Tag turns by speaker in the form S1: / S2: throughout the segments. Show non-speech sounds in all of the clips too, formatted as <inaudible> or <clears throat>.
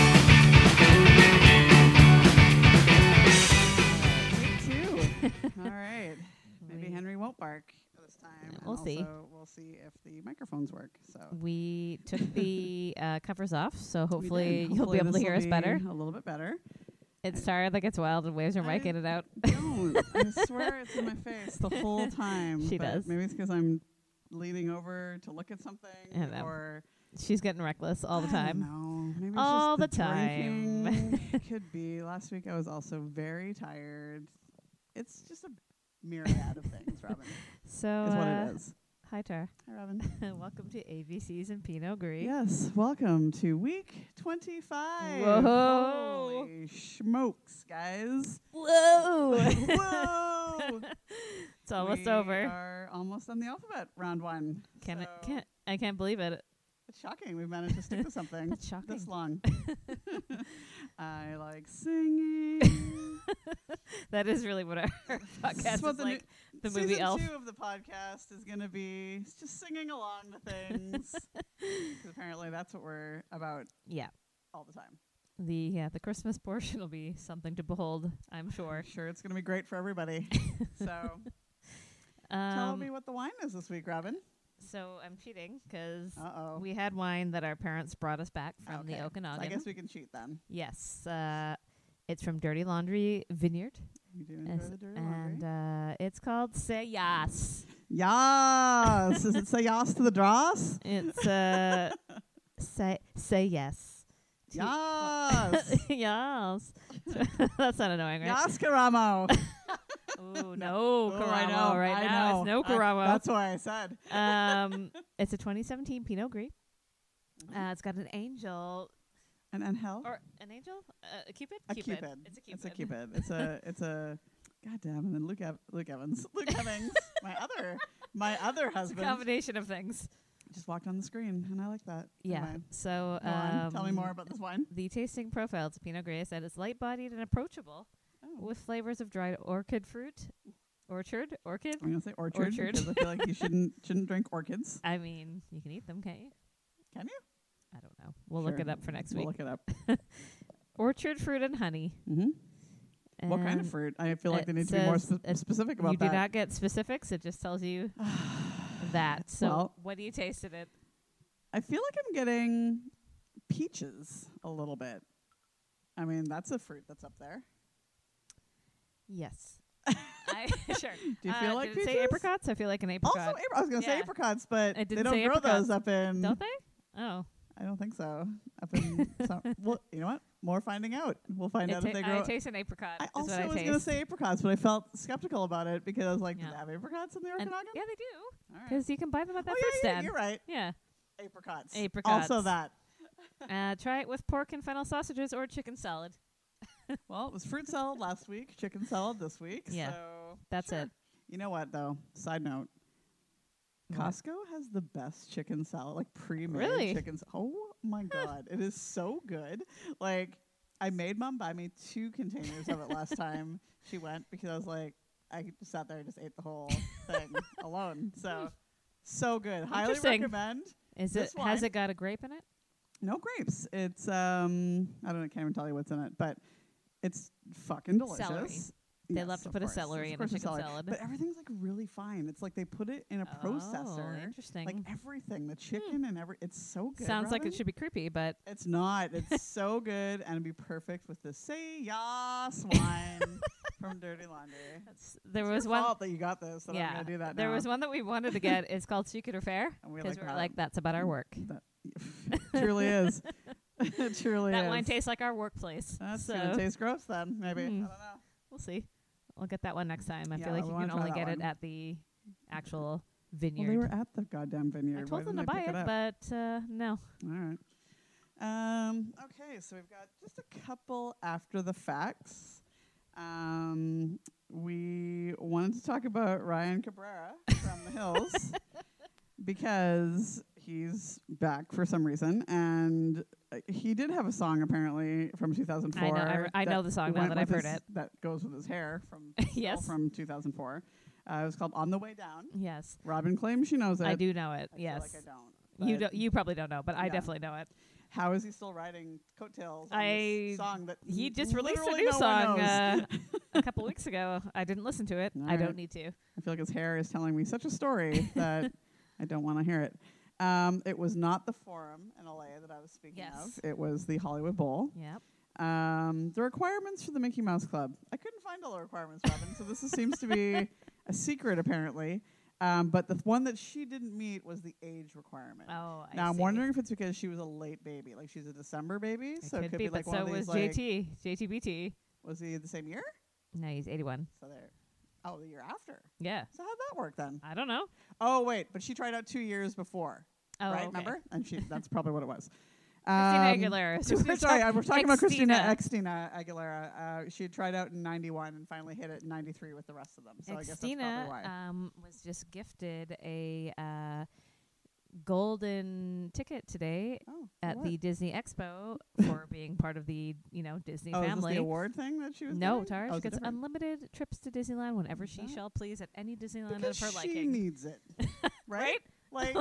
S1: <laughs> right. Maybe
S2: We-
S1: Henry won't bark this time.
S2: Yeah,
S1: and
S2: we'll see.
S1: also We'll see if the microphones work. So
S2: We took the uh, covers off, so
S1: we
S2: hopefully,
S1: did.
S2: you'll be able to
S1: this'll
S2: hear us
S1: be <laughs>
S2: better.
S1: A little bit
S2: <laughs>
S1: better.
S2: It started like it's wild and waves your
S1: I
S2: mic in and out.
S1: Don't. I swear it's in my face the
S2: <laughs>
S1: whole time.
S2: She
S1: but
S2: does.
S1: Maybe it's because I'm leaning over to look at something
S2: I know.
S1: or
S2: She's getting reckless all the time.
S1: No, maybe it's
S2: All
S1: just
S2: the time. <laughs>
S1: drinking. It <laughs> could be. Last week I was also very tired. It's just a myriad of things,
S2: <laughs>
S1: Robin.
S2: So,
S1: is what
S2: uh,
S1: it is.
S2: hi, Tara. <laughs>
S1: Hi, Robin.
S2: Welcome to ABCs and Pinot Gris.
S1: Yes, welcome to week 25.
S2: Whoa.
S1: Holy smokes, guys. <laughs>
S2: <laughs> Whoa!
S1: Whoa.
S2: it's almost
S1: We
S2: over.
S1: are almost on the alphabet, round one.
S2: Can it?
S1: So
S2: Can't, I can't believe it.
S1: It's shocking. We've managed to stick
S2: <laughs>
S1: to something.
S2: That's shocking.
S1: This
S2: <laughs>
S1: long. <laughs> I like singing.
S2: That is
S1: <laughs>
S2: really what our <laughs> podcast
S1: That's
S2: is
S1: what new-
S2: like. the movie
S1: season
S2: Elf.
S1: two of the podcast is going to be s- just singing along to
S2: <laughs>
S1: things. 'Cause apparently, that's what we're about
S2: yeah,
S1: all the time.
S2: the yeah the Christmas portion will be something to behold, I'm sure.
S1: Sure, it's going to be great for
S2: <laughs>
S1: everybody. so tell
S2: Um,
S1: me what the wine is this week, Robin.
S2: so I'm cheating 'cause
S1: Uh oh.
S2: we had wine that our parents brought us back from
S1: Okay.
S2: the
S1: So I
S2: Okanagan.
S1: guess we can cheat then.
S2: yes, uh, it's from Dirty Laundry Vineyard,
S1: You do enjoy
S2: Yes,
S1: the dirty
S2: and
S1: laundry.
S2: uh, it's called
S1: <laughs>
S2: Say Yes.
S1: Yas! Does it say yas to the
S2: <laughs>
S1: dross?
S2: It's uh, say say yes. <laughs> to-
S1: Yas!
S2: <laughs> yes. That's not annoying, right?
S1: Yas
S2: <laughs>
S1: Karamo! <laughs>
S2: Ooh, no,
S1: Oh,
S2: Oh, Karamo
S1: I know,
S2: right
S1: I
S2: now.
S1: Know.
S2: It's no
S1: I-
S2: Karamo.
S1: that's why I said.
S2: <laughs> um, it's a 2017 Pinot Gris.
S1: Mhm.
S2: Uh, it's got an angel
S1: And then hell?
S2: or an angel, uh, a cupid?
S1: a
S2: cupid.
S1: cupid.
S2: It's a
S1: It's
S2: cupid.
S1: a cupid. It's
S2: <laughs>
S1: a it's a God damn, and then Luke Ev- Luke Evans. Luke Evans. my other my other
S2: It's a
S1: husband
S2: combination of things.
S1: just walked on the screen and I like that.
S2: Yeah.
S1: Anyway,
S2: So,
S1: go on. tell me
S2: um,
S1: more about this wine.
S2: The tasting profile. It's a Pinot Gris. I said it's light bodied and approachable
S1: Oh.
S2: with flavors of dried orchid fruit, orchard, orchid.
S1: I'm gonna say orchard,
S2: Orchard.
S1: because I feel like you
S2: <laughs>
S1: shouldn't shouldn't drink orchids.
S2: I mean, you can eat them, can't you?
S1: Can you?
S2: I don't know. We'll look
S1: Sure.
S2: it up for next
S1: We'll
S2: week.
S1: look it up.
S2: Orchard fruit and honey.
S1: hmm What kind of
S2: And
S1: fruit? I feel like they
S2: it
S1: need to be more
S2: says-
S1: spe-
S2: it-
S1: specific about
S2: You
S1: that.
S2: do not get specifics. It just tells
S1: <sighs>
S2: you that. So,
S1: Well-
S2: what do you taste in it?
S1: I feel like I'm getting peaches a little bit. I mean, that's a fruit that's up there.
S2: Yes. <laughs> I sure.
S1: Do you feel
S2: Uh,
S1: like
S2: did it
S1: peaches?
S2: say apricots? I feel like an apricot.
S1: Also, apri- I was gonna say
S2: Yeah.
S1: apricots, but
S2: I
S1: they
S2: didn't
S1: don't
S2: say
S1: grow
S2: apricots.
S1: those up in.
S2: Don't they? Oh,
S1: I don't think so. Up in.
S2: <laughs>
S1: some, well, you know what? More finding out. We'll find
S2: it
S1: out
S2: ta-
S1: if they
S2: I
S1: grow.
S2: taste an apricot.
S1: I
S2: is
S1: also
S2: what I
S1: was
S2: taste.
S1: gonna say apricots, but I felt skeptical about it because I was like, do
S2: Yeah.
S1: they have apricots in the
S2: And-
S1: Okanagan?
S2: yeah, they do,
S1: All right.
S2: because you can buy them at that
S1: oh
S2: fruit
S1: yeah, yeah,
S2: stand.
S1: you're right.
S2: Yeah.
S1: Apricots. Also
S2: Apricots. <laughs>
S1: that.
S2: Uh, try it with pork and fennel sausages or chicken salad.
S1: Well, it was fruit salad last week, chicken salad this week.
S2: Yeah.
S1: So
S2: That's
S1: sure.
S2: it.
S1: You know what though? Side note.
S2: What?
S1: Costco has the best chicken salad, like pre-made
S2: Really?
S1: chicken. sa- Oh my god, it is so good! Like I made mom buy me two containers of it last
S2: <laughs>
S1: time she went because I was like, I just sat there and just ate the
S2: <laughs>
S1: whole thing alone. So so good, highly
S2: Interesting.
S1: recommend.
S2: Is it?
S1: This
S2: Has
S1: wine-
S2: it got a grape in it?
S1: No grapes. It's um, I don't know, can't even tell you what's in it, but it's fucking delicious.
S2: Celery. They
S1: Yes,
S2: love to
S1: of
S2: put a
S1: course. Of
S2: celery in a
S1: course
S2: chicken salad.
S1: but everything's like really fine. It's like they put it in a
S2: Oh,
S1: processor.
S2: interesting. Hmm.
S1: Like everything, the chicken and every, it's so good.
S2: Sounds like
S1: Robin.
S2: it should be creepy, but
S1: It's not.
S2: <laughs>
S1: It's so good and it'd be perfect with the say yas
S2: <laughs>
S1: wine from Dirty Laundry.
S2: that's, there
S1: It's
S2: was
S1: your
S2: one.
S1: fault that you got this. That I'm
S2: yeah,
S1: gonna do that.
S2: there
S1: now. <laughs>
S2: was one that we wanted to get. It's called Secret or Fair,
S1: And we
S2: because
S1: like
S2: we were
S1: that.
S2: like, that's about our work.
S1: truly is. <laughs> it truly
S2: <laughs> that
S1: is.
S2: wine tastes like our workplace.
S1: That's
S2: so
S1: gonna taste gross then. Maybe I
S2: Mm.
S1: don't know.
S2: we'll see. We'll get that one next time. I
S1: Yeah,
S2: feel like
S1: we
S2: you
S1: wanna
S2: can
S1: try
S2: only
S1: that
S2: get it
S1: one.
S2: at the actual
S1: Well, they
S2: vineyard.
S1: were at the goddamn vineyard.
S2: I
S1: Why
S2: told them to
S1: didn't they
S2: buy
S1: pick
S2: it,
S1: up?
S2: but uh, no.
S1: All right. Um, okay, so we've got just a couple after the facts. Um, we wanted to talk about Ryan Cabrera from the
S2: <laughs>
S1: Hills because he's back for some reason, and uh, he did have a song apparently from 2004.
S2: I re- I
S1: that
S2: know the song now
S1: went
S2: that I've
S1: with
S2: heard
S1: his-
S2: it.
S1: That goes with his hair from
S2: <laughs> yes.
S1: from 2004. Uh, it was called "On the Way Down."
S2: Yes.
S1: Robin claims she knows it.
S2: I do know it.
S1: I feel
S2: yes.
S1: like I don't.
S2: you
S1: but-
S2: don't you probably don't know, but I
S1: Yeah.
S2: definitely know it.
S1: how is he still riding coattails on
S2: I-
S1: this song that
S2: He just released a
S1: literally
S2: new
S1: no one
S2: song
S1: knows?
S2: uh, a couple
S1: <laughs>
S2: weeks ago. I didn't listen to it.
S1: All
S2: I don't
S1: right.
S2: need to.
S1: I feel like his hair is telling me such a
S2: <laughs>
S1: story that I don't want to hear it. Um, it was not the forum in LA that I was speaking
S2: Yes.
S1: of. It was the Hollywood Bowl.
S2: Yep.
S1: Um, the requirements for the Mickey Mouse Club. I couldn't find all the requirements, Robin. so this is, seems to
S2: <laughs>
S1: be a secret apparently. Um, but the th- one that she didn't meet was the age requirement.
S2: Oh, I
S1: now I'm
S2: see.
S1: wondering if it's because she was a late baby, like she's a December baby,
S2: It
S1: so it
S2: could,
S1: could
S2: be,
S1: be, like
S2: but
S1: one
S2: so
S1: of these.
S2: was
S1: like,
S2: JT, JTBT.
S1: was he the same year?
S2: No, he's 81.
S1: So there. Oh, the year after.
S2: Yeah.
S1: So how'd that work then?
S2: I don't know.
S1: Oh wait, but she tried out two years before,
S2: Oh,
S1: right?
S2: okay.
S1: Remember? And
S2: <laughs>
S1: she—that's probably what it was.
S2: Christina
S1: Um, <laughs>
S2: Aguilera. is who
S1: Christina,
S2: we're
S1: sorry,
S2: talk-
S1: uh, we're talking about Christina
S2: Xtina.
S1: Xtina Aguilera. Uh, she had tried out in '91 and finally hit it in '93 with the rest of them. So I guess that's
S2: Xtina,
S1: probably why.
S2: um, was just gifted a uh, golden ticket today
S1: oh,
S2: at
S1: what?
S2: the Disney Expo
S1: <laughs>
S2: for being part of the you know Disney
S1: oh, is this
S2: family.
S1: the award thing that she was
S2: no,
S1: doing?
S2: Tara,
S1: Oh,
S2: she
S1: it's
S2: gets
S1: different.
S2: unlimited trips to Disneyland whenever she
S1: That-
S2: shall please at any Disneyland
S1: because
S2: of her
S1: she
S2: liking.
S1: needs
S2: <laughs>
S1: it, right? Like,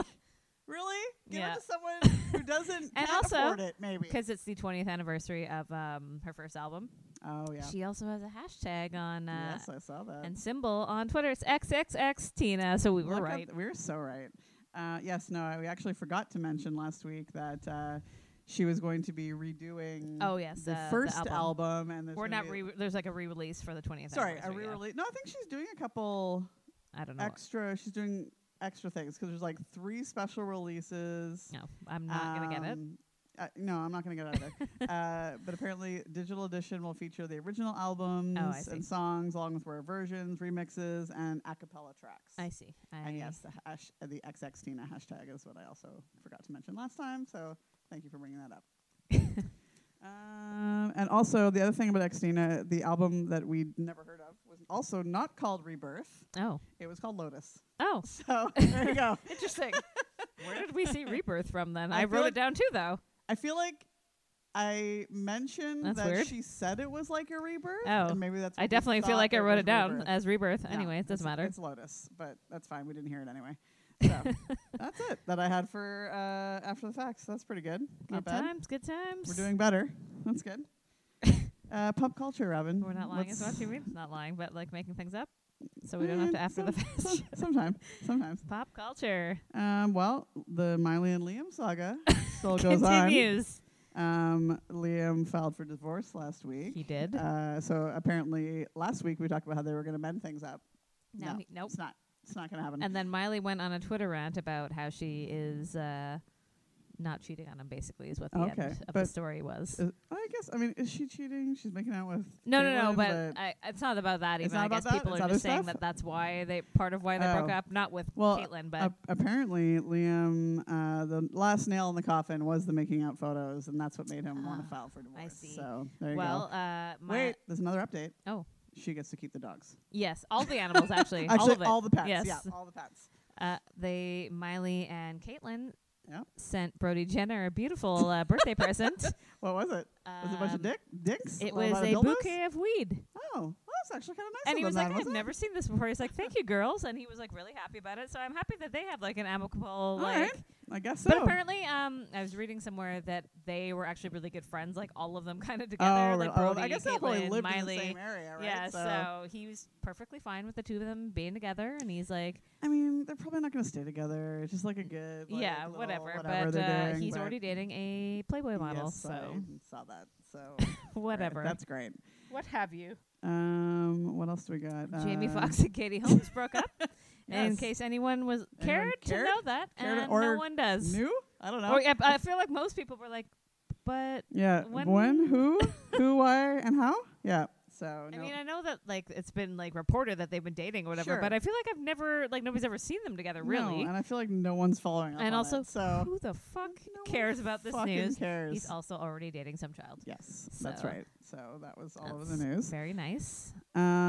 S1: really? Give
S2: Yeah.
S1: it to someone
S2: <laughs>
S1: who doesn't
S2: And
S1: can't
S2: also,
S1: afford it, maybe.
S2: because it's the 20th anniversary of um, her first album.
S1: Oh yeah,
S2: She also has a hashtag on uh,
S1: yes, I saw that.
S2: and symbol on Twitter. It's XXX Tina. So we were
S1: Look at
S2: right.
S1: th- we were so right. Uh, yes, no, I we actually forgot to mention last week that uh, she was going to be redoing
S2: Oh yes,
S1: the
S2: uh,
S1: first
S2: album.
S1: album. and there's
S2: We're
S1: gonna
S2: not
S1: be-
S2: re- there's like a re-release for the 20th.
S1: Sorry, a
S2: anniversary, yeah.
S1: re-release. No, I think she's doing a couple
S2: I don't know.
S1: extra. She's doing extra things because there's like three special releases.
S2: No, I'm not gonna get it.
S1: Um, Uh, no, I'm not going to get it
S2: <laughs>
S1: either. uh, but apparently, digital edition will feature the original albums
S2: Oh, see.
S1: and songs, along with rare versions, remixes, and a cappella tracks.
S2: I see. I
S1: And yes, the, hash, uh, the XXTina hashtag is what I also forgot to mention last time. So thank you for bringing that
S2: <laughs>
S1: up. um, and also, the other thing about XTina, the album that we'd never heard of was also not called Rebirth.
S2: Oh.
S1: It was called Lotus. <laughs>
S2: Oh.
S1: So there you go. <laughs>
S2: Interesting. <laughs> Where did we see Rebirth from then? I,
S1: I feel
S2: wrote it
S1: like-
S2: down too though.
S1: I feel like I mentioned
S2: That's
S1: that
S2: weird.
S1: she said it was like a rebirth.
S2: Oh.
S1: and maybe that's.
S2: I
S1: what we
S2: definitely feel
S1: thought
S2: like I wrote
S1: was
S2: it down
S1: Rebirth.
S2: as Rebirth.
S1: Yeah,
S2: anyway, it doesn't
S1: it's-
S2: matter.
S1: It's Lotus, but that's fine. We didn't hear it
S2: <laughs>
S1: anyway. So that's it that I had for uh, after the facts. That's pretty good. Not
S2: Good
S1: bad.
S2: times, good times.
S1: We're doing better. That's good.
S2: <laughs>
S1: uh, pop culture, Robin.
S2: We're not lying as much.
S1: What's-
S2: You mean not lying, but like making things up, so we don't have to
S1: Eh,
S2: after the
S1: some-
S2: fact.
S1: some- <laughs> <laughs> Sometimes, sometimes.
S2: Pop culture
S1: Um, well, the Miley and Liam
S2: <laughs>
S1: saga still goes on.
S2: continues.
S1: Um, Liam filed for divorce last week.
S2: He did.
S1: Uh, so apparently, last week we talked about how they were going to mend things up.
S2: no,
S1: no.
S2: He, nope.
S1: It's not. It's not going to happen.
S2: Oh. And then Miley went on a Twitter rant about how she is uh, not cheating on him. Basically, is what the
S1: Okay,
S2: end of the
S1: but
S2: story
S1: Is-
S2: was.
S1: Uh, I guess. I mean, is she cheating? She's making out with.
S2: No, no, no.
S1: Caitlyn,
S2: But I, it's not about that
S1: It's
S2: even.
S1: not
S2: I
S1: about
S2: guess
S1: that?
S2: people
S1: It's
S2: are
S1: other
S2: just saying
S1: stuff?
S2: that that's why they part of why they broke
S1: Oh.
S2: up, not with
S1: Well,
S2: Caitlyn, but
S1: ap- apparently, Liam, uh, the last nail in the coffin was the making out photos, and that's what made him want
S2: Ah,
S1: to file for divorce.
S2: see.
S1: So there you
S2: well,
S1: go.
S2: uh, my
S1: Wait, there's another update.
S2: Oh.
S1: She gets to keep the dogs.
S2: yes, all the
S1: <laughs>
S2: animals actually, all
S1: Actually,
S2: of
S1: the
S2: it.
S1: pets. Yeah,
S2: Yes.
S1: all the pets.
S2: uh, they Miley and Caitlyn
S1: Yep.
S2: sent Brody Jenner a beautiful uh, birthday present.
S1: What was <laughs> it? Was it a bunch
S2: Um,
S1: of dick dicks?
S2: It
S1: All
S2: was
S1: about
S2: a
S1: dildos?
S2: bouquet of weed.
S1: Oh, well, that's actually kind of nice.
S2: and
S1: of
S2: he
S1: them
S2: was like,
S1: then,
S2: I've
S1: wasn't it?
S2: never seen this before. He's like, thank you, girls. And he was like really happy about it. So I'm happy that they have like an amicable,
S1: All
S2: like.
S1: right. I guess so.
S2: But apparently, um, I was reading somewhere that they were actually really good friends, like all of them <laughs> kind of together,
S1: oh,
S2: like
S1: oh,
S2: Brody,
S1: I guess they probably
S2: Caitlin,
S1: lived
S2: Miley.
S1: in the same area, right?
S2: Yeah, so. he was perfectly fine with the two of them being together, and he's like,
S1: I mean, they're probably not going to stay together. It's just like a good, like,
S2: yeah,
S1: little
S2: whatever.
S1: whatever
S2: but
S1: they're
S2: uh,
S1: doing,
S2: he's
S1: but
S2: already dating a Playboy model,
S1: yes,
S2: so
S1: I saw that. So great.
S2: <laughs> whatever.
S1: That's great.
S2: what have you?
S1: Um, what else do we got?
S2: Jamie
S1: Uh,
S2: Foxx and Katie Holmes broke up. In
S1: <laughs> yes.
S2: case anyone was
S1: Anyone
S2: cared,
S1: cared?
S2: to know that,
S1: Cared
S2: and
S1: or
S2: no one does.
S1: new? I don't know.
S2: Or, Oh, yeah, I feel like most people were like, but
S1: yeah.
S2: when-
S1: When,
S2: <laughs>
S1: who, who, why, and how? Yeah. So
S2: I
S1: no.
S2: mean, I know that like it's been like reported that they've been dating or whatever,
S1: Sure.
S2: but I feel like I've never like nobody's ever seen them together really.
S1: No, and I feel like no one's following up. on
S2: And also,
S1: it, so
S2: Who the fuck
S1: No one
S2: cares about this
S1: fucking
S2: news?
S1: Cares.
S2: He's also already dating some child.
S1: yes, that's
S2: So
S1: right. So that was all over
S2: That's
S1: the news.
S2: Very nice.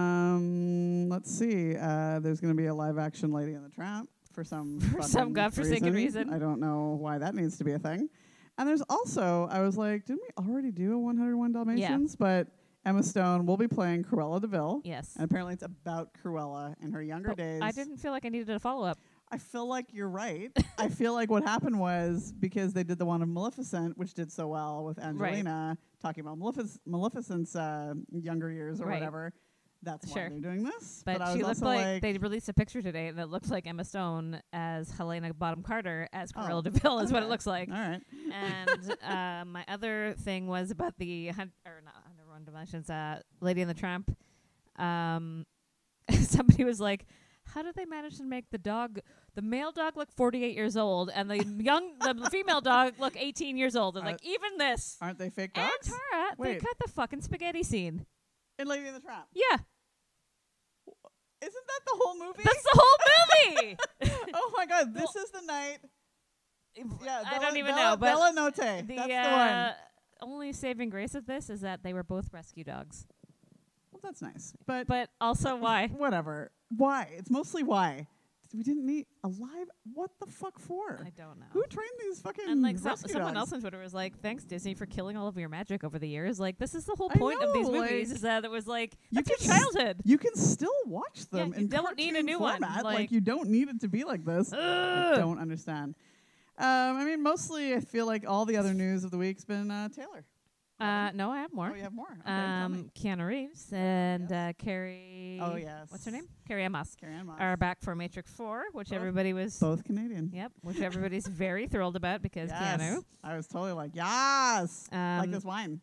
S1: Um, let's see. Uh, there's going to be a live action Lady in the Tramp for some
S2: <laughs> For some
S1: fucking
S2: godforsaken reason.
S1: I don't know why that needs to be a thing. And there's also, I was like, didn't we already do a 101 Dalmatians? But Emma Stone will be playing Cruella Deville,
S2: Yes.
S1: and apparently it's about Cruella in her younger
S2: But
S1: days.
S2: I didn't feel like I needed a follow up.
S1: I feel like you're right. I feel like what happened was because they did the one of Maleficent, which did so well with Angelina talking about Malefic- Maleficent's uh, younger years or
S2: Right.
S1: whatever. That's why
S2: Sure.
S1: they're doing this.
S2: But,
S1: I
S2: she
S1: was
S2: looked
S1: also
S2: like,
S1: like,
S2: they released a picture today that looked like Emma Stone as Helena Bottom Carter as
S1: Oh,
S2: Cruella Deville is what it
S1: okay.
S2: looks like.
S1: all right,
S2: and uh, my other thing was about the hun- or not Hunter One Dimensions, uh, Lady in the Tramp. Um, <laughs> somebody was like, "How did they manage to make the dog, the male dog, look 48 years old,
S1: <laughs>
S2: and the young, the female dog look 18 years old?" And
S1: Uh,
S2: like, even this.
S1: aren't they fake
S2: And
S1: dogs?
S2: Tara, they
S1: Wait.
S2: cut the fucking spaghetti scene.
S1: In Lady in the Trap,
S2: Yeah,
S1: isn't that the whole movie?
S2: that's the whole movie.
S1: <laughs> oh my god, this is the night. <laughs> Yeah,
S2: I don't
S1: Bella-
S2: even
S1: Bella-
S2: know, but
S1: Bella Notte.
S2: the,
S1: that's the one.
S2: uh, only saving grace of this is that they were both rescue dogs.
S1: Well, that's nice, but,
S2: But
S1: <laughs>
S2: also, why?
S1: whatever. Why? It's mostly why. We didn't need a live. What the fuck for? <laughs>
S2: I don't know.
S1: Who trained these fucking
S2: and like so-
S1: rescue
S2: someone
S1: dogs?
S2: else on Twitter was like, "Thanks Disney for killing all of your magic over the years." Like this is the whole
S1: I
S2: point of these
S1: know,
S2: movies
S1: like,
S2: is that it was like
S1: you
S2: that's your
S1: can s-
S2: childhood.
S1: You can still watch
S2: Yeah,
S1: them.
S2: you
S1: in
S2: don't need a
S1: cartoon
S2: new one,
S1: format. Like,
S2: like-
S1: you don't need it to be like this. I
S2: Ugh.
S1: don't understand. Um, I mean, mostly I feel like all the other news of the week's been uh, Taylor.
S2: Uh, no, I have
S1: Oh,
S2: more.
S1: you have more. Okay, tell me.
S2: um, Keanu Reeves and
S1: Yes.
S2: uh, Carrie.
S1: Oh yes.
S2: what's her name? Carrie Ann Moss
S1: Carrie Ann Moss.
S2: are back for Matrix Four, which
S1: Both-
S2: everybody was.
S1: Both Canadian.
S2: Yep, which everybody's very thrilled about because
S1: Yes.
S2: Keanu.
S1: I was totally like, yes,
S2: Um,
S1: like this wine.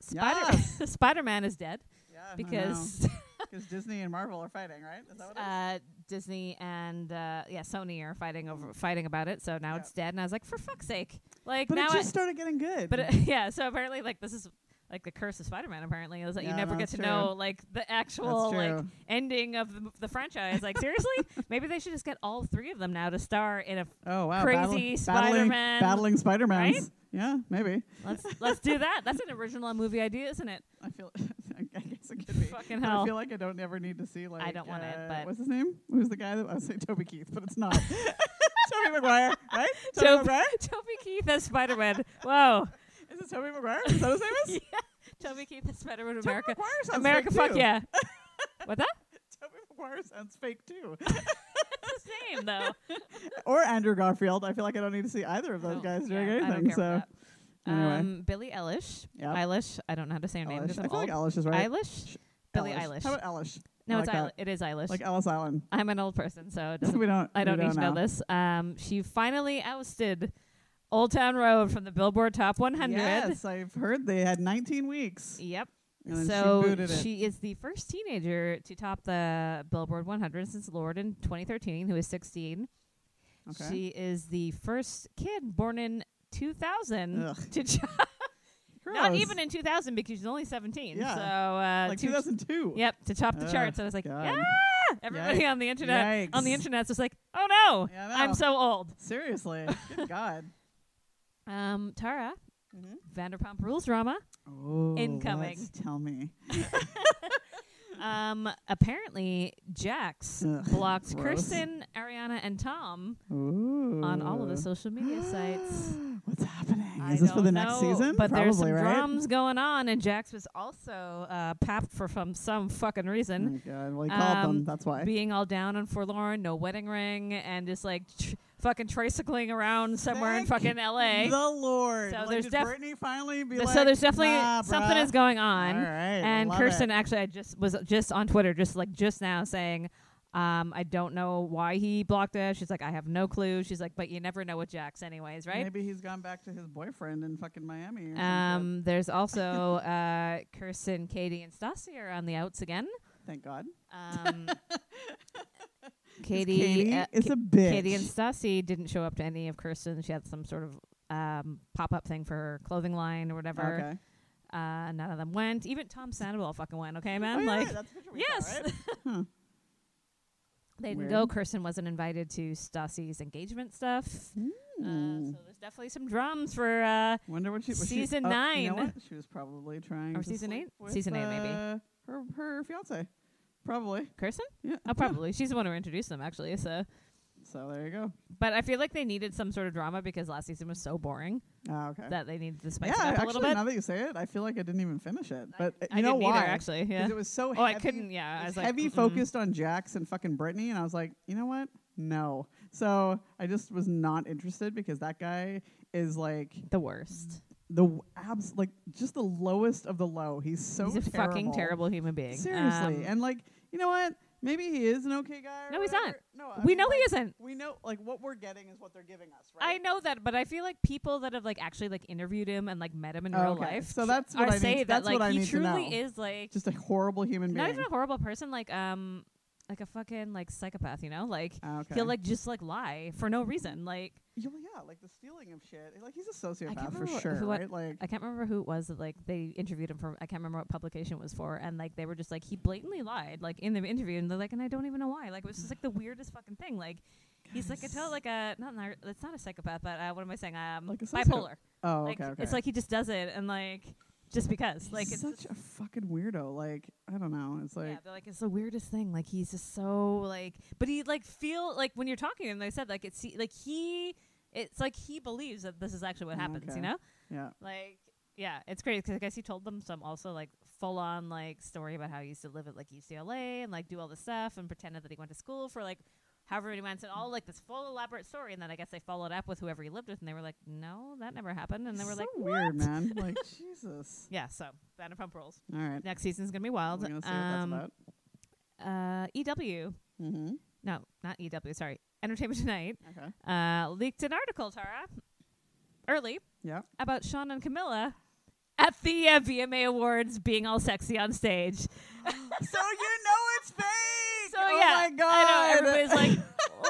S2: Spider <laughs> Spider Man is dead
S1: Yeah, I know.
S2: because <laughs>
S1: 'Cause Disney and Marvel are fighting, right? Is that what it is?
S2: uh, Disney and uh, yeah Sony are fighting over fighting about it. So now
S1: Yeah.
S2: it's dead, and I was like, for fuck's sake! Like
S1: But
S2: now,
S1: it
S2: I-
S1: just started getting good.
S2: <laughs> but it, <laughs> yeah. So apparently, like this is like the curse of Spider-Man. Apparently, is that
S1: Yeah,
S2: you never
S1: no,
S2: get
S1: it's
S2: to
S1: true.
S2: know like the actual
S1: That's
S2: like
S1: true.
S2: ending of the, m- the franchise. Like seriously, <laughs> maybe they should just get all three of them now to star in a. F-
S1: oh wow,
S2: crazy
S1: battle- battling-
S2: Spider-Man,
S1: battling Spider-Man.
S2: right?
S1: Yeah, maybe.
S2: let's let's do that. That's an original movie idea, isn't it?
S1: I feel. <laughs> I guess it could be.
S2: Fucking
S1: But I
S2: hell.
S1: feel like I don't ever need to see like.
S2: don't want it,
S1: uh,
S2: but-
S1: what's his name? Who's the guy that I would say Toby Keith, but it's
S2: <laughs>
S1: not. Toby Maguire, right? Toby
S2: Tob-
S1: Maguire.
S2: <laughs> Toby Keith as Spider-Man. Whoa,
S1: Is it Toby Maguire? Is that his name? Is
S2: <laughs> Yeah, Toby Keith as Spider-Man of
S1: Toby
S2: America.
S1: Maguire sounds
S2: America,
S1: fake
S2: fuck
S1: too.
S2: yeah. What's that?
S1: Toby Maguire sounds fake too.
S2: That's his name though.
S1: or Andrew Garfield. I feel like I don't need to see either of
S2: I
S1: those
S2: don't-
S1: guys
S2: Oh, yeah,
S1: doing
S2: I don't
S1: anything.
S2: care about
S1: So
S2: that.
S1: anyway.
S2: um, Billie Eilish,
S1: Yep.
S2: Eilish. I don't know how to say her name.
S1: Eilish.
S2: because I'm
S1: I feel like
S2: old.
S1: Eilish is right.
S2: Eilish?
S1: Sh-
S2: Billie
S1: How
S2: Eilish.
S1: about Eilish?
S2: No,
S1: I
S2: it's
S1: like
S2: Eil-
S1: that.
S2: it is Eilish.
S1: Like Ellis
S2: <laughs>
S1: Island.
S2: I'm an old person, so it
S1: <laughs>
S2: doesn't,
S1: we don't.
S2: I don't
S1: we
S2: need to know
S1: know.
S2: this. Um, she finally ousted Old Town Road from the Billboard Top 100.
S1: Yes, I've heard they had 19 weeks.
S2: Yep.
S1: And then she
S2: so
S1: booted it.
S2: is the first teenager to top the Billboard 100 since Lord in 2013, who is 16.
S1: Okay.
S2: She is the first kid born in 2000
S1: Ugh,
S2: to ch- not
S1: gross.
S2: even in 2000 because she's only 17.
S1: Yeah.
S2: So uh,
S1: like
S2: to-
S1: 2002.
S2: Yep, to top the
S1: Ugh,
S2: charts. I was like,
S1: God.
S2: yeah. Everybody on the internet on the
S1: Yikes.
S2: internet's just like, oh no,
S1: Yeah, I know.
S2: I'm so old.
S1: Seriously.
S2: <laughs>
S1: Good God.
S2: Um, Tara,
S1: Mm-hmm.
S2: Vanderpump Rules drama.
S1: Oh,
S2: Incoming.
S1: let's Tell me.
S2: Um, apparently Jax
S1: Ugh,
S2: blocked
S1: gross.
S2: Kirsten, Ariana, and Tom
S1: Ooh.
S2: on all of the
S1: <gasps>
S2: social media sites.
S1: What's happening? Is
S2: I
S1: this for
S2: don't
S1: the next
S2: know,
S1: season?
S2: But
S1: Probably,
S2: there's some
S1: right?
S2: drums going on, and Jax was also uh, papped for from some fucking
S1: Oh
S2: reason.
S1: my God. Well, he called
S2: Um,
S1: them. That's why.
S2: being all down and forlorn, no wedding ring, and just like tr- fucking tricycling around somewhere in
S1: Thank <laughs>
S2: fucking L.A.
S1: The Lord.
S2: So
S1: like,
S2: there's
S1: did
S2: def-
S1: Brittany finally be
S2: Th-
S1: like,
S2: so there's definitely
S1: nah,
S2: something
S1: bruh.
S2: is going on.
S1: All right,
S2: and
S1: love
S2: Kirsten
S1: it.
S2: actually, I just was just on Twitter, just like just now saying, um, I don't know why he blocked it. She's like, I have no clue. She's like, but you never know with Jax, anyways, right?
S1: Maybe he's gone back to his boyfriend in fucking Miami. Or some shit.
S2: Um,
S1: <laughs>
S2: there's also uh, Kirsten, Katie, and Stassi are on the outs again.
S1: Thank God. 'Cause
S2: Um,
S1: Katie,
S2: Katie, uh,
S1: <laughs> is
S2: Ka-
S1: a bitch.
S2: Katie and Stassi didn't show up to any of Kirsten. She had some sort of um, pop up thing for her clothing line or whatever.
S1: Okay.
S2: Uh, none of them went. Even Tom Sandoval fucking went. Okay,
S1: Oh,
S2: man.
S1: you're
S2: like,
S1: right, that's the picture we saw,
S2: yes. <laughs>
S1: right? Huh.
S2: They didn't
S1: Weird.
S2: go. Kirsten wasn't invited to Stassi's engagement stuff. Uh,
S1: Hmm.
S2: so there's definitely some drums for. Uh,
S1: Wonder what she was.
S2: Season
S1: she, oh, You know
S2: nine.
S1: what? She was probably trying.
S2: Or
S1: to
S2: season
S1: sleep
S2: eight?
S1: with,
S2: Season eight, maybe.
S1: uh, Her her fiance, probably.
S2: Kirsten?
S1: Yeah.
S2: Oh, probably. She's the one who introduced them, actually. So,
S1: Yeah. So there you go.
S2: But I feel like they needed some sort of drama because last season was so boring
S1: Ah, okay.
S2: that they needed to
S1: yeah,
S2: spice it up
S1: actually,
S2: a little bit.
S1: now that you say it, I feel like I didn't even finish it. But uh,
S2: I
S1: you know
S2: didn't
S1: why?
S2: either, actually. Yeah.
S1: Because it was so
S2: oh,
S1: heavy.
S2: I couldn't. Yeah, I
S1: it was
S2: was like
S1: heavy
S2: mm-mm.
S1: focused on Jax and fucking Brittany, and I was like, you know what? No. So I just was not interested because that guy is like
S2: The worst.
S1: the w- abs, like just the lowest of the low. He's Mm, so
S2: He's a fucking terrible human being.
S1: Seriously,
S2: Um,
S1: and like you know what? Maybe he is an okay guy. or
S2: No, he's not.
S1: whatever. No, I
S2: we
S1: mean,
S2: know he
S1: like,
S2: isn't.
S1: We know like what we're getting is what they're giving us,
S2: I
S1: right?
S2: know that, but I feel like people that have like actually like interviewed him and like met him in real
S1: Okay,
S2: life.
S1: so that's what
S2: are
S1: I need-
S2: say that
S1: that's
S2: like
S1: what I
S2: he
S1: need to
S2: truly
S1: know.
S2: is like
S1: Just a horrible human being.
S2: not even a horrible person, like um like a fucking like psychopath, you know? Like
S1: Ah, okay.
S2: he'll like just like lie for no reason. Like
S1: Yeah, well, yeah, like the stealing of shit. Like he's a
S2: can't
S1: sociopath for
S2: remember wh-
S1: sure,
S2: who I-
S1: right? Like
S2: I can't remember who it was that like they interviewed him for. I can't remember what publication it was for, and like they were just like he blatantly lied like in the interview, and they're like, and I don't even know why. Like it was just like the weirdest fucking thing. Like he's like I tell like a not nar- it's not a psychopath, but uh, what am I saying? Um,
S1: Like a socio-
S2: bipolar.
S1: oh, okay,
S2: like
S1: okay.
S2: it's like he just does it, and like just because like
S1: He's
S2: it's
S1: such a fucking weirdo. Like I don't know. It's like
S2: yeah, they're like it's the weirdest thing. Like he's just so like, but he like feel like when you're talking to him, they said like it's like he, it's like he believes that this is actually what
S1: Mm,
S2: happens.
S1: okay.
S2: You know,
S1: yeah.
S2: like yeah, it's crazy 'cause I guess he told them some also like full on like story about how he used to live at like UCLA and like do all this stuff and pretended that he went to school for like however many months and all like this full elaborate story. And then I guess they followed up with whoever he lived with, and they were like, no, that never happened. And they
S1: It's
S2: were
S1: so
S2: like,
S1: weird, man.
S2: <laughs>
S1: Like Jesus.
S2: yeah, so Vanderpump Rules.
S1: All right.
S2: Next season's gonna be wild.
S1: We're gonna see
S2: Um,
S1: what
S2: Uh, EW.
S1: that's about. Mm-hmm.
S2: no, not EW, sorry, Entertainment Tonight,
S1: Okay.
S2: uh, leaked an article, Tara, early,
S1: Yeah.
S2: about Sean and Camilla at the uh, VMA Awards being all sexy on stage. <laughs>
S1: so you know it's fake.
S2: So,
S1: oh
S2: yeah,
S1: my god.
S2: I know,
S1: <laughs>
S2: everybody's like,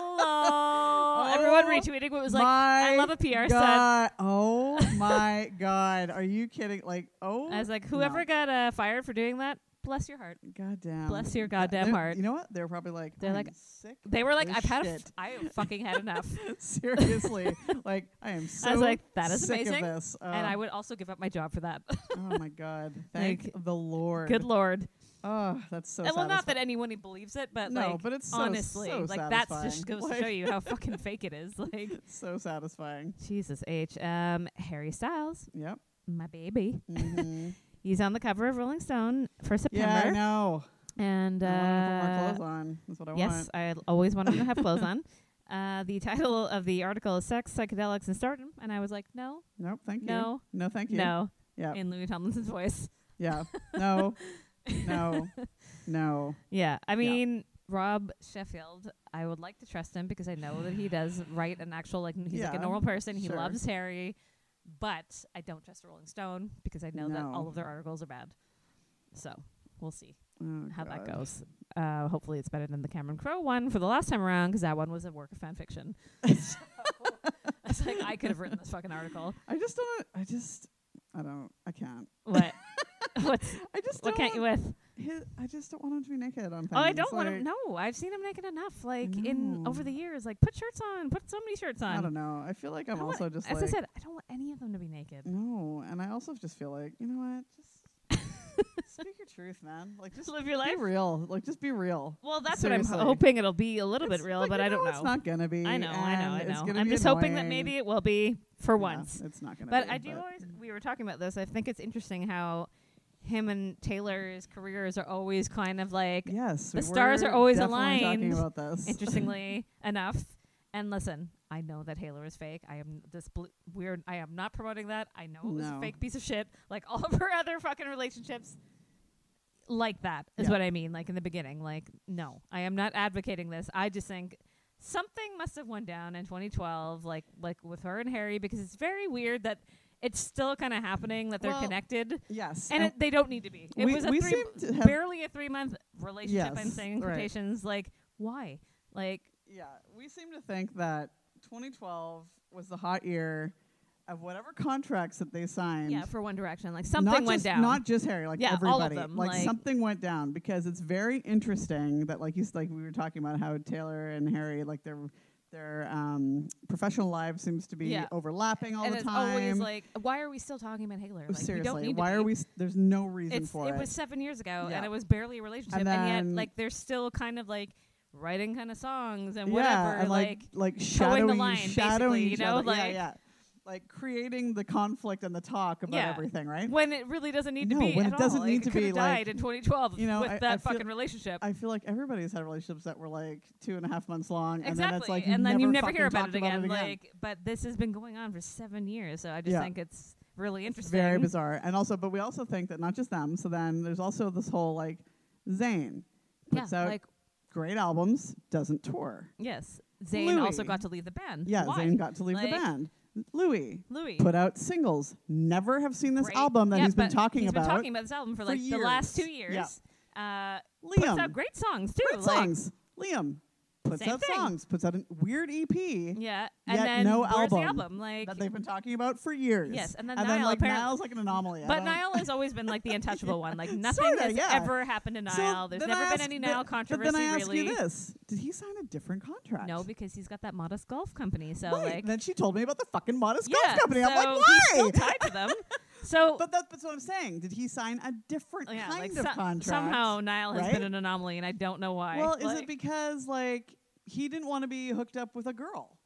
S2: lol. Everyone
S1: Oh,
S2: retweeting what was like,
S1: my
S2: I love a PR stunt.
S1: god.
S2: <laughs>
S1: Oh my god. Are you kidding? Like oh.
S2: I was like, whoever
S1: No.
S2: got uh, fired for doing that, bless your heart.
S1: Goddamn.
S2: Bless your
S1: Yeah,
S2: goddamn
S1: they're-
S2: heart.
S1: You know what? They're probably like.
S2: They're
S1: "I'm
S2: like-
S1: sick.
S2: They
S1: of
S2: were like,
S1: this
S2: I've had, a
S1: Oh, shit.
S2: f- I have fucking had enough.
S1: Seriously, like I
S2: <laughs>
S1: am so.
S2: like, that is
S1: sick
S2: amazing,
S1: Of this. <laughs>
S2: and
S1: Oh,
S2: I would also give up my job for that.
S1: oh my god!
S2: <laughs>
S1: Thank
S2: Like,
S1: the Lord.
S2: Good lord.
S1: Oh, that's so.
S2: And well, not that
S1: satisfying.
S2: anyone believes it, but
S1: no,
S2: like,
S1: but it's so,
S2: honestly,
S1: so
S2: like
S1: satisfying.
S2: that's just goes
S1: like,
S2: to show you how fucking fake it is.
S1: <laughs>
S2: Like
S1: So satisfying.
S2: Jesus H. Um, Harry Styles, <laughs>
S1: Yep.
S2: my baby,
S1: hmm
S2: he's on the cover of Rolling Stone
S1: yeah,
S2: for
S1: I
S2: September,
S1: know.
S2: and
S1: I want to
S2: uh,
S1: put more clothes on. That's what I
S2: yes, I l- always wanted to have
S1: <laughs>
S2: clothes on. Uh, the title of the article is "Sex, Psychedelics, and Stardom," and I was like, no,
S1: want. Nope. Thank you.
S2: No.
S1: No, thank you.
S2: no,
S1: Yeah.
S2: in Louis Tomlinson's voice.
S1: Yeah. No.
S2: <laughs>
S1: no. No.
S2: Yeah, I mean. Rob Sheffield, I would like to trust him because I know that he does write an actual like n- he's like a
S1: Yeah,
S2: normal person. He
S1: sure.
S2: loves Harry, but I don't trust Rolling Stone because I know that
S1: No.
S2: all of their articles are bad. So we'll see
S1: Oh,
S2: how that
S1: God.
S2: goes. Uh, hopefully, it's better than the Cameron Crowe one for the last time around because that one was a work of fan
S1: <laughs>
S2: <laughs> fiction. so I was like, I could have written this fucking article.
S1: I just don't. I just. I don't. I can't.
S2: What?
S1: <laughs>
S2: What's,
S1: I just.
S2: what
S1: don't
S2: can't you with?
S1: His, I just don't want him to be naked on things.
S2: Oh, I don't want
S1: like,
S2: to. No, I've seen him naked enough. Like in over
S1: know.
S2: the years, like put shirts on, put so many shirts on.
S1: I don't know. I feel like I'm
S2: I want-
S1: also just
S2: as
S1: like Mm.
S2: I said, I don't want any of them to be naked.
S1: no, and I also just feel like you know what, just
S2: <laughs>
S1: speak your truth, man. Like just
S2: live your
S1: be
S2: <laughs> life.
S1: real. Like just be real.
S2: Well, that's what
S1: Seriously.
S2: I'm hoping it'll be a little bit
S1: It's-
S2: real,
S1: like,
S2: but
S1: you
S2: I don't know.
S1: It's not gonna be.
S2: I know, I know,
S1: and
S2: I
S1: it's
S2: know.
S1: gonna
S2: I'm
S1: be
S2: just hoping that
S1: annoying.
S2: maybe it will be for
S1: Yeah,
S2: once.
S1: it's not gonna.
S2: But
S1: be, mm.
S2: I do always. We were talking about this. I think it's interesting how him and Taylor's careers are always kind of like.
S1: yes,
S2: <laughs> the
S1: we
S2: stars are
S1: were
S2: always
S1: definitely Talking
S2: aligned.
S1: about this.
S2: Interestingly enough. And listen, I know that Taylor is fake. I am this bl- weird. I am not promoting that. I know it was
S1: No.
S2: a fake piece of shit, like all of her <laughs> other fucking relationships. Like that is
S1: Yeah.
S2: what I mean. Like in the beginning, like no, I am not advocating this. I just think something must have went down in 2012, like like with her and Harry, because it's very weird that it's still kind of happening that they're
S1: Well,
S2: connected.
S1: Yes,
S2: And it, they don't need to be. It
S1: we-
S2: was a
S1: we
S2: three,
S1: seem to have-
S2: barely a three month relationship. I'm
S1: Yes,
S2: saying
S1: right.
S2: quotations like why? Like
S1: Yeah, we seem to think that 2012 was the hot year of whatever contracts that they signed.
S2: yeah, for One Direction, like
S1: Not
S2: something went
S1: just-
S2: down.
S1: Not just Harry, like
S2: Yeah, all of
S1: everybody.
S2: them,
S1: like,
S2: like-
S1: something went down because it's very interesting that like you s- like we were talking about how Taylor and Harry like their their um, professional lives seems to be
S2: Yeah.
S1: overlapping all
S2: and
S1: the
S2: it's
S1: time.
S2: always like, why are we still talking about Taylor? Like, we don't
S1: Seriously,
S2: need to
S1: why are
S2: be.
S1: we? s- There's no reason
S2: It's,
S1: for
S2: it was seven years ago,
S1: Yeah.
S2: and it was barely a relationship, and,
S1: then-
S2: yet like they're still kind of like writing kind of songs and
S1: yeah,
S2: whatever.
S1: and
S2: like,
S1: like like
S2: towing
S1: shadowing,
S2: the line,
S1: shadowing
S2: basically, you
S1: each
S2: know,
S1: other.
S2: like-
S1: yeah, yeah, like creating the conflict and the talk about
S2: Yeah.
S1: everything, right?
S2: when it really doesn't need
S1: No,
S2: to be.
S1: when
S2: at
S1: it doesn't
S2: all.
S1: need
S2: it
S1: to
S2: could
S1: be,
S2: have
S1: like,
S2: died in 2012
S1: you know,
S2: with
S1: I-
S2: that
S1: I feel-
S2: fucking relationship.
S1: I feel like everybody's had relationships that were like two and a half months long, and then it's
S2: exactly,
S1: like
S2: and then you never
S1: fucking
S2: hear about it
S1: talked about
S2: again. Like, but this has been going on for seven years, so I just
S1: Yeah.
S2: think it's really
S1: It's
S2: interesting.
S1: very bizarre. And also, but we also think that not just them. So then there's also this whole like Zayn
S2: Yeah,
S1: puts out
S2: like
S1: great albums, doesn't tour.
S2: yes, Zayn also
S1: Louis.
S2: got to leave the band.
S1: Yeah,
S2: Why?
S1: Zayn got to leave
S2: Like-
S1: the band. Louis
S2: Louis
S1: put out singles. Never have seen this
S2: great-
S1: album that
S2: yeah,
S1: he's been
S2: but
S1: talking
S2: he's
S1: about.
S2: Been talking about this album for
S1: for
S2: like the last two
S1: years.
S2: years.
S1: Yeah.
S2: Uh, puts out
S1: Liam,
S2: great songs too.
S1: great
S2: like-
S1: songs. Liam puts
S2: Same
S1: out
S2: thing.
S1: songs. Puts out a weird EP
S2: Yeah, and
S1: Yet
S2: then
S1: no
S2: where's
S1: album
S2: the album? Like,
S1: that they've been talking about for years.
S2: Yes, and then Niall
S1: like
S2: apparently-
S1: Niall's like an anomaly. I
S2: but
S1: don't-
S2: Niall has always been like the untouchable one. Like nothing
S1: <laughs> Sorta,
S2: has
S1: yeah.
S2: ever happened to
S1: So
S2: Niall. There's
S1: then
S2: never
S1: I
S2: been
S1: ask-
S2: any
S1: but-
S2: Niall controversy.
S1: But then I ask
S2: really.
S1: you this: Did he sign a different contract?
S2: No, because he's got that modest golf company. So
S1: right.
S2: like,
S1: and then she told me about the fucking modest
S2: yeah,
S1: golf company.
S2: So
S1: I'm like,
S2: He's
S1: why?
S2: still tied
S1: <laughs>
S2: to them. So
S1: But that's, that's what I'm saying. Did he sign a different
S2: yeah,
S1: kind
S2: like
S1: of
S2: so-
S1: contract?
S2: somehow Niall has been
S1: right?
S2: an anomaly, and I don't know why.
S1: Well, is
S2: Like,
S1: it because like he didn't want to be hooked up with a girl?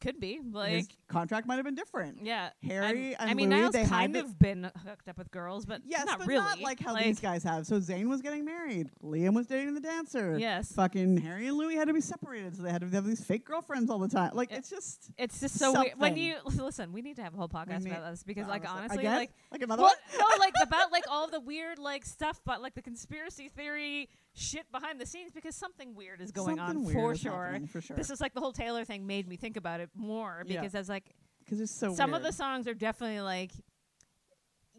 S2: could be
S1: His
S2: like
S1: contract might have been different.
S2: yeah.
S1: Harry
S2: I'm-
S1: and
S2: I mean,
S1: Louis,
S2: Niall's
S1: they hide
S2: kind
S1: the-
S2: of been hooked up with girls, but
S1: Yes,
S2: not
S1: but
S2: really.
S1: not like how these guys have. So Zayn was getting married. Liam was dating the dancer.
S2: Yes.
S1: Fucking Harry and Louis had to be separated, so they had to have these fake girlfriends all the time. Like
S2: Yeah.
S1: it's just
S2: It's just so weird. When
S1: something.
S2: you <laughs> listen, we need to have a whole podcast
S1: need-
S2: about this because, like, honestly,
S1: Again?
S2: like,
S1: like another
S2: well,
S1: one.
S2: no,
S1: <laughs>
S2: like about like all the weird like stuff, but like the conspiracy theory shit behind the scenes because something weird is going
S1: Something
S2: on
S1: weird
S2: for
S1: is
S2: sure.
S1: happening, for sure.
S2: This is like the whole Taylor thing made me think about it more
S1: Yeah.
S2: because I was like,
S1: because it's so
S2: some
S1: weird.
S2: of the songs are definitely like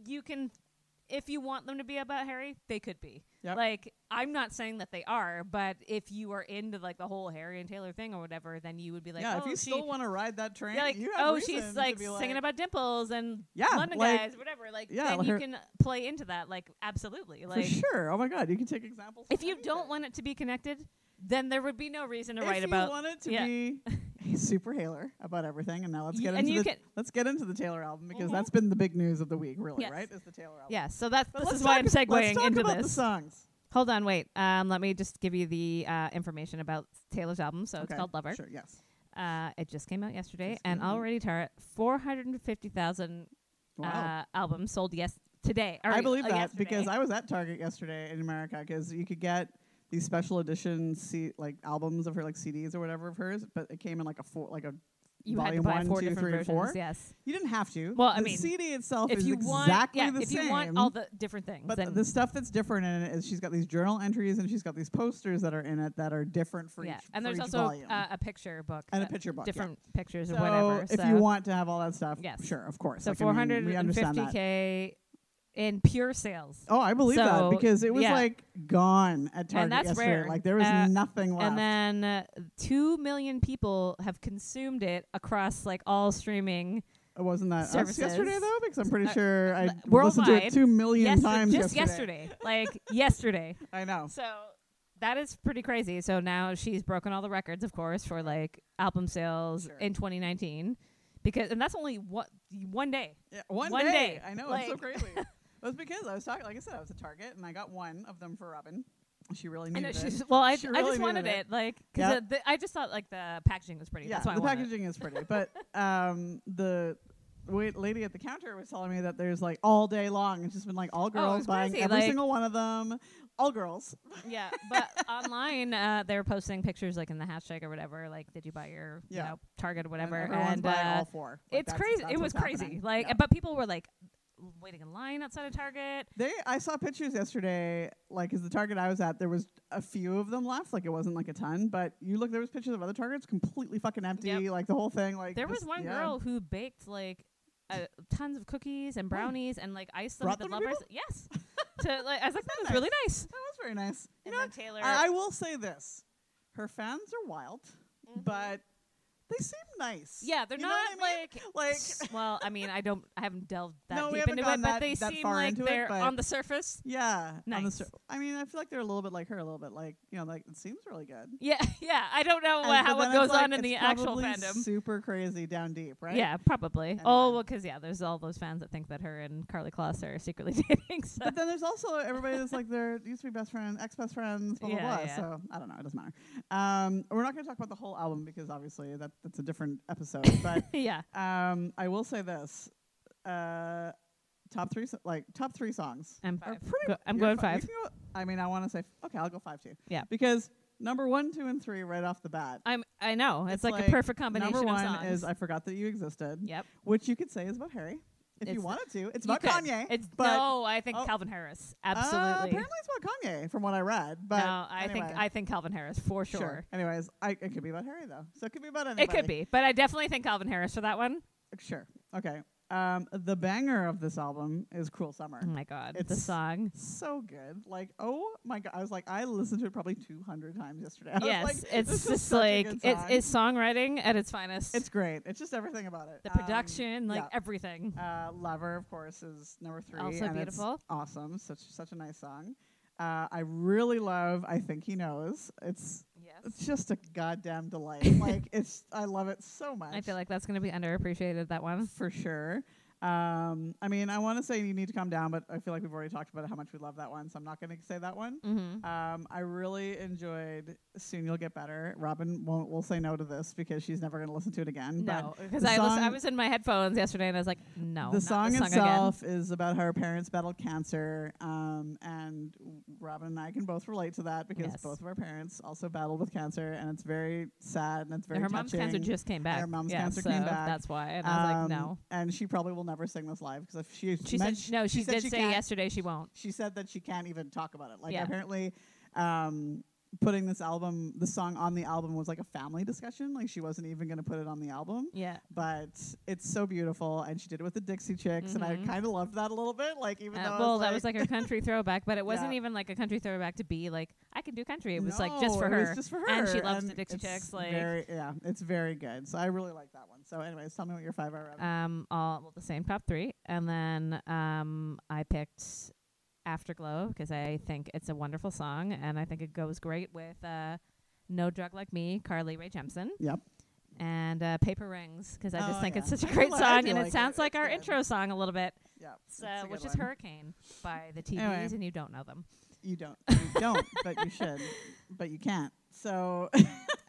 S2: you can if you want them to be about harry they could be
S1: Yep.
S2: like i'm not saying that they are but if you are into like the whole harry and taylor thing or whatever then you would be like
S1: yeah,
S2: oh,
S1: if you
S2: she,
S1: still want to ride that train,
S2: yeah, like,
S1: you have
S2: oh
S1: reason
S2: she's
S1: to
S2: like
S1: be
S2: singing
S1: like,
S2: about dimples and
S1: Yeah,
S2: london
S1: like-
S2: guys whatever like
S1: yeah,
S2: then you
S1: her-
S2: can play into that like absolutely like
S1: for sure. Oh my god, you can take examples.
S2: if
S1: from
S2: you don't
S1: anything.
S2: want it to be connected then there would be no reason to
S1: if
S2: write
S1: you
S2: about
S1: want it to
S2: yeah.
S1: be a super hailer about everything, and now let's
S2: Ye-
S1: get
S2: and
S1: into
S2: you
S1: the
S2: can-
S1: let's get into the Taylor album because
S2: Mhm.
S1: that's been the big news of the week, really,
S2: Yes.
S1: right? Is the Taylor album?
S2: yeah so that's
S1: Oh. But
S2: this
S1: let's
S2: is why i'm
S1: talk ab-
S2: segueing
S1: let's talk
S2: into
S1: about the
S2: this
S1: songs.
S2: Hold on, wait. Um, let me just give you the uh, information about Taylor's album. So Oh, it's
S1: Okay,
S2: called Lover.
S1: Sure. Yes.
S2: Uh, it just came out yesterday
S1: Just
S2: and
S1: came out.
S2: already tar- 450,000
S1: Wow.
S2: uh, albums sold yes today. or,
S1: I believe
S2: uh,
S1: that
S2: yesterday.
S1: because I was at Target yesterday in America because you could get these special edition C- like albums of her like CDs or whatever of hers, but it came in like a four like a
S2: you had to
S1: volume
S2: buy
S1: one,
S2: four
S1: two,
S2: different
S1: three, and
S2: versions.
S1: four.
S2: Yes.
S1: You didn't have to.
S2: Well, I
S1: the
S2: mean,
S1: CD itself
S2: If
S1: is
S2: you want,
S1: exactly
S2: yeah,
S1: the
S2: if
S1: same.
S2: you want all the different things,
S1: but th-
S2: then
S1: the stuff that's different in it is she's got these journal entries and she's got these posters that are in it that are different for
S2: yeah.
S1: each
S2: And
S1: for
S2: there's
S1: each
S2: also
S1: volume.
S2: uh, a picture book,
S1: and
S2: uh,
S1: a picture book. yeah.
S2: different pictures
S1: So
S2: or whatever.
S1: if
S2: so
S1: you want to have all that stuff,
S2: Yes.
S1: sure, of course.
S2: so
S1: Like, I mean, we understand that.
S2: 450k in pure sales.
S1: Oh, I believe
S2: So,
S1: that because it was
S2: yeah.
S1: like gone at Target
S2: that's
S1: yesterday.
S2: rare.
S1: Like there was
S2: Uh,
S1: nothing left.
S2: and then uh, two million people have consumed it across like all streaming.
S1: it wasn't that us
S2: services.
S1: yesterday though, because I'm pretty
S2: Uh,
S1: sure I listened to
S2: worldwide.
S1: it two million
S2: Yes,
S1: times
S2: just
S1: yesterday. Oh.
S2: yesterday,
S1: <laughs>
S2: like yesterday.
S1: I know.
S2: So that is pretty crazy. So now she's broken all the records, of course, for like album sales
S1: Sure.
S2: in 2019, because and that's only what one day.
S1: Yeah, one,
S2: One
S1: day.
S2: day,
S1: I know. it's so
S2: like- <laughs>
S1: crazy. That's because I was talking. Like I said, I was at Target and I got one of them for Robin. She really
S2: I
S1: needed
S2: know
S1: it.
S2: she's well. I,
S1: She
S2: I
S1: really
S2: just
S1: needed
S2: wanted it,
S1: it.
S2: like because
S1: Yep.
S2: the, I just thought like the packaging was pretty.
S1: yeah,
S2: that's why
S1: the
S2: I wanted it.
S1: packaging is pretty. But um, the wait, lady at the counter was telling me that there's like all day long. It's just been like all girls
S2: it's
S1: buying
S2: Oh, crazy,
S1: every
S2: like-
S1: single one of them. All girls.
S2: yeah,
S1: <laughs>
S2: but online uh, they're posting pictures like in the hashtag or whatever. Like, did you buy your you
S1: Yeah.
S2: know, Target or whatever?
S1: And
S2: And,
S1: everyone's buying
S2: uh,
S1: all four. Like,
S2: it's
S1: that's-
S2: crazy.
S1: that's
S2: It was
S1: what's
S2: crazy.
S1: happening.
S2: Like,
S1: Yeah.
S2: but people were like waiting in line outside of Target.
S1: They, I saw pictures yesterday, like, because the Target I was at, there was a few of them left. Like, it wasn't like a ton, but you look, there was pictures of other Targets completely fucking empty.
S2: Yep.
S1: Like the whole thing, like
S2: There was
S1: just-
S2: one
S1: yeah.
S2: girl who baked like uh, tons of cookies and brownies and like iced them
S1: Brought
S2: at the
S1: them to
S2: lovers. Yes.
S1: <laughs>
S2: to like, I was like, that was really nice.
S1: That was very nice. You
S2: And
S1: know,
S2: then Taylor.
S1: I, I will say this: her fans are wild, but They seem nice.
S2: Mm-hmm. Yeah, they're
S1: You know
S2: not
S1: what I mean? <laughs>
S2: like.
S1: like
S2: s- <laughs> well, I mean, I don't. I haven't delved that
S1: No, we
S2: deep
S1: haven't
S2: into it,
S1: gone
S2: but
S1: that-
S2: they
S1: that
S2: seem
S1: far
S2: like
S1: into it,
S2: they're
S1: but-
S2: on the surface. <laughs>
S1: yeah. on the
S2: Nice.
S1: sur- I mean, I feel like they're a little bit like her, a little bit like you know, like it seems really good.
S2: Yeah, yeah. I don't know
S1: And-
S2: wha-
S1: but
S2: how
S1: then
S2: it
S1: it's
S2: goes
S1: like,
S2: on in
S1: it's
S2: the actual
S1: probably
S2: fandom.
S1: Super crazy down deep, right?
S2: Yeah, probably. Oh,
S1: Anyway.
S2: well, because yeah, there's all those fans that think that her and Carly Kloss are secretly <laughs> dating. So
S1: But then there's also everybody that's like they're used to be best friends, ex best friends, blah blah
S2: Yeah,
S1: blah.
S2: yeah.
S1: So I don't know, it doesn't matter. Um, we're not going to talk about the whole album because obviously that that's a different episode. but
S2: yeah,
S1: um, I will say this: uh, top three, so- like top three songs.
S2: I'm
S1: are
S2: five.
S1: pretty-
S2: Go- I'm
S1: you're
S2: going
S1: fi- you
S2: five.
S1: can go- I mean, I want to say f- okay, I'll go five too.
S2: Yeah.
S1: because number one, two, and three right off the bat.
S2: I'm. I know Oh, it's,
S1: It's
S2: like,
S1: like,
S2: a perfect combination
S1: number one
S2: of songs.
S1: is "I Forgot That You Existed,"
S2: yep.
S1: which you could say is about Harry if
S2: It's
S1: you
S2: not-
S1: wanted to. It's
S2: You
S1: about
S2: could.
S1: Kanye.
S2: It's
S1: but
S2: no. I think
S1: oh.
S2: Calvin Harris.
S1: Uh,
S2: Absolutely.
S1: apparently, it's about Kanye, from what I read. But
S2: no, I
S1: anyway.
S2: think I think Calvin Harris for sure.
S1: Anyways, I, it could be about Harry though, so it could be about anybody.
S2: It could be, but I definitely think Calvin Harris for that one.
S1: Sure. Okay. Um, the banger of this album is "Cruel Summer."
S2: Oh my god, the
S1: It's-
S2: song.
S1: So good. Like, oh my god, I was like, I listened to it probably 200 times yesterday. <laughs> <laughs> I was
S2: yes,
S1: like, this
S2: it's
S1: is
S2: just
S1: such a
S2: like
S1: good
S2: it's
S1: song.
S2: it's songwriting at its finest.
S1: It's great. It's just everything about it.
S2: the
S1: Um,
S2: production, like everything.
S1: Uh, Lover, of course, is number three.
S2: Also
S1: and it's
S2: beautiful.
S1: awesome. Such such a nice song. Uh, I really love. I think he knows. It's
S2: yes.
S1: it's just a goddamn
S2: <laughs>
S1: delight. like it's I love it so much.
S2: I feel like that's going to be underappreciated. That one.
S1: for sure. Um, I mean, I want to say you need to calm down, but I feel like we've already talked about how much we love that one, so I'm not going to say that one.
S2: Mm-hmm.
S1: Um, I really enjoyed "Soon You'll Get Better." Robin won't will say no to this because she's never going to listen to it again.
S2: No, because
S1: the
S2: I, listen- I
S1: song-
S2: was in my headphones yesterday and I was like,
S1: but
S2: no. not
S1: the song
S2: this
S1: itself is about how her parents battled cancer, um, and Robin and I can both relate to that because
S2: Yes.
S1: both of our parents also battled with cancer, and it's very sad and it's very
S2: Again. Her mom's
S1: touching.
S2: cancer just came back.
S1: Her mom's
S2: yeah,
S1: cancer
S2: so
S1: came back.
S2: That's why. And I was
S1: Um,
S2: like, no.
S1: And she probably will never sing this live because if she
S2: She
S1: men-
S2: said no. She,
S1: said
S2: did
S1: she
S2: say
S1: can't-
S2: yesterday she won't.
S1: she said that she can't even talk about it. Like
S2: Yeah.
S1: apparently, um, putting this album, the song on the album was like a family discussion. Like she wasn't even going to put it on the album.
S2: Yeah.
S1: But it's so beautiful, and she did it with the Dixie Chicks, and I
S2: Mhm.
S1: kind of loved that a little bit. Like even though
S2: Uh,
S1: I
S2: well,
S1: was
S2: that was like
S1: <laughs>
S2: a country throwback, but it wasn't
S1: Yeah.
S2: even like a country throwback to be like I can do country. It was like just
S1: No,
S2: for
S1: it was
S2: her.
S1: just for her,
S2: And she loves the
S1: and
S2: Dixie
S1: it's
S2: Chicks, like-
S1: very, yeah, it's very good. So I really like that one. So, anyways, tell me what your five are. Robin.
S2: um, all well, the same top three, and then um, I picked Afterglow because I think it's a wonderful song, and I think it goes great with uh, No Drug Like Me, Carly Rae Jepsen.
S1: Yep.
S2: And uh, Paper Rings because I just
S1: Oh,
S2: think it's
S1: yeah.
S2: such
S1: <laughs>
S2: a
S1: I
S2: great
S1: li- I
S2: song,
S1: do
S2: and
S1: like
S2: it
S1: it.
S2: sounds like
S1: It's
S2: our
S1: good.
S2: intro song a little bit,
S1: yeah, it's
S2: so,
S1: a good
S2: which is
S1: one.
S2: Hurricane by the
S1: <laughs>
S2: TVs,
S1: Anyway.
S2: and you don't know them.
S1: You don't, you don't, but you should, but you can't. So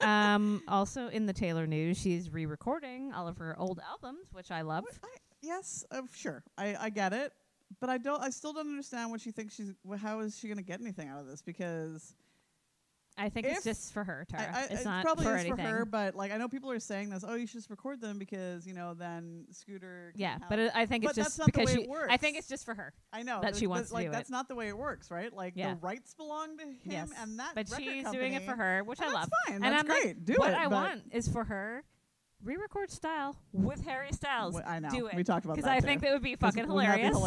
S2: um, <laughs> also in the Taylor news, she's re-recording all of her old albums, which I love.
S1: What- I, yes, uh, sure, I, I get it, but I don't. I still don't understand what she thinks she's. wh- How is she going to get anything out of this? Because
S2: I think
S1: If-
S2: it's just for her,
S1: I,
S2: Tara.
S1: I,
S2: it's
S1: it
S2: not
S1: probably
S2: for
S1: is
S2: anything.
S1: for her, but like I know people are saying this. Oh, you should just record them because you know then Scooter. Can
S2: yeah,
S1: have-
S2: but it, I think it's
S1: But that's
S2: just
S1: not the
S2: because
S1: way
S2: she.
S1: it
S2: I think
S1: works.
S2: it's just for her.
S1: I know
S2: that
S1: but-
S2: she
S1: but,
S2: wants to
S1: like,
S2: do
S1: That's
S2: it.
S1: not the way it works, right? Like
S2: Yeah.
S1: the rights belong to him,
S2: yes,
S1: and that.
S2: but
S1: record
S2: she's
S1: company,
S2: doing it for her, which I
S1: and
S2: love.
S1: That's fine.
S2: And
S1: that's
S2: I'm like,
S1: great. do
S2: what
S1: it.
S2: I
S1: but
S2: want is for her re-record style with Harry Styles.
S1: wh- I know.
S2: Do it.
S1: We talked about
S2: because
S1: that
S2: I
S1: too.
S2: think that would be
S1: 'Cause
S2: fucking
S1: wouldn't that be
S2: hilarious.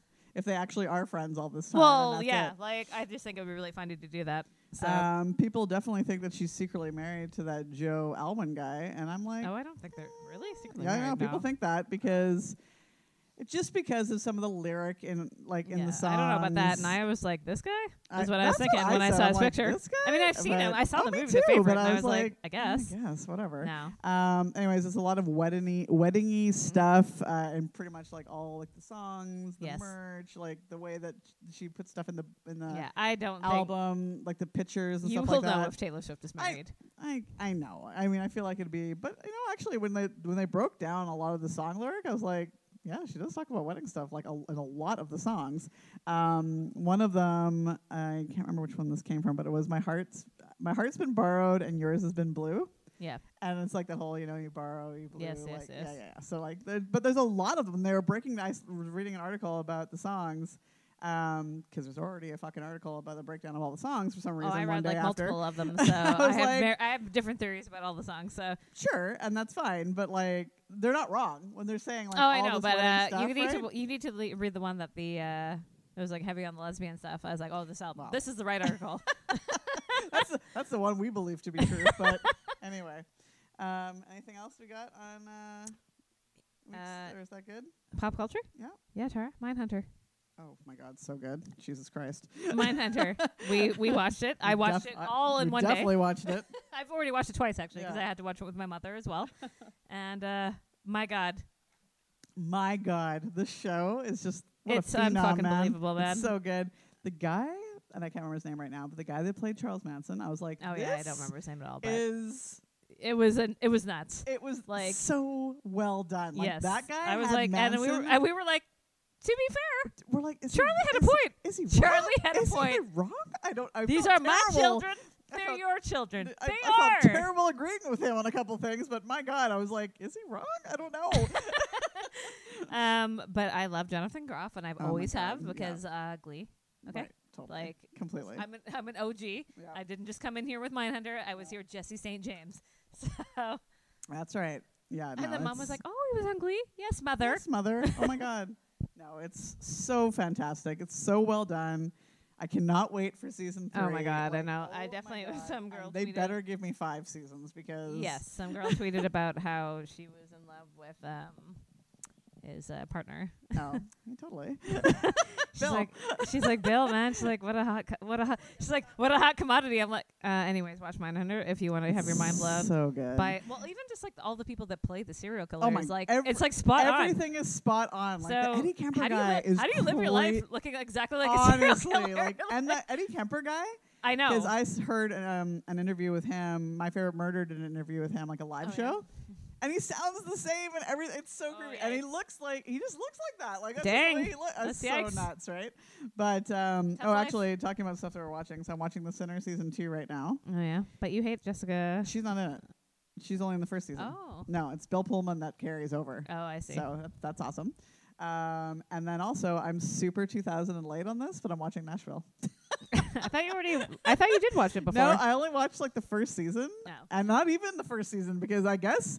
S1: hilarious if they actually are friends all this time. and
S2: Well,
S1: that's
S2: yeah,
S1: it?
S2: like I just think it would be really funny to do that. So,
S1: Um, people definitely think that she's secretly married to that Joe Alwyn guy, and I'm like,
S2: oh, I don't think they're really secretly
S1: yeah, I know
S2: married
S1: people
S2: now.
S1: think that because it- just because of some of the lyric in like in
S2: Yeah,
S1: the song.
S2: I don't know about that, and I was like, "This guy is what I,
S1: that's
S2: was thinking when I saw
S1: I'm
S2: his
S1: like,
S2: picture."
S1: "This guy?"
S2: I mean, I've seen him.
S1: But-
S2: I saw
S1: oh,
S2: the
S1: me
S2: movie
S1: too,
S2: The Favorite,
S1: but
S2: and I was like, "I guess."
S1: yes, whatever.
S2: No,
S1: Um, anyways, it's a lot of weddingy,
S2: Mm-hmm.
S1: weddingy stuff, uh, and pretty much like all like the songs, the
S2: Yes.
S1: merch, like the way that she puts stuff in the in the
S2: yeah, I don't
S1: album, like the pictures uh, and
S2: think you
S1: stuff
S2: will
S1: like that.
S2: know if Taylor Swift is
S1: I-
S2: married.
S1: I I know. I mean, I feel like it'd be, but you know, actually, when they when they broke down a lot of the song lyric, I was like, yeah, she does talk about wedding stuff, like a, in a lot of the songs. Um, one of them, I can't remember which one this came from, but it was my heart's my heart's been borrowed and yours has been blue.
S2: Yeah.
S1: And it's like the whole, you know, you borrow, you blue,
S2: Yes,
S1: like
S2: yes, yes.
S1: yeah, yeah, yeah. So like, there, but there's a lot of them. They were breaking. I was reading an article about the songs. Um, 'cause there's already a fucking article about the breakdown of all the songs for some
S2: oh,
S1: reason.
S2: I
S1: one
S2: read
S1: day
S2: like
S1: after.
S2: multiple of
S1: <laughs>
S2: them, so I,
S1: was
S2: have
S1: like-
S2: ver- I have different theories about all the songs. So,
S1: Sure, and that's fine, but like they're not wrong when they're saying like
S2: oh, I
S1: all
S2: know,
S1: this
S2: but
S1: wedding
S2: uh,
S1: stuff,
S2: you need
S1: right?
S2: to you need to le- read the one that the uh, it was like heavy on the lesbian stuff. I was like, "Oh, this album,
S1: Wow.
S2: this is
S1: <laughs>
S2: the right article." <laughs>
S1: that's the, that's the one we believe to be true, but <laughs> anyway. Um, anything else we got on? Uh, weeks,
S2: Uh,
S1: or is that good?
S2: Pop culture?
S1: Yeah.
S2: Yeah, Tara.
S1: <laughs>
S2: Mindhunter.
S1: Oh my God, so good! Jesus Christ!
S2: Mindhunter. we we watched it. I
S1: We
S2: watched
S1: def-
S2: it
S1: I-
S2: all in
S1: we
S2: one
S1: definitely
S2: day. <laughs>
S1: watched it.
S2: I've already watched it twice actually because
S1: Yeah.
S2: I had to watch it with my mother as well. and uh, my God,
S1: My God, the show is just what
S2: It's
S1: a phenom,
S2: unfucking
S1: man.
S2: believable, man.
S1: It's so good. The guy, and I can't remember his name right now, but the guy that played Charles Manson, I was like,
S2: oh yeah, I don't
S1: "This
S2: remember his name at all. But
S1: Is
S2: it was an it was nuts.
S1: it was
S2: Like-
S1: so well done? Like
S2: yes,
S1: that guy.
S2: I was
S1: had
S2: like,
S1: Manson,
S2: and we were and we were like, to
S1: <laughs>
S2: be fair,
S1: we're like, is
S2: Charlie
S1: he,
S2: had a
S1: is-
S2: point.
S1: Is he
S2: Charlie
S1: wrong?
S2: had a
S1: Is he
S2: point.
S1: wrong? I don't. I
S2: These are
S1: felt
S2: my
S1: terrible.
S2: children.
S1: I
S2: They're
S1: felt-
S2: your children.
S1: I,
S2: they
S1: I
S2: are.
S1: felt terrible agreeing with him on a couple things, but my God, I was like, is he wrong? I don't know.
S2: Um, but I love Jonathan Groff, and I've
S1: Oh my
S2: always
S1: God,
S2: have
S1: yeah.
S2: because uh, Glee. <laughs> Okay,
S1: Right, totally.
S2: like
S1: completely.
S2: I'm an, I'm an OG.
S1: Yeah.
S2: I didn't just come in here with Mindhunter. I was here with Jesse St. James. <laughs> So
S1: That's right. Yeah. no,
S2: and then mom
S1: it's-
S2: was like, "Oh, he was on Glee. Yes, mother.
S1: Yes, mother. Oh my god. <laughs> No, it's so fantastic. It's so well done. I cannot wait for season three.
S2: Oh my God, I know.
S1: oh
S2: I
S1: my
S2: definitely-
S1: God.
S2: <laughs> some
S1: And
S2: girl
S1: They
S2: tweeted-
S1: better give me five seasons because
S2: Yes, some
S1: <laughs>
S2: girl tweeted about how she was in love with um his uh,
S1: <laughs>
S2: partner.
S1: No, totally.
S2: She's
S1: Bill.
S2: like, she's like Bill, man. She's like, what a hot, co- what a hot. She's like, what a hot commodity. I'm like, uh, anyways, watch Mindhunter if you want to have your mind blown.
S1: So good. Oh
S2: by well, even just like all the people that play the serial killers,
S1: my-
S2: like
S1: ev-
S2: it's like spot on.
S1: Everything is spot on. Like
S2: So,
S1: the Eddie Kemper
S2: how do you
S1: guy
S2: live,
S1: is
S2: how do you live your
S1: great.
S2: life looking exactly like <laughs> a serial
S1: Honestly,
S2: killer?
S1: like, and that Eddie Kemper guy,
S2: <laughs> I know.
S1: because I s- heard um, an interview with him. My favorite murder did an interview with him, like a live
S2: Oh, yeah. <laughs>
S1: show, and he sounds the same and everything. It's so
S2: Oh,
S1: creepy, and he
S2: yikes.
S1: looks like he just looks like that. Like that's just
S2: Dang.
S1: the way he look- that's so
S2: That's yikes.
S1: nuts, right? But um,
S2: Tough
S1: oh,
S2: life.
S1: actually, talking about stuff that we're watching. So I'm watching The Sinner season two right now.
S2: oh yeah, but you hate Jessica.
S1: She's not in it. She's only in the first season.
S2: Oh,
S1: No, it's Bill Pullman that carries over.
S2: oh, I see.
S1: So that- that's awesome. Um, and then also, I'm super 2000 and late on this, but I'm watching Nashville.
S2: <laughs> I thought you already. I thought you did watch it
S1: <laughs>
S2: before.
S1: No, I only watched like the first season.
S2: No.
S1: and not even the first season because I guess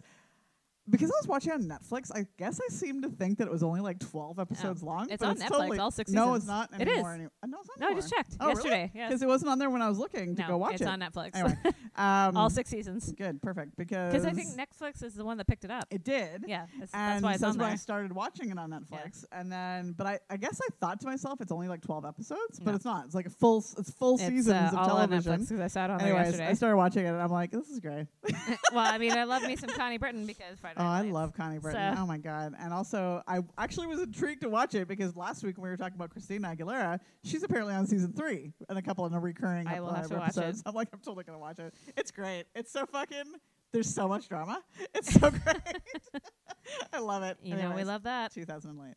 S1: because I was watching on Netflix, I guess I seemed to think that it was only like twelve episodes long.
S2: Oh. It's
S1: but
S2: on
S1: it's
S2: Netflix,
S1: Totally,
S2: all six
S1: No, it's
S2: seasons.
S1: not
S2: It is.
S1: anymore. any- uh, no, it's not
S2: No, I just checked
S1: Oh, really?
S2: yesterday. Yes.
S1: because it wasn't on there when I was looking to
S2: no,
S1: go watch
S2: it's
S1: it.
S2: on Netflix.
S1: Anyway, um,
S2: <laughs> All six seasons.
S1: Good, perfect. Because
S2: Because I think Netflix is the one that picked it up.
S1: it did.
S2: yeah, that's, that's
S1: And
S2: why it's
S1: so
S2: on
S1: that's when
S2: there.
S1: I started watching it on Netflix, and then, but I, I guess I thought to myself, it's only like twelve episodes, but
S2: No.
S1: it's not. It's like a full, s- it's full
S2: It's
S1: seasons
S2: uh,
S1: of
S2: all
S1: television.
S2: on Netflix because I saw it on
S1: Anyways,
S2: there
S1: I
S2: yesterday.
S1: started watching it, and I'm like, this is great.
S2: <laughs> well, I mean, I love me some Connie Britton because Friday
S1: <laughs> Oh,
S2: Night
S1: I
S2: Lights.
S1: love Connie Britton.
S2: So-
S1: Oh my god! And also, I actually was intrigued to watch it because last week when we were talking about Christina Aguilera, she's apparently on season three and a couple in a recurring
S2: I will
S1: ep-
S2: have
S1: uh,
S2: to watch it.
S1: episodes. I'm like, I'm totally gonna watch it. It's great. It's so fucking. There's so much drama. <laughs> It's so great.
S2: <laughs>
S1: <laughs> I love it.
S2: You know, we
S1: Anyways,
S2: love that.
S1: 2000 and late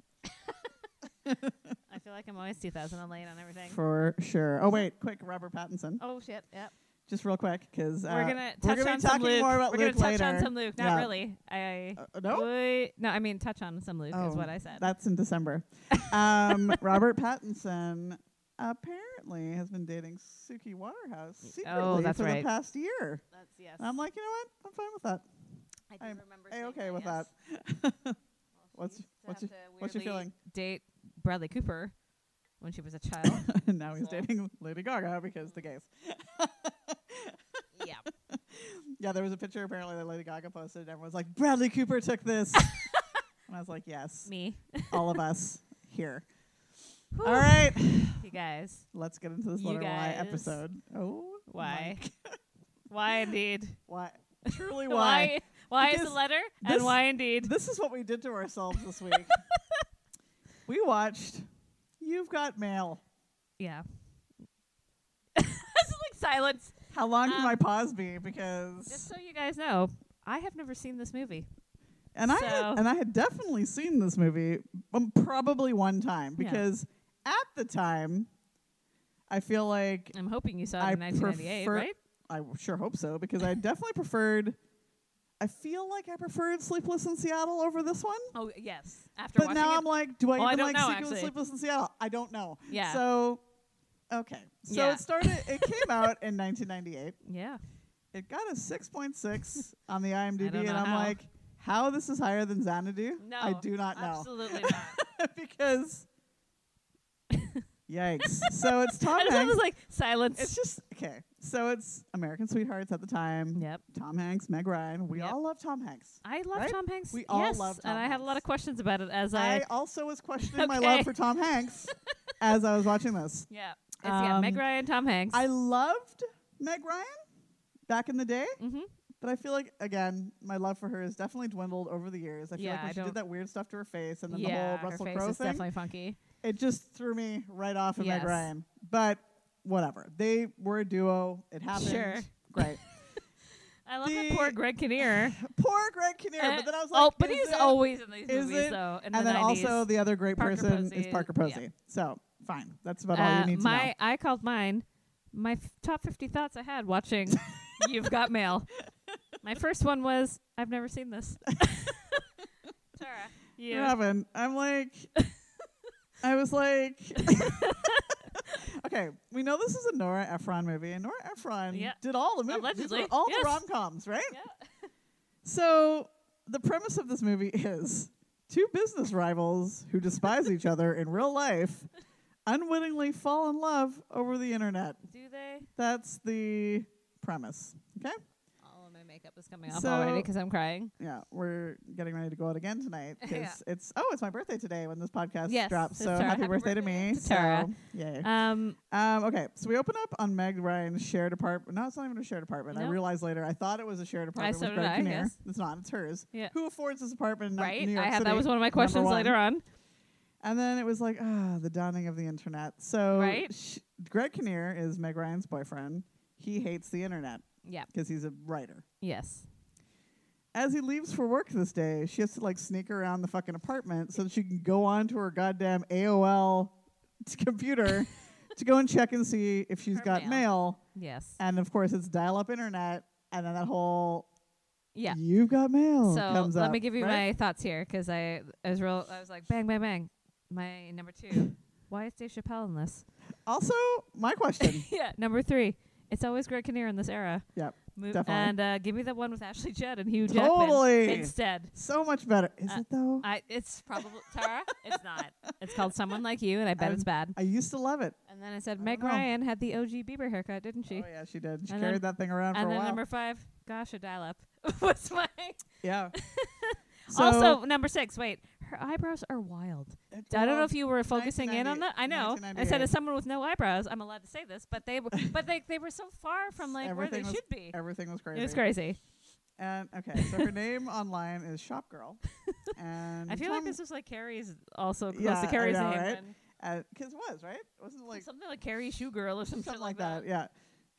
S2: I feel like I'm always 2000 and late on everything.
S1: for sure. Oh wait, quick, Robert Pattinson,
S2: Oh shit! Yep.
S1: just real quick, because uh,
S2: we're gonna
S1: we're
S2: touch
S1: gonna be
S2: on some
S1: talking
S2: Luke.
S1: more about
S2: we're gonna
S1: Luke
S2: touch on
S1: later.
S2: some Luke. Not
S1: Yeah.
S2: really. I
S1: uh, no.
S2: would- no. I mean, touch on some Luke is
S1: Oh,
S2: what I said.
S1: That's in
S2: <laughs>
S1: December. Um, Robert Pattinson apparently has been dating Suki Waterhouse secretly
S2: Oh, that's
S1: for
S2: right.
S1: the past year.
S2: That's yes.
S1: And I'm like, you know what? I'm fine with that. <laughs>
S2: I do
S1: I'm
S2: remember.
S1: a
S2: saying
S1: okay with
S2: yes.
S1: <laughs>
S2: Well, she
S1: What's- what's
S2: used to have
S1: your-
S2: to
S1: what's your
S2: weirdly
S1: feeling?
S2: Date Bradley Cooper when she was a child.
S1: <laughs> and now he's
S2: So-
S1: dating Lady Gaga because the gays.
S2: yeah.
S1: Yeah, there was a picture apparently that Lady Gaga posted. And everyone's like, Bradley Cooper took
S2: <laughs>
S1: this. and I was like, yes,
S2: Me.
S1: all of us here.
S2: Whew.
S1: all right,
S2: You guys.
S1: let's get into this
S2: You
S1: letter Y
S2: guys.
S1: episode. Oh, my
S2: Why? <laughs> Why indeed? <laughs>
S1: Why? Truly, <laughs>
S2: Why?
S1: why?
S2: Why, is
S1: Because
S2: the letter and
S1: this-
S2: why indeed?
S1: This is what we did to ourselves this
S2: <laughs>
S1: week. we watched You've Got Mail.
S2: yeah. <laughs> It's like silence.
S1: How long can
S2: Um,
S1: my pause be? Because
S2: Just so you guys know, I have never seen this movie.
S1: and I
S2: so-
S1: had, and I had definitely seen this movie um, probably one time
S2: Yeah.
S1: because at the time I feel like
S2: I'm hoping you saw it
S1: I
S2: in 1998,
S1: prefer-
S2: right?
S1: I w- sure hope so because
S2: <laughs>
S1: I definitely preferred. I feel like I preferred Sleepless in Seattle over this one,
S2: Oh yes. After
S1: but
S2: watching
S1: now
S2: it,
S1: I'm like, do I
S2: Well, I
S1: even
S2: don't
S1: like
S2: know,
S1: Secret with
S2: actually.
S1: Sleepless in Seattle? I don't know.
S2: yeah,
S1: So, okay. So
S2: Yeah.
S1: it started. It came out in <laughs> 1998.
S2: yeah.
S1: It got a 6.6 on the
S2: <laughs>
S1: IMDb,
S2: don't
S1: and
S2: know
S1: I'm
S2: how.
S1: like, how this is higher than Xanadu?
S2: No,
S1: <laughs> I do not know
S2: Absolutely not.
S1: because Yikes.
S2: <laughs>
S1: so it's Tom
S2: I just have
S1: Hanks.
S2: this like silence.
S1: It's just okay. So it's American Sweethearts at the time.
S2: yep.
S1: Tom Hanks, Meg Ryan. We
S2: Yep.
S1: all love Tom Hanks.
S2: I love
S1: Right?
S2: Tom Hanks.
S1: We all
S2: yes,
S1: love Tom
S2: and I had a lot of
S1: Hanks.
S2: questions about it as I.
S1: I also was questioning my
S2: Okay.
S1: love for Tom
S2: <laughs>
S1: Hanks as I was watching this.
S2: yeah. It's, yeah. Meg
S1: Um,
S2: Ryan, Tom Hanks.
S1: I loved Meg Ryan back in the day,
S2: mm-hmm.
S1: but I feel like again, my love for her has definitely dwindled over the years. I feel
S2: Yeah,
S1: like when
S2: I
S1: she
S2: don't-
S1: did that weird stuff to her face and then
S2: yeah,
S1: the whole Russell
S2: her face
S1: Crowe
S2: is
S1: thing,
S2: definitely funky.
S1: it just threw me right off of
S2: Yes.
S1: Meg Ryan. But whatever. They were a duo. It happened.
S2: Sure. <laughs>
S1: Great.
S2: I love that poor
S1: The- <laughs>
S2: Greg Kinnear.
S1: Poor Greg Kinnear.
S2: Eh,
S1: but then I was like,
S2: oh, but
S1: is
S2: he's
S1: it-
S2: always in these
S1: is
S2: movies
S1: it?
S2: though. In
S1: and
S2: the
S1: then
S2: 90s.
S1: also the other great
S2: Parker
S1: person is
S2: Posey,
S1: Parker
S2: yeah.
S1: Posey. So fine. That's about all
S2: Uh,
S1: you need
S2: my
S1: to know.
S2: I called mine my f- top 50 thoughts I had
S1: <laughs>
S2: watching You've Got Mail. My first one was I've never
S1: <laughs>
S2: seen this. Tara, you.
S1: Robin, I'm like, I was like, <laughs> okay, we know this is a Nora Ephron movie, and Nora Ephron
S2: Yeah.
S1: did all the movies,
S2: Allegedly,
S1: all
S2: yes.
S1: the rom coms, right?
S2: Yeah.
S1: So the premise of this movie is two business rivals who despise each other in real life unwittingly fall in love over the internet.
S2: Do they?
S1: That's the premise. Okay.
S2: All of my makeup is coming off
S1: So-
S2: already because I'm crying.
S1: yeah, we're getting ready to go out again tonight because
S2: <laughs> Yeah.
S1: it's oh, it's my birthday today when this podcast
S2: Yes,
S1: drops.
S2: it's
S1: So
S2: Tara.
S1: happy,
S2: Happy
S1: birthday, to
S2: birthday
S1: me,
S2: to Tara.
S1: So, yay.
S2: Um,
S1: um, okay, so we open up on Meg Ryan's shared apartment. No, it's not even a shared apartment. I
S2: No.
S1: realized later I thought it was a shared apartment
S2: so
S1: with
S2: did
S1: Greg
S2: I,
S1: Kinnear.
S2: yes.
S1: It's not. It's hers.
S2: Yeah.
S1: Who affords this apartment in
S2: right?
S1: New York
S2: I had
S1: City?
S2: that was one of my questions
S1: one.
S2: later on.
S1: And then it was like, ah, the dawning of the internet. So
S2: Right.
S1: sh- Greg Kinnear is Meg Ryan's boyfriend. He hates the internet
S2: Yeah.
S1: because he's a writer.
S2: Yes.
S1: as he leaves for work this day, she has to like sneak around the fucking apartment so that she can go onto her goddamn AOL t-
S2: <laughs>
S1: computer to go and check and see if she's
S2: Her
S1: got
S2: mail.
S1: mail.
S2: Yes.
S1: And of course, it's dial up internet. And then that whole
S2: Yeah.
S1: you've got mail
S2: So
S1: comes
S2: let
S1: up,
S2: me give you
S1: right?
S2: my thoughts here because I, I was real. I was like bang, bang, bang. My number <laughs> two. Why is Dave Chappelle in this?
S1: Also, my question.
S2: <laughs> yeah. Number three. It's always Greg Kinnear in this era.
S1: Yep,
S2: Move
S1: definitely.
S2: And uh, give me the one with Ashley Judd and Hugh
S1: Totally.
S2: Jackman instead.
S1: so much better. Is
S2: Uh,
S1: it though? I,
S2: I. It's probably Tara. it's not. It's called Someone Like You, and I bet it's
S1: I'm-
S2: bad.
S1: used to love it.
S2: And then I said
S1: I
S2: Meg
S1: don't know.
S2: Ryan had the OG Bieber haircut, didn't she?
S1: oh yeah, she did. She
S2: And
S1: carried that thing around for
S2: and
S1: a
S2: then
S1: while.
S2: number five. Gosh, a dial-up <laughs> was my. <laughs>
S1: yeah.
S2: also, number six. Wait, her eyebrows are wild. I don't know if you were focusing in on
S1: 1998
S2: that. I know. I said
S1: 1998.
S2: as someone with no eyebrows, I'm allowed to say this, but they were, but they they were so far from like where they
S1: Everything was
S2: should be.
S1: everything was crazy.
S2: It was crazy.
S1: And okay, so her name online is
S2: <laughs>
S1: Shopgirl. And
S2: I feel like
S1: some-
S2: this was like Carrie's also close
S1: Yeah,
S2: to
S1: I
S2: Carrie's
S1: know,
S2: name.
S1: right?
S2: and
S1: uh 'cause it was right. Wasn't it like
S2: something like Carrie Shoe Girl or something,
S1: something, like that. Yeah,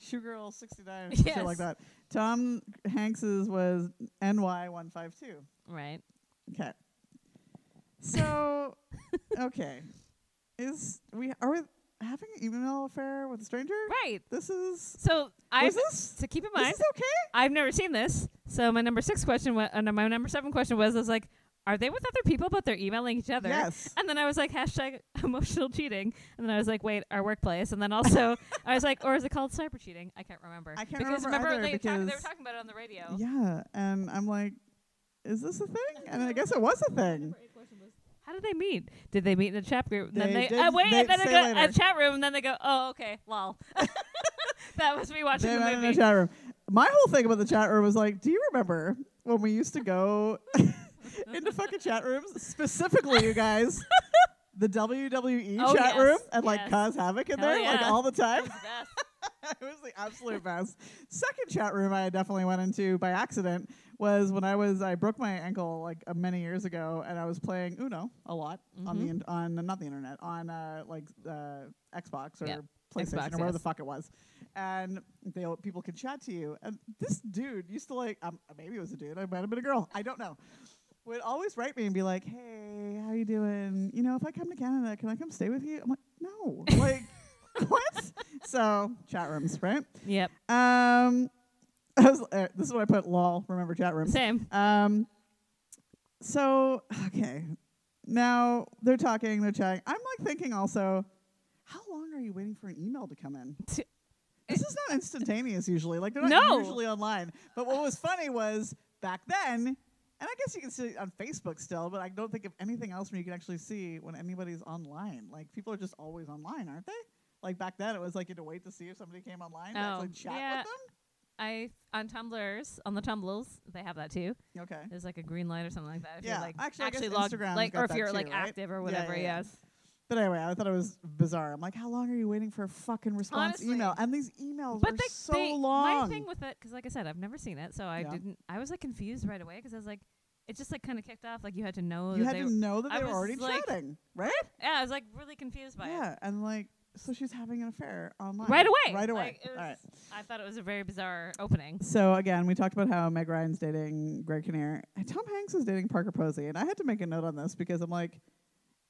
S1: Showgirl sixty nine, shit
S2: Yes.
S1: like that. Tom Hanks's was NY one five two.
S2: Right.
S1: Okay.
S2: <laughs>
S1: So, okay, is we are we having an email affair with a stranger?
S2: Right.
S1: This is.
S2: So I
S1: was this?
S2: to keep in
S1: This
S2: mind,
S1: is okay.
S2: I've never seen this. So my number six question, wa- uh, no, my number seven question was, I was like, are they with other people, but they're emailing each other?
S1: Yes.
S2: And then I was like, hashtag <laughs> emotional cheating. And then I was like, wait, our workplace. And
S1: <laughs>
S2: then also, I was like, or is it called cyber cheating? I can't remember.
S1: I can't
S2: because
S1: remember either
S2: they, talk- they were
S1: because-
S2: talking about it on the radio.
S1: Yeah, and I'm like, is this a thing? And I guess it was a thing.
S2: How did they meet? Did they meet in a chat group? And then they,
S1: They
S2: uh,
S1: did-
S2: wait,
S1: they
S2: and then they
S1: say
S2: go in a
S1: later.
S2: chat room, and then they go, oh, okay, lol. <laughs> that was me watching
S1: They
S2: the
S1: met in
S2: movie.
S1: the chat room. My whole thing about the chat room was like, do you remember when we used to go <laughs> into fucking chat rooms? Specifically, you
S2: <laughs>
S1: guys, the WWE
S2: Oh,
S1: chat
S2: yes,
S1: room and like
S2: yes.
S1: cause havoc in
S2: Hell
S1: there like
S2: yeah.
S1: all the
S2: That
S1: time.
S2: was the
S1: <laughs>
S2: best.
S1: it was the absolute best. Second chat room I definitely went into by accident was when I was I broke my ankle like uh, many years ago and I was playing Uno a lot on the
S2: Mhm.
S1: in- on not the internet on uh, like uh, Xbox or
S2: Yeah.
S1: PlayStation
S2: Xbox,
S1: or whatever the
S2: yes.
S1: fuck it was, and they all- people could chat to you. And this dude used to like um, maybe it was a dude, I might have been a girl, I don't know. Would always write me and be like, "Hey, how you doing? You know, if I come to Canada, can I come stay with you?" I'm like, "No, like <laughs> what?" So chat rooms, right?
S2: Yep.
S1: Um, <laughs> I was, uh, this is what I put. Lol. Remember chat rooms.
S2: Same.
S1: Um, so okay, now they're talking, they're chatting. I'm like thinking also, how long are you waiting for an email to come in?
S2: T-
S1: This is not instantaneous usually. Like they're not
S2: No.
S1: usually online. But what was funny was back then. And I guess you can see it on Facebook still, but I don't think of anything else where you can actually see when anybody's online. Like people are just always online, aren't they? Like back then, it was like you had to wait to see if somebody came online to actually
S2: Oh,
S1: chat
S2: yeah.
S1: with them.
S2: I on Tumblrs on the Tumblrs they have that too.
S1: Okay.
S2: There's like a green light or something like that. If
S1: Yeah,
S2: you're like
S1: actually, I guess
S2: logged,
S1: Instagram's
S2: like or
S1: got
S2: if
S1: that
S2: you're
S1: too,
S2: like
S1: right?
S2: active
S1: Yeah,
S2: or whatever.
S1: yeah, yeah.
S2: Yes.
S1: But anyway, I thought it was bizarre. I'm like, how long are you waiting for a fucking response
S2: Honestly.
S1: email? And these emails
S2: But
S1: are
S2: they,
S1: Oh, so
S2: they,
S1: long.
S2: my thing with it, because like I said, I've never seen it, so I
S1: Yeah.
S2: didn't. I was like confused right away because I was like, it just like kind of kicked off. Like you had to know
S1: you
S2: that
S1: had
S2: they.
S1: to
S2: were,
S1: know that
S2: I
S1: they were
S2: was
S1: already
S2: like,
S1: chatting, right?
S2: yeah, I was like really confused by it
S1: Yeah, and like, so she's having an affair online
S2: right away.
S1: Right away.
S2: Like, it was,
S1: All right.
S2: I thought it was a very bizarre opening.
S1: So again, we talked about how Meg Ryan's dating Greg Kinnear. And Tom Hanks is dating Parker Posey, and I had to make a note on this because I'm like,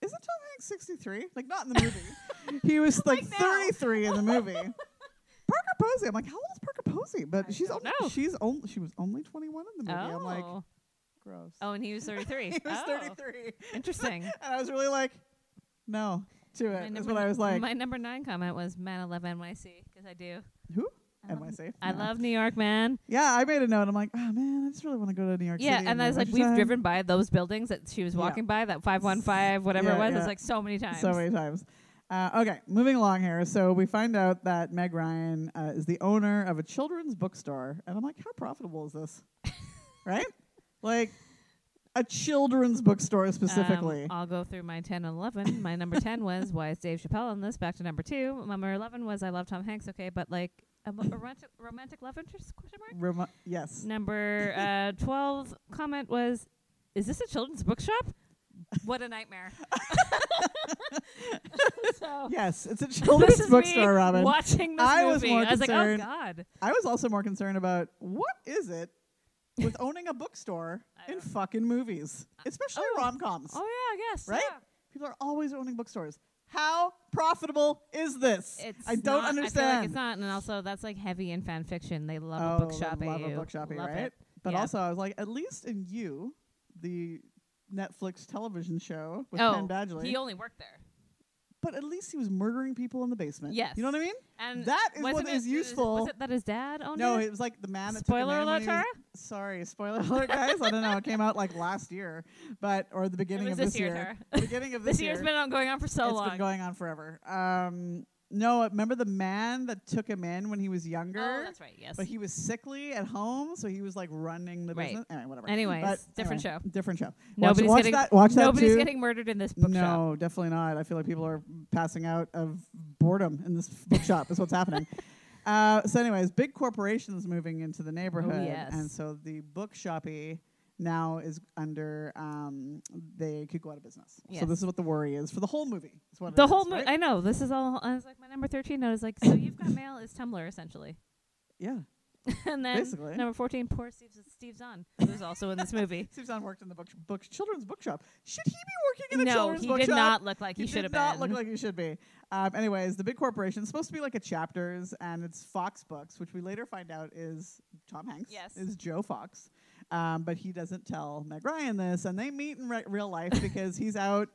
S1: isn't Tom Hanks 63? Like not in the movie.
S2: <laughs>
S1: he was like,
S2: Like now.
S1: 33 in the
S2: <laughs>
S1: movie. Parker Posey. I'm like, how old is Parker Posey? But
S2: I
S1: she's
S2: don't
S1: only
S2: know.
S1: she's only she was only 21 in the movie. I'm like,
S2: oh.
S1: gross.
S2: oh, and he was
S1: <laughs>
S2: 33.
S1: he was
S2: Oh,
S1: 33, <laughs>
S2: Interesting.
S1: and I was really like, no, to
S2: My
S1: it. Is
S2: number
S1: what I
S2: n-
S1: was like.
S2: My number nine comment was, "Man, I love NYC because I do.
S1: Who?
S2: I love,
S1: NYC.
S2: I
S1: No.
S2: love New York, man.
S1: Yeah, I made a note. I'm like, oh man, I just really want to go to New York
S2: yeah,
S1: City.
S2: and I was like,
S1: do
S2: we've
S1: that."
S2: driven by those buildings that she was
S1: Yeah.
S2: walking by, that five one five, whatever
S1: Yeah,
S2: it was. It's
S1: yeah.
S2: like so many times.
S1: So many times. Uh, okay, moving along here. So we find out that Meg Ryan uh, is the owner of a children's bookstore, and I'm like, how profitable is
S2: <laughs>
S1: this? right? Like a children's bookstore specifically.
S2: Um, I'll go through my 10 and 11. My number 10 was, why is Dave Chappelle on this? Back to number two. My Number 11 was, I love Tom Hanks. Okay, but like a mo- a romantic, romantic love interest? Question mark.
S1: Remo- yes.
S2: Number uh, 12 comment was, is this a children's bookshop? What
S1: <laughs>
S2: a nightmare. so
S1: Yes, it's a
S2: <laughs> this
S1: children's
S2: is
S1: bookstore,
S2: me
S1: Robin.
S2: watching this
S1: I
S2: movie.
S1: was more
S2: I was like, oh,
S1: concerned-
S2: God.
S1: I was also more concerned about what is it with owning a bookstore
S2: I
S1: in
S2: don't-
S1: fucking movies, especially
S2: oh.
S1: rom coms.
S2: Oh, yeah, I guess.
S1: Right?
S2: yeah.
S1: People are always owning bookstores. How profitable is this?
S2: It's
S1: I don't
S2: not-
S1: understand.
S2: I feel like it's not, and also that's like heavy in fan fiction. They love
S1: Oh,
S2: a bookshop.
S1: they
S2: at
S1: love
S2: you.
S1: a book shoppy,
S2: Love
S1: right?
S2: it.
S1: But
S2: Yeah.
S1: also, I was like, at least in you, the Netflix television show with
S2: oh,
S1: Penn Badgley.
S2: he only worked there.
S1: but at least he was murdering people in the basement.
S2: Yes.
S1: you know what I mean.
S2: And
S1: That is
S2: wasn't
S1: what
S2: it-
S1: is useful.
S2: Was it that his dad owned
S1: no,
S2: it?
S1: it was like the man. That took
S2: Spoiler
S1: a name when
S2: alert,
S1: he was-
S2: Tara.
S1: Sorry, spoiler alert, guys. I don't know. It came out like last year, but or the
S2: It
S1: beginning
S2: was
S1: of
S2: <laughs> this
S1: this,
S2: year, Tara.
S1: Beginning of this,
S2: This year's been on going on for so
S1: It's
S2: long.
S1: been going on forever. Um, no, remember the man that took him in when he was younger.
S2: oh, that's right. Yes.
S1: But he was sickly at home, so he was like running the
S2: Right.
S1: business. Anyway, whatever.
S2: Anyways,
S1: But
S2: different
S1: anyway,
S2: show.
S1: Different show. Watch-
S2: nobody's
S1: watch,
S2: getting
S1: that. Watch that
S2: nobody's
S1: too.
S2: getting murdered in this bookshop.
S1: no, definitely not. I feel like people are passing out of boredom in this bookshop. is what's
S2: <laughs>
S1: happening. Uh, so, anyways, big corporations moving into the neighborhood,
S2: Oh, yes.
S1: and so the bookshoppy now is under. Um, they could go out of business. So
S2: Yes.
S1: this is what the worry is for the whole movie. Is what
S2: The
S1: it
S2: whole
S1: is,
S2: mo-
S1: right?
S2: I know. This is all. I was like, my number thirteen. I was like, so you've got mail is Tumblr essentially, <laughs>
S1: yeah.
S2: and then
S1: Basically.
S2: number fourteen, poor Steve's Steve Zahn, who's also
S1: <laughs>
S2: in this movie.
S1: Susan worked in the book, book children's bookshop. Should he be working in the
S2: no,
S1: children's
S2: he
S1: bookshop?
S2: did not look like he,
S1: He
S2: should
S1: did
S2: have
S1: not
S2: been.
S1: look like he should be. Um, anyways, the big corporation is supposed to be like a chapters, and it's Fox Books, which we later find out is Tom Hanks.
S2: Yes.
S1: is Joe Fox, um, but he doesn't tell Meg Ryan this, and they meet in re- real
S2: <laughs>
S1: life because he's out.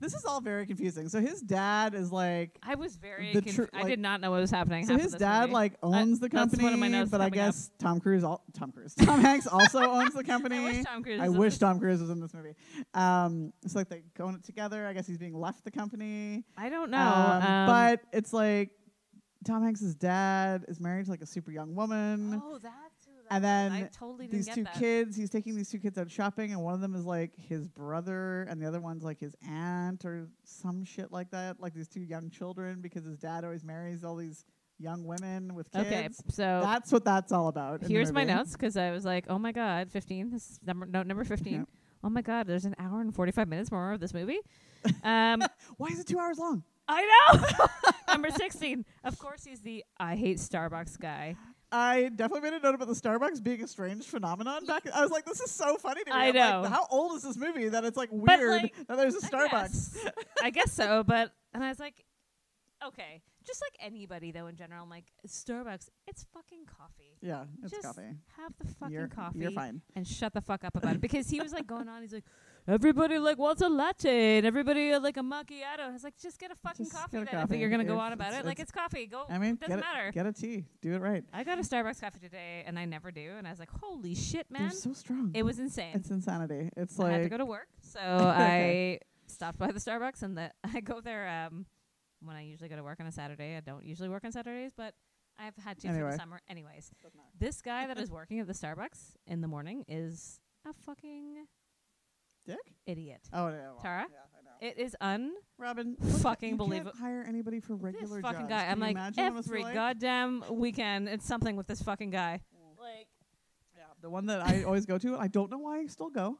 S1: This is all very confusing. So his dad is like.
S2: I was very.
S1: The
S2: conf-
S1: tru-
S2: I
S1: like-
S2: did not know what was happening.
S1: So
S2: half of
S1: his
S2: this
S1: dad
S2: movie. Uh,
S1: like owns the
S2: that's
S1: company,
S2: one of my notes
S1: but I
S2: coming up.
S1: guess Tom Cruise, al- Tom Cruise, <laughs> Tom Hanks
S2: <laughs>
S1: also owns the company.
S2: I wish Tom Cruise.
S1: I
S2: was in
S1: wish
S2: this.
S1: Tom Cruise was in this movie. Um, it's like they own it together. I guess he's being left the company.
S2: I don't know.
S1: Um,
S2: um,
S1: but it's like Tom Hanks' dad is married to like a super young woman.
S2: oh, that's who that
S1: mm. and
S2: was. I
S1: then
S2: totally didn't
S1: These
S2: get
S1: two
S2: that.
S1: kids, he's taking these two kids out shopping, and one of them is like his brother, and the other one's like his aunt or some shit like that. Like these two young children, because his dad always marries all these young women with kids.
S2: Okay, so
S1: That's what that's all about. in the
S2: here's my
S1: movie.
S2: notes because I was like, oh my god, fifteen. This is number no number fifteen.
S1: Yep.
S2: Oh my god, there's an hour and forty five minutes more of this movie.
S1: <laughs>
S2: Um,
S1: Why is it two hours long?
S2: I know. <laughs> number sixteen. Of course, he's the I hate Starbucks guy.
S1: I definitely made a note about the Starbucks being a strange phenomenon. Back, I was like, "This is so funny to me."
S2: I
S1: I'm
S2: know.
S1: Like, how old is this movie that it's like
S2: But,
S1: weird
S2: like,
S1: that there's a
S2: I
S1: Starbucks?
S2: guess. I guess so, but and I was like, okay, just like anybody though in general, I'm like Starbucks, it's fucking coffee.
S1: Yeah, it's
S2: just
S1: coffee.
S2: have the fucking
S1: you're,
S2: coffee
S1: You're fine.
S2: and shut the fuck up about it because he was like going on. He's like, everybody like wants a latte and everybody uh, like a macchiato. I was like, just get a fucking
S1: Just
S2: coffee.
S1: get a
S2: Then if
S1: coffee.
S2: you're gonna go
S1: It's-
S2: on about
S1: it's-
S2: it, like
S1: it's-
S2: it's coffee. Go.
S1: I mean,
S2: doesn't
S1: get
S2: matter.
S1: a, get a tea. Do it right.
S2: I got a Starbucks coffee today and I never do, and I was like, holy shit, man,
S1: They're so strong.
S2: it was insane.
S1: it's insanity. It's
S2: I had to
S1: like
S2: go to work,
S1: <laughs>
S2: so
S1: Okay.
S2: I stopped by the Starbucks, and the, <laughs> I go there um, when I usually go to work on a Saturday. I don't usually work on Saturdays, but I've had to for
S1: Anyway.
S2: the summer. Anyways, this guy that is working at the Starbucks in the morning is a fucking
S1: dick.
S2: idiot.
S1: Oh no. well,
S2: Tara?
S1: Yeah, I know.
S2: It is un
S1: Robin, look at-
S2: fucking
S1: you
S2: believe
S1: can't
S2: it.
S1: hire anybody for
S2: this
S1: regular
S2: fucking
S1: jobs.
S2: guy.
S1: Can
S2: I'm
S1: you
S2: like
S1: imagine what it must be
S2: every
S1: like?
S2: goddamn weekend, it's something with this fucking guy. Like
S1: Yeah, the one that I always go to. I don't know why I still go.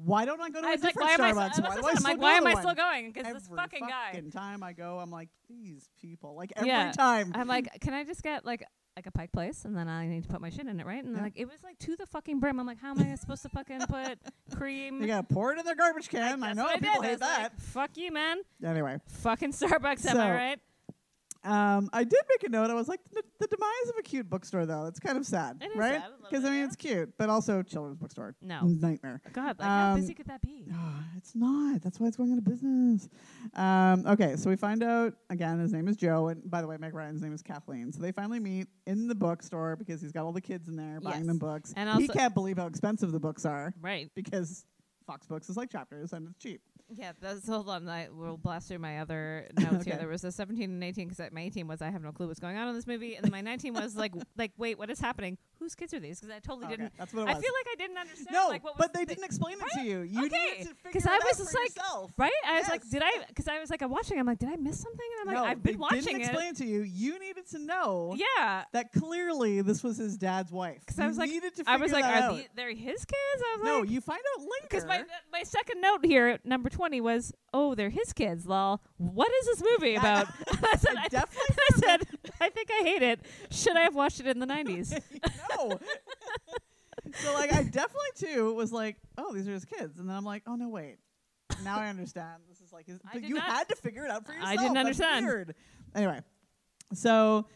S1: Why don't I go to
S2: I
S1: a
S2: was like,
S1: different
S2: why am I?
S1: Starbucks?
S2: So, that's
S1: why
S2: what
S1: do
S2: I
S1: I
S2: said, I'm
S1: still
S2: like,
S1: go
S2: why
S1: to
S2: am
S1: the
S2: I
S1: one?
S2: still going? Because
S1: Every
S2: this fucking guy.
S1: time I go, I'm like, these people. Like every
S2: Yeah.
S1: time.
S2: I'm like, can I just get like like a Pike Place and then I need to put my shit in it, right? And
S1: Yeah.
S2: like it was like to the fucking brim. I'm like, how am I supposed to fucking
S1: <laughs>
S2: put cream?
S1: They gotta pour it in their garbage can. I
S2: That's
S1: know
S2: what
S1: people
S2: did. Um, I
S1: hate
S2: was like,
S1: that.
S2: Fuck you, man.
S1: Anyway,
S2: Fucking Starbucks, am
S1: So-
S2: I right?
S1: um, I did make a note. I was like, the, the demise of a cute bookstore, though. It's kind of sad,
S2: It is
S1: right?
S2: sad, a little
S1: Because I
S2: bit,
S1: mean,
S2: yeah.
S1: it's cute, but also children's bookstore.
S2: No.
S1: nightmare. <sighs>
S2: God, like how
S1: Um,
S2: busy could
S1: <sighs>
S2: that be?
S1: Ah, it's not. That's why it's going out of business. Um, okay, so we find out again. His name is Joe, and by the way, Meg Ryan's name is Kathleen. So they finally meet in the bookstore because he's got all the kids in there buying
S2: Yes.
S1: them books.
S2: And
S1: he
S2: also-
S1: can't believe how expensive the books are
S2: Right.
S1: because Fox Books is like chapters and it's cheap.
S2: Yeah, that's hold on. I will blast through my
S1: <laughs>
S2: other notes here.
S1: Okay.
S2: There was a 17 and 18 because my 18 was I have no clue what's going on in this movie, and then my 19 was like w- like wait, what is happening? Whose kids are these? Because I totally
S1: Okay,
S2: didn't.
S1: that's what
S2: I
S1: it
S2: feel
S1: was.
S2: like I didn't understand.
S1: no,
S2: like, what was
S1: but they
S2: the-
S1: didn't explain it to you. You
S2: Okay,
S1: needed to
S2: 'cause
S1: figure it
S2: I was
S1: out
S2: just
S1: for
S2: like-
S1: yourself.
S2: Right? I was like,
S1: Yes.
S2: did I? Because I was like, I'm watching. I'm like, did I miss something? And I'm
S1: no,
S2: like, I've been
S1: they
S2: watching
S1: didn't
S2: it.
S1: explain it to you. You needed to know
S2: Yeah.
S1: that clearly this was his dad's wife.
S2: Because I
S1: You
S2: was like,
S1: needed to
S2: I was
S1: figure
S2: like,
S1: that
S2: are
S1: out.
S2: the, they're his kids? I was
S1: no,
S2: like,
S1: you find out
S2: <laughs>
S1: later.
S2: because my my second note here, number twenty, was, oh, they're his kids. Lol. What is this movie
S1: I-
S2: about? <laughs> I said,
S1: I
S2: I,
S1: definitely
S2: I said, I think I hate it. Should I have watched it in
S1: <laughs>
S2: the nineties?
S1: no. so like I definitely too was like, oh, these are his kids, and then I'm like, oh no, wait. Now I understand. This is like his,
S2: I
S1: but
S2: did
S1: you
S2: not-
S1: had to figure it out for yourself.
S2: I didn't
S1: That's
S2: understand.
S1: Weird. Anyway, so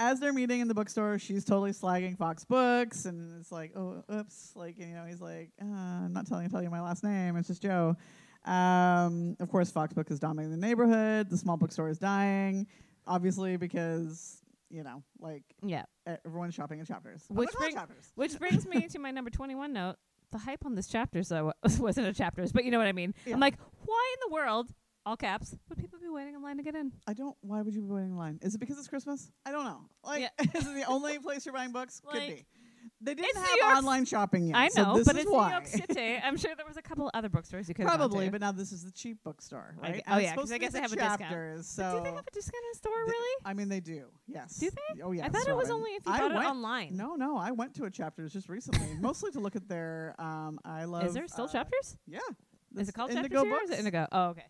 S1: as they're meeting in the bookstore, she's totally slagging Fox Books, and it's like, oh, oops, like and, you know, he's like, uh, I'm not telling tell you my last name. It's just Joe. Um, of course, Fox Book is dominating the neighborhood. The small bookstore is dying, obviously because you know, like
S2: yeah.
S1: everyone's e-, shopping in chapters. I'm
S2: Which
S1: like, "Oh,
S2: bring-
S1: chapters.
S2: Which brings me to my number twenty-one note. The hype on this chapter <laughs> so wasn't a chapters, but you know what I mean.
S1: Yeah.
S2: I'm like, why in the world, all caps, would people be waiting in line to get in?
S1: I don't. Why would you be waiting in line? Is it because it's Christmas? I don't know. Like, <laughs> is it the only place you're buying books? Could
S2: Like,
S1: be. They didn't
S2: it's New
S1: have
S2: York-
S1: online shopping yet.
S2: I
S1: so
S2: know,
S1: this
S2: but
S1: is
S2: it's
S1: why.
S2: New
S1: <laughs>
S2: York City. I'm sure there was a couple other bookstores you could
S1: Probably,
S2: Have
S1: but
S2: gone
S1: now this is the cheap bookstore,
S2: I
S1: right?
S2: g-
S1: And
S2: oh,
S1: it's
S2: yeah, 'cause
S1: supposed
S2: I
S1: to be
S2: guess they
S1: the
S2: have a discount.
S1: chapters.
S2: to.
S1: So
S2: Do they have a discounted store?
S1: They-
S2: really?
S1: I mean, they do. Yes.
S2: Do they?
S1: Oh yes.
S2: I thought it was
S1: Robin.
S2: only if you
S1: I
S2: bought it
S1: went-
S2: online.
S1: No, no. I went to a chapters just recently, mostly to look at their. Um, I love.
S2: is there still
S1: uh,
S2: chapters?
S1: Yeah.
S2: Is
S1: That's
S2: it called
S1: Indigo
S2: chapters here? Or is
S1: Books.
S2: it Indigo? Oh, okay.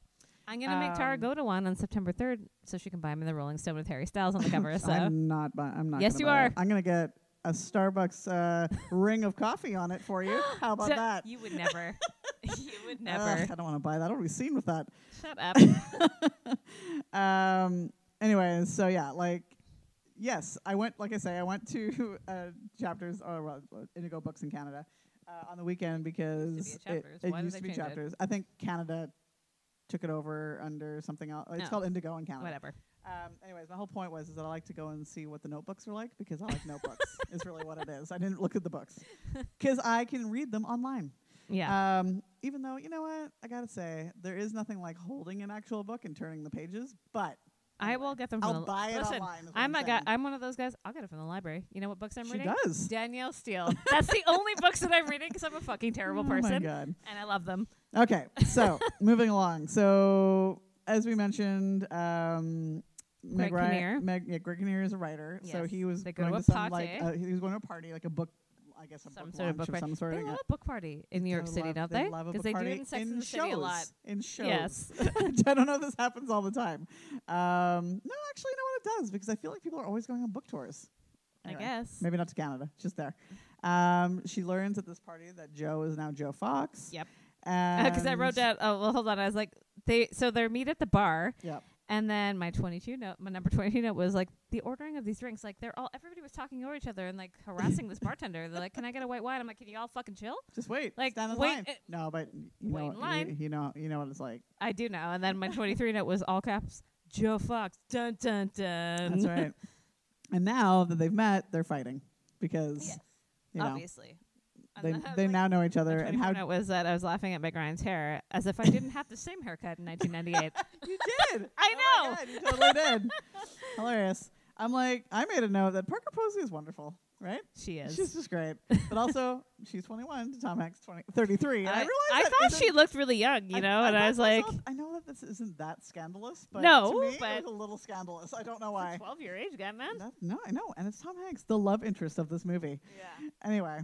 S2: I'm gonna make Tara
S1: Um,
S2: go to one on September 3rd, so she can buy me the Rolling Stone with Harry Styles on
S1: <laughs>
S2: the cover. so
S1: I'm not. Bu- I'm not.
S2: Yes,
S1: gonna
S2: you
S1: buy it.
S2: are.
S1: I'm gonna get a Starbucks uh, <laughs> ring of coffee on it for
S2: <gasps>
S1: you. How about
S2: So-
S1: that?
S2: you would
S1: <laughs>
S2: never. <laughs> you would
S1: Ugh,
S2: never.
S1: I don't want to buy that. I don't want to be seen with that.
S2: Shut
S1: <laughs>
S2: up.
S1: Um. Anyways, so yeah, like, yes, I went. Like I say, I went to <laughs> uh, chapters or well, uh, Indigo Books in Canada uh, on the weekend
S2: be
S1: because
S2: at Chapters.
S1: it, it
S2: Why did
S1: used
S2: they
S1: to be
S2: change it?
S1: chapters. I think Canada took it over under something else. It's
S2: Oh.
S1: called Indigo in Canada.
S2: Whatever.
S1: Um, anyways, my whole point was is that I like to go and see what the notebooks are like because I like
S2: <laughs>
S1: notebooks. Is really what it is. I didn't look at the books because I can read them online.
S2: Yeah.
S1: Um, even though you know what I gotta say, there is nothing like holding an actual book and turning the pages. But
S2: I will get them from
S1: I'll
S2: the
S1: buy it
S2: Listen,
S1: online. is what
S2: I'm a guy.
S1: saying.
S2: I'm one of those guys. I'll get it from the library. You know what books I'm
S1: she
S2: reading?
S1: does. <laughs>
S2: Danielle Steele. That's the only books that I'm reading because I'm a fucking terrible
S1: Oh my
S2: person,
S1: god.
S2: and I love them.
S1: Okay,
S2: <laughs>
S1: so moving along. So as we mentioned, um, Meg
S2: Greg
S1: Ryan-
S2: Kinnear.
S1: Meg, yeah, Greg Kinnear is a writer, so
S2: Yes.
S1: he was
S2: They go
S1: going
S2: to
S1: to,
S2: a
S1: some like
S2: party.
S1: uh, he was going to a party like a book. I guess a
S2: Some
S1: book
S2: sort
S1: launch
S2: of book party.
S1: some sort.
S2: They
S1: yeah.
S2: love a book party in New York
S1: They
S2: City,
S1: love-
S2: don't
S1: they?
S2: they?
S1: love a
S2: Because
S1: book
S2: they do
S1: party
S2: it in Sex
S1: in
S2: and the
S1: shows,
S2: City a lot.
S1: In shows.
S2: Yes.
S1: <laughs> I don't know if this happens all the time. Um, no, actually, you know what it does because I feel like people are always going on book tours.
S2: I
S1: Anyway,
S2: guess.
S1: Maybe not to Canada, just there. Um, she learns at this party that Joe is now Joe Fox.
S2: Yep.
S1: Because
S2: Uh, <laughs> Because I wrote down. Oh well, hold on. I was like, they. So they meet at the bar,
S1: Yep.
S2: And then my 22 note, my number 22 note was like the ordering of these drinks. Like they're all, everybody was talking over each other and like harassing this bartender. They're like, "Can I get a white wine?" I'm like, "Can you all fucking chill?"
S1: Just wait.
S2: Like,
S1: stand in
S2: wait,
S1: line.
S2: it-
S1: no, but you
S2: wait
S1: know,
S2: in
S1: you-
S2: line.
S1: You, know, you know what it's
S2: <laughs>
S1: like.
S2: I do now.
S1: <laughs>
S2: And then my 23 note was all caps, Joe Fox. Dun dun dun.
S1: That's right. And now that they've met, they're fighting because
S2: Yes,
S1: you know
S2: Obviously. And
S1: they
S2: then I was
S1: they
S2: like,
S1: now know each
S2: my
S1: other and
S2: 24
S1: how
S2: note was that I was laughing at Meg Ryan's hair as if I didn't have the same haircut
S1: <laughs>
S2: in 1998.
S1: <laughs> you did.
S2: I
S1: Oh my
S2: know.
S1: God, you totally did. Hilarious. I'm like, I made a note that Parker Posey is wonderful, right?
S2: She is.
S1: She's just
S2: <laughs>
S1: great, but also she's 21. Tom Hanks 20, 33. And I, realized that
S2: thought
S1: isn't-
S2: she looked really young, you
S1: I-
S2: know,
S1: thought
S2: and I
S1: to
S2: was like,
S1: myself, I know that this isn't that scandalous, but to
S2: No,
S1: me,
S2: but-
S1: it was a little scandalous. I don't know why.
S2: 12 year age guy, man.
S1: That- no, I know, and it's Tom Hanks, the love interest of this movie.
S2: Yeah.
S1: Anyway,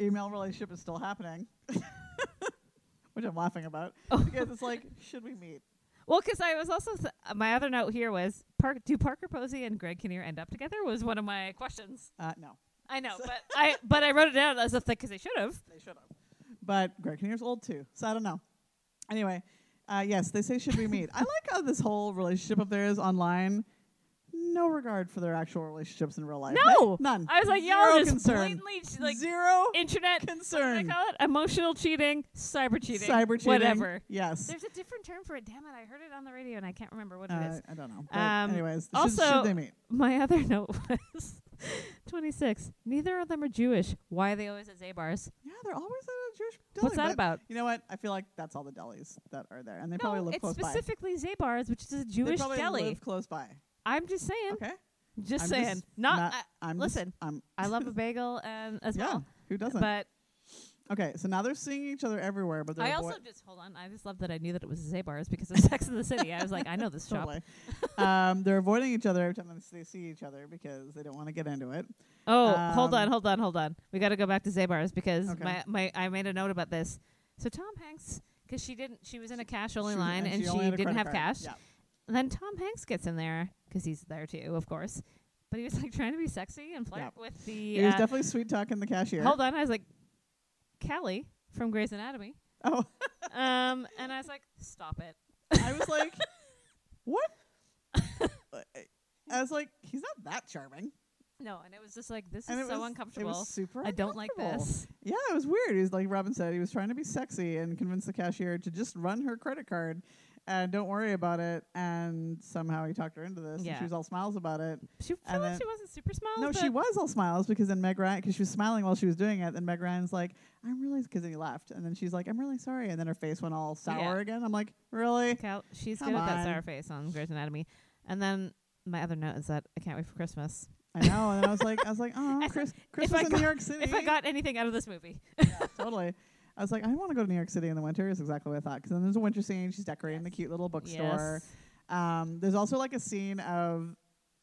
S1: email relationship is still happening, <laughs> which I'm laughing about
S2: Oh.
S1: because it's like, should we meet?
S2: Well, 'cause I was also th- uh, my other note here was Park. Do Parker Posey and Greg Kinnear end up together? Was one of my questions.
S1: Uh, no,
S2: I know, but I but I wrote it down as if because they should have.
S1: they should have. But Greg Kinnear's old too, so I don't know. Anyway, uh, yes, they say should we meet? I like how this whole relationship of theirs online. No regard for their actual relationships in real life.
S2: No,
S1: none.
S2: I was like, y'all
S1: Zero
S2: are just
S1: concern.
S2: blatantly ch- like
S1: zero
S2: internet. What do
S1: concern.
S2: they call it? Emotional cheating, cyber cheating,
S1: Cyber cheating.
S2: whatever.
S1: Yes.
S2: There's a different term for it. Damn it! I heard it on the radio and I can't remember what it
S1: Uh,
S2: is.
S1: I don't know. But
S2: Um,
S1: anyways, should- should,
S2: also-
S1: they meet?
S2: My other <laughs> note was 26. Neither of them are Jewish. Why are they always at Zabar's?
S1: Yeah, they're always at a Jewish deli.
S2: What's that
S1: but
S2: about?
S1: You know what? I feel like that's all the delis that are there, and they
S2: no,
S1: probably live
S2: it's
S1: close by.
S2: specifically Zabar's, which is a
S1: They
S2: Jewish
S1: probably
S2: deli.
S1: live close by.
S2: I'm just saying.
S1: Okay.
S2: Just
S1: I'm
S2: saying.
S1: just
S2: not.
S1: not-
S2: I,
S1: I'm
S2: Listen,
S1: Just, I'm.
S2: I love a bagel and as
S1: yeah.
S2: well.
S1: Who doesn't?
S2: But
S1: okay. So now they're seeing each other everywhere, but they're
S2: I
S1: avo-
S2: also just hold on. I just love that I knew that it was Zabar's because of <laughs> Sex in the City. I was like, I know this shop.
S1: <laughs>
S2: <laughs>
S1: totally. um, they're avoiding each other every time they see- they see each other because they don't want to get into it.
S2: Oh, hold on,
S1: Um,
S2: hold on, hold on. We got to go back to Zabar's because
S1: Okay.
S2: my, my I made a note about this. So Tom Hanks, because she didn't, she was in a cash only
S1: She was-
S2: line and she,
S1: only had a
S2: didn't have
S1: credit card.
S2: cash. And then Tom Hanks gets in there because he's there too, of course. But he was like trying to be sexy and flirt
S1: Yep.
S2: with
S1: Yeah.
S2: the.
S1: He was
S2: uh,
S1: definitely sweet talking the cashier.
S2: hold on, I was like, Callie from Grey's Anatomy.
S1: <laughs> Oh, <laughs>
S2: Um, and I was like, stop it.
S1: I was
S2: <laughs>
S1: like, what? I was like, he's not that charming.
S2: No, and it was just like, this
S1: And
S2: is
S1: it
S2: so
S1: was,
S2: uncomfortable.
S1: It was super.
S2: I don't like
S1: uncomfortable.
S2: this.
S1: Yeah, it was weird. He was like Robin said, he was trying to be sexy and convince the cashier to just run her credit card and don't worry about it. And somehow he talked her into this. And
S2: Yeah.
S1: she was all smiles about it.
S2: She
S1: And
S2: felt
S1: then-
S2: like she wasn't super small.
S1: No,
S2: but
S1: she was all smiles because then Meg Ryan, because she was smiling while she was doing it. Then Meg Ryan's like, "I'm really," because then he laughed, and then she's like, "I'm really sorry," and then her face went all sour
S2: Yeah.
S1: again. I'm like, really?
S2: Cal- she's
S1: Come
S2: good at
S1: on.
S2: that sour face on Grey's Anatomy. And then my other note is that I can't wait for Christmas.
S1: <laughs> I know. And I was like, I was like, oh,
S2: If <laughs> I-
S1: Chris,
S2: if
S1: Christmas
S2: I
S1: in
S2: <laughs> got-
S1: New York City.
S2: If I got anything out of this movie,
S1: <laughs> totally. I was like, I want to go to New York City in the winter. Is exactly what I thought. Because then there's a winter scene. She's decorating the cute little bookstore.
S2: Yes.
S1: Um, there's also like a scene of,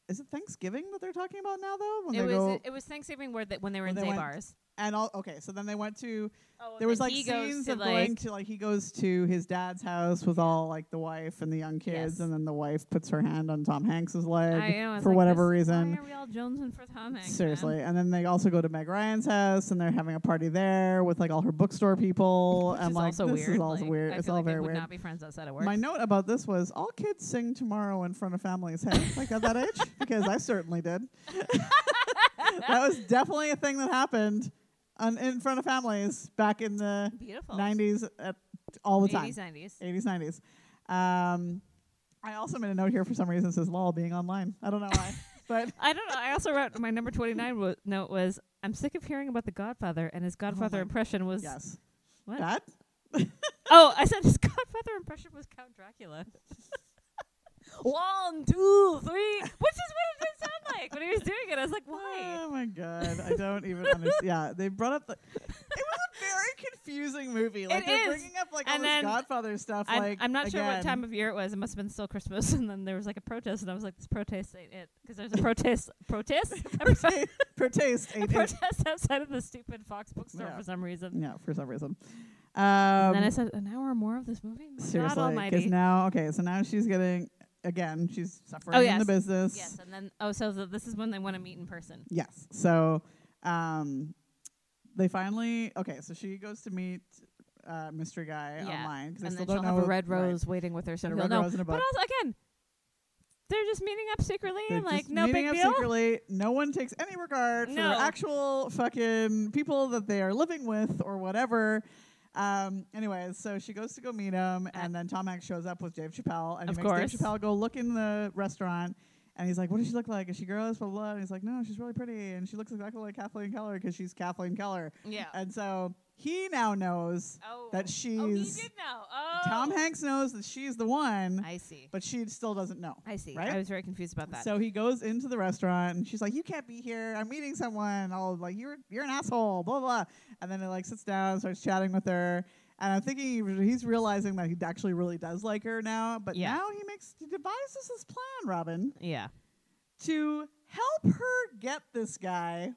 S1: is it Thanksgiving that they're talking about now though? When
S2: it
S1: they
S2: was
S1: go
S2: it was Thanksgiving where they, when they were
S1: When
S2: in
S1: they went-
S2: Zabar's.
S1: and all okay. So then they went to
S2: Oh,
S1: there was like scenes of going to like he goes to his dad's house with all like the wife and the young kids,
S2: Yes.
S1: and then the wife puts her hand on Tom Hanks's
S2: I
S1: leg
S2: know, I was
S1: for
S2: like,
S1: whatever
S2: this-
S1: reason.
S2: Why are we all jonesing for Tom Hanks? man?
S1: Seriously. And then they also go to Meg Ryan's house and they're having a party there with like all her bookstore people.
S2: Which
S1: and
S2: is
S1: like
S2: also
S1: this
S2: weird.
S1: is also
S2: like,
S1: weird.
S2: I
S1: it's
S2: feel
S1: all
S2: like they
S1: very
S2: would
S1: weird.
S2: Not be friends outside of work.
S1: My note about this was all kids sing tomorrow in front of families' heads. like at that
S2: <laughs>
S1: age? Because I certainly did. <laughs> that was definitely a thing that happened on, in front of families back in the
S2: Beautiful.
S1: 90s at, all the time.
S2: 80s, 90s.
S1: 80s, 90s. Um, I also made a note here for some reason that says lol being online. I don't know why.
S2: <laughs>
S1: but
S2: I don't know. I also wrote my number 29 wo- note was I'm sick of hearing about the Godfather, and his Godfather
S1: Oh my-
S2: impression was.
S1: yes.
S2: What?
S1: That
S2: <laughs> Oh, I said his Godfather impression was
S1: <laughs>
S2: Count Dracula. One, two, three, which is what it did sound like when he was doing it. I was like, why?
S1: <sighs> Oh my god, I don't even understand. Yeah, they brought up the. It was a very confusing movie. Like
S2: It
S1: they're
S2: is.
S1: bringing up like all
S2: And
S1: this
S2: then-
S1: Godfather stuff.
S2: I'm,
S1: like
S2: I'm not sure what
S1: again.
S2: time of year it was. It must have been still Christmas, <laughs> and then there was like a protest, and I was like, "This protest ain't it,"
S1: <laughs>
S2: because there's a protest, protest, a pro-
S1: per
S2: <laughs>
S1: taste.
S2: a
S1: Eight, eight.
S2: protest outside of the stupid Fox bookstore
S1: Yeah.
S2: for some reason.
S1: Yeah, for some reason. Um,
S2: and then I said, "An hour more of this movie? My God
S1: seriously, because
S2: Almighty!"
S1: now okay, so now she's getting again. She's suffering in the
S2: Oh, yes.
S1: business.
S2: Yes, and then oh, so the, this is when they want to meet in person.
S1: Yes. So um, they finally okay. So she goes to meet uh, mystery guy
S2: Yeah.
S1: online because
S2: and
S1: they still
S2: then
S1: don't
S2: she'll
S1: know
S2: have a red
S1: right.
S2: rose waiting with her, so
S1: And a
S2: he'll
S1: red
S2: know.
S1: rose and a
S2: But
S1: book.
S2: also, again, They're just meeting up secretly
S1: They're
S2: and like
S1: just
S2: no
S1: meeting
S2: big
S1: up
S2: deal.
S1: secretly. No one takes any regard
S2: No.
S1: for actual fucking people that they are living with or whatever. Um, anyways, so she goes to go meet him,
S2: And-
S1: and then Tom Hanks shows up with Dave Chappelle, and
S2: Uh, Of
S1: he makes
S2: course.
S1: Dave Chappelle go look in the restaurant, and he's like, "What does she look like? Is she gross?" Blah blah. blah. And he's like, "No, she's really pretty, and she looks exactly like Kathleen Keller because she's Kathleen Keller."
S2: Yeah.
S1: And so he now knows
S2: oh.
S1: uh, that
S2: oh, he
S1: she's
S2: did know. Oh.
S1: Tom Hanks knows that she's the one,
S2: I see.
S1: but she still doesn't know.
S2: I see.
S1: Right?
S2: I was very confused about that.
S1: So he goes into the restaurant and she's like, "You can't be here. I'm meeting someone. I'll like you're you're an asshole." Blah blah. And then he like sits down, and starts chatting with her, and I'm thinking he re- he's realizing that he actually really does like her now. But
S2: Yeah.
S1: now he makes he devises this plan, Robin, <laughs>
S2: yeah.
S1: to help her get this guy,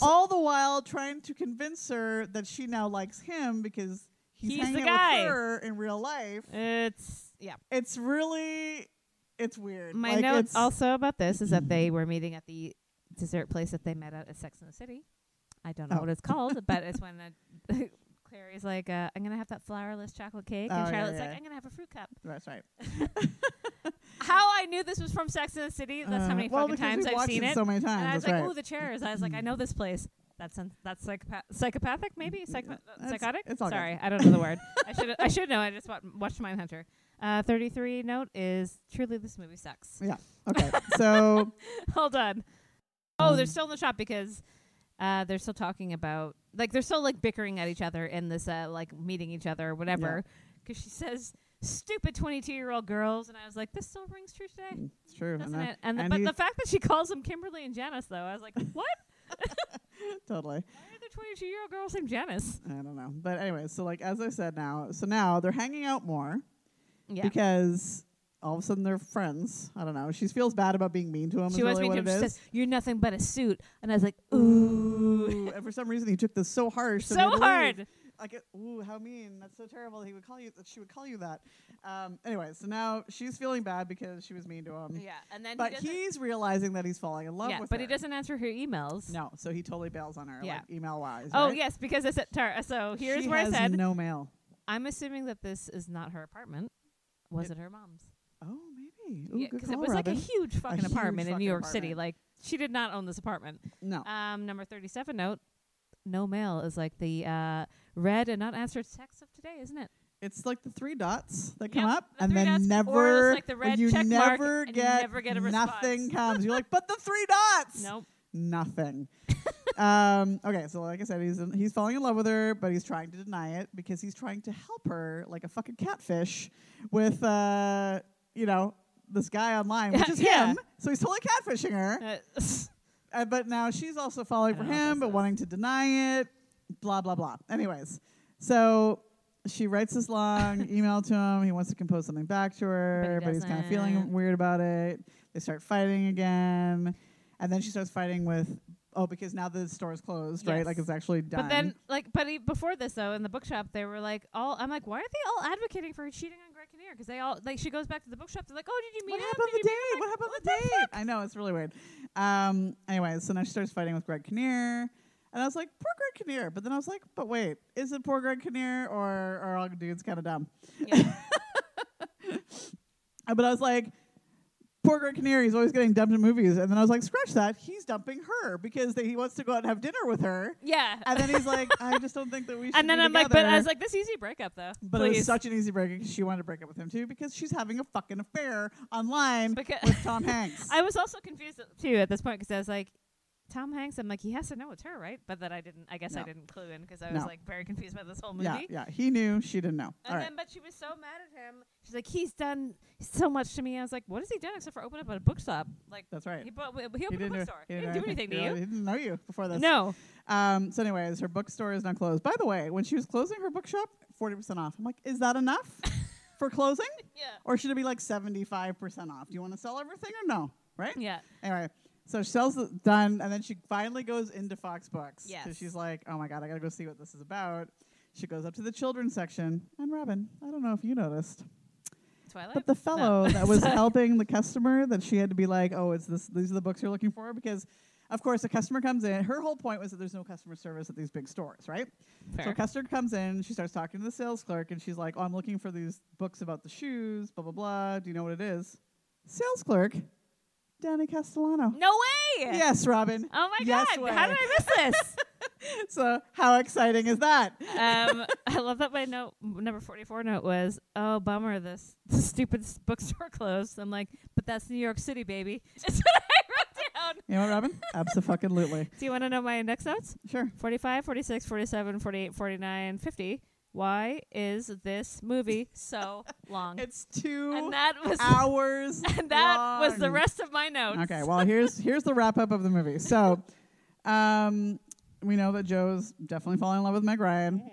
S1: all the while trying to convince her that she now likes him because he's,
S2: He's the
S1: hanging
S2: guy. Uh,
S1: with her in real life.
S2: it's yeah.
S1: It's really. It's weird.
S2: My
S1: like
S2: note
S1: it's,
S2: also about this is
S1: <clears throat>
S2: that they were meeting at the dessert place that they met at at Sex in the City. I don't know
S1: Oh.
S2: what it's called,
S1: <laughs>
S2: but it's when uh, <laughs> Clary's like, uh, "I'm gonna have that flourless chocolate cake,"
S1: Oh,
S2: and
S1: yeah,
S2: Charlotte's
S1: yeah.
S2: like, "I'm gonna have a fruit cup."
S1: That's right.
S2: How I knew this was from Sex in the City? That's
S1: Uh,
S2: how many
S1: well,
S2: fucking
S1: because
S2: times
S1: we've
S2: I've
S1: watched
S2: seen
S1: it,
S2: it.
S1: so many times.
S2: and I was
S1: that's
S2: like,
S1: right. Mm.
S2: "Oh, the chairs." I was like, "I know this place." That's un- that's psychopath- psychopathic, maybe Psycho-
S1: Mm, That's-
S2: psychotic.
S1: it's all good.
S2: Sorry, I don't know
S1: <laughs>
S2: the word. I should I should know. I just wa- watched Mindhunter. Uh, Thirty three note is truly this movie sucks. <laughs>
S1: Okay, so
S2: Hold on. Oh, they're
S1: Um,
S2: still in the shop because uh, they're still talking about like they're still like bickering at each other in this uh, like meeting each other or whatever. Because she says stupid twenty two year old girls, and I was like, this still rings true today,
S1: it's true,
S2: doesn't
S1: and I-
S2: it? And, the,
S1: Mm, and
S2: but
S1: he-
S2: the fact that she calls them Kimberly and Janice though, I was like,
S1: <laughs>
S2: what?
S1: totally.
S2: Why are there twenty two year old girls named Janice?
S1: I don't know, but anyway, so like as I said, now so now they're hanging out more
S2: Yeah.
S1: because all of a sudden they're friends. I don't know. She feels bad about being mean to him.
S2: she
S1: is
S2: was
S1: really
S2: me
S1: what it
S2: to him. She
S1: is.
S2: says, You're nothing but a suit. And I was like, Ooh.
S1: Ooh, and for some reason, he took this so harsh. that he had
S2: so
S1: to leave.
S2: hard.
S1: Like, it- ooh, how mean! That's so terrible. That he would call you. That she would call you that. Um, anyway, so now she's feeling bad because she was mean to him.
S2: Yeah. And then
S1: But
S2: he,
S1: he's realizing that he's falling in love
S2: yeah,
S1: with
S2: but
S1: her.
S2: he doesn't answer her emails.
S1: No, so he totally bails on her,
S2: Yeah.
S1: like email wise.
S2: Oh
S1: right?
S2: yes, because I said to her. So here's
S1: she
S2: where I
S1: has
S2: said
S1: no mail.
S2: I'm assuming that this is not her apartment. Was it, her mom's?
S1: Oh, maybe. Ooh,
S2: Yeah,
S1: good
S2: it
S1: call,
S2: was like a
S1: Robin.
S2: huge fucking
S1: huge
S2: apartment in
S1: fucking
S2: New York City.
S1: apartment. Oh.
S2: Like she did not own this apartment.
S1: no.
S2: Um, number thirty-seven note. No mail is like the uh, read and not answered text of today, isn't it?
S1: It's like the three dots that come
S2: Yep,
S1: up,
S2: the
S1: and
S2: three
S1: then
S2: dots, or
S1: never,
S2: it's like the red
S1: you
S2: check mark,
S1: never
S2: and you
S1: get,
S2: never get a response.
S1: nothing comes. You're like, but the three dots.
S2: Nope.
S1: <laughs>
S2: <laughs>
S1: Nothing. um, okay, so like I said, he's in, he's falling in love with her, but he's trying to deny it because he's trying to help her like a fucking catfish with uh, you know, this guy online,
S2: <laughs>
S1: which is
S2: Yeah.
S1: him. So he's totally catfishing her.
S2: Uh, <laughs>
S1: Uh, but now she's also falling
S2: I
S1: for
S2: don't know what
S1: him,
S2: this
S1: but
S2: is.
S1: wanting to deny it. Blah blah blah. Anyways, so she writes this
S2: <laughs>
S1: long email to him. He wants to compose something back to her,
S2: But
S1: but
S2: he
S1: he's kind of
S2: doesn't.
S1: feeling weird about it. They start fighting again, and then she starts fighting with oh because now the store's closed,
S2: Yes.
S1: right? Like it's actually done.
S2: but then, like, but he, before this though, in the bookshop, they were like, all I'm like, why are they all advocating for her cheating on Greg Kinnear? Because they all like, she goes back to the bookshop. They're like, oh, did you meet
S1: what
S2: him?
S1: happened
S2: Did
S1: the
S2: you
S1: date?
S2: meet
S1: What happened the date? I know it's really weird. Um. Anyways, so now she starts fighting with Greg Kinnear, and I was like, poor Greg Kinnear. But then I was like, but wait, is it poor Greg Kinnear or are all dudes kind of dumb?
S2: him? Yeah.
S1: Uh, <laughs> But I was like, poor Greg Kinnear, he's always getting dumped in movies. And then I was like, scratch that. He's dumping her because they, he wants to go out and have dinner with her.
S2: yeah.
S1: And then he's like, I just don't think that we should.
S2: <laughs> And then
S1: be
S2: I'm like, but I
S1: together."
S2: was like, this easy breakup though.
S1: but
S2: Please.
S1: it was such an easy break because she wanted to break up with him too because she's having a fucking affair online
S2: <laughs> Because-
S1: with Tom Hanks.
S2: I was also confused at- too at this point because I was like, Tom Hanks. I'm like, he has to know it's her, right? But that I didn't. I guess I
S1: No.
S2: didn't clue in because I was
S1: No.
S2: like very confused by this whole movie.
S1: yeah, yeah. He knew she didn't know. All
S2: And then,
S1: right.
S2: but she was so mad at him. She's like, he's done so much to me. I was like, what has he done except for open up a bookshop? Like
S1: That's right.
S2: he, bought, he opened a
S1: do-
S2: bookstore. He didn't do anything to
S1: He
S2: you.
S1: didn't know you before this.
S2: No.
S1: Um, so, anyways, her bookstore is now closed. By the way, when she was closing her bookshop, 40% off. I'm like, is that enough
S2: <laughs>
S1: for closing?
S2: Yeah.
S1: Or should it be like 75% off? Do you want to sell everything or no? Right?
S2: Yeah.
S1: Anyway, so she sells it done, and then she finally goes into Fox Books.
S2: Yes.
S1: So she's like, oh my God, I got to go see what this is about. She goes up to the children's section, and Robin, I don't know if you noticed,
S2: Twilight.
S1: but the fellow that
S2: <laughs>
S1: was helping the customer that she had to be like, oh, it's this, these are the books you're looking for? Because, of course, a customer comes in. Her whole point was that there's no customer service at these big stores, right? So
S2: Fair.
S1: Custer comes in, she starts talking to the sales clerk, and she's like, "Oh, I'm looking for these books about the shoes, blah blah blah. Do you know what it is?" Sales clerk, Danny Castellano.
S2: No way.
S1: Yes,
S2: <laughs>
S1: Robin.
S2: Oh my
S1: Yes
S2: god!
S1: way.
S2: How did I miss this?
S1: So, how exciting is that?
S2: um, <laughs> I love that my note number forty four note was, "Oh bummer, this <laughs> the stupid s- bookstore <laughs> closed." I'm like, "But that's New York City, baby." <laughs> That's what I wrote down.
S1: You know what, Robin? Absolutely.
S2: Do you want to know my next notes? <laughs>
S1: Sure.
S2: 45, 46, 47, 48, 49, 50. Why is this movie
S1: <laughs>
S2: so long?
S1: It's two
S2: and that was
S1: hours.
S2: <laughs> and that was the
S1: long.
S2: rest of my notes.
S1: Okay, well here's here's the wrap up of the movie. So, um, we know that Joe's definitely falling in love with Meg <gasps> Ryan.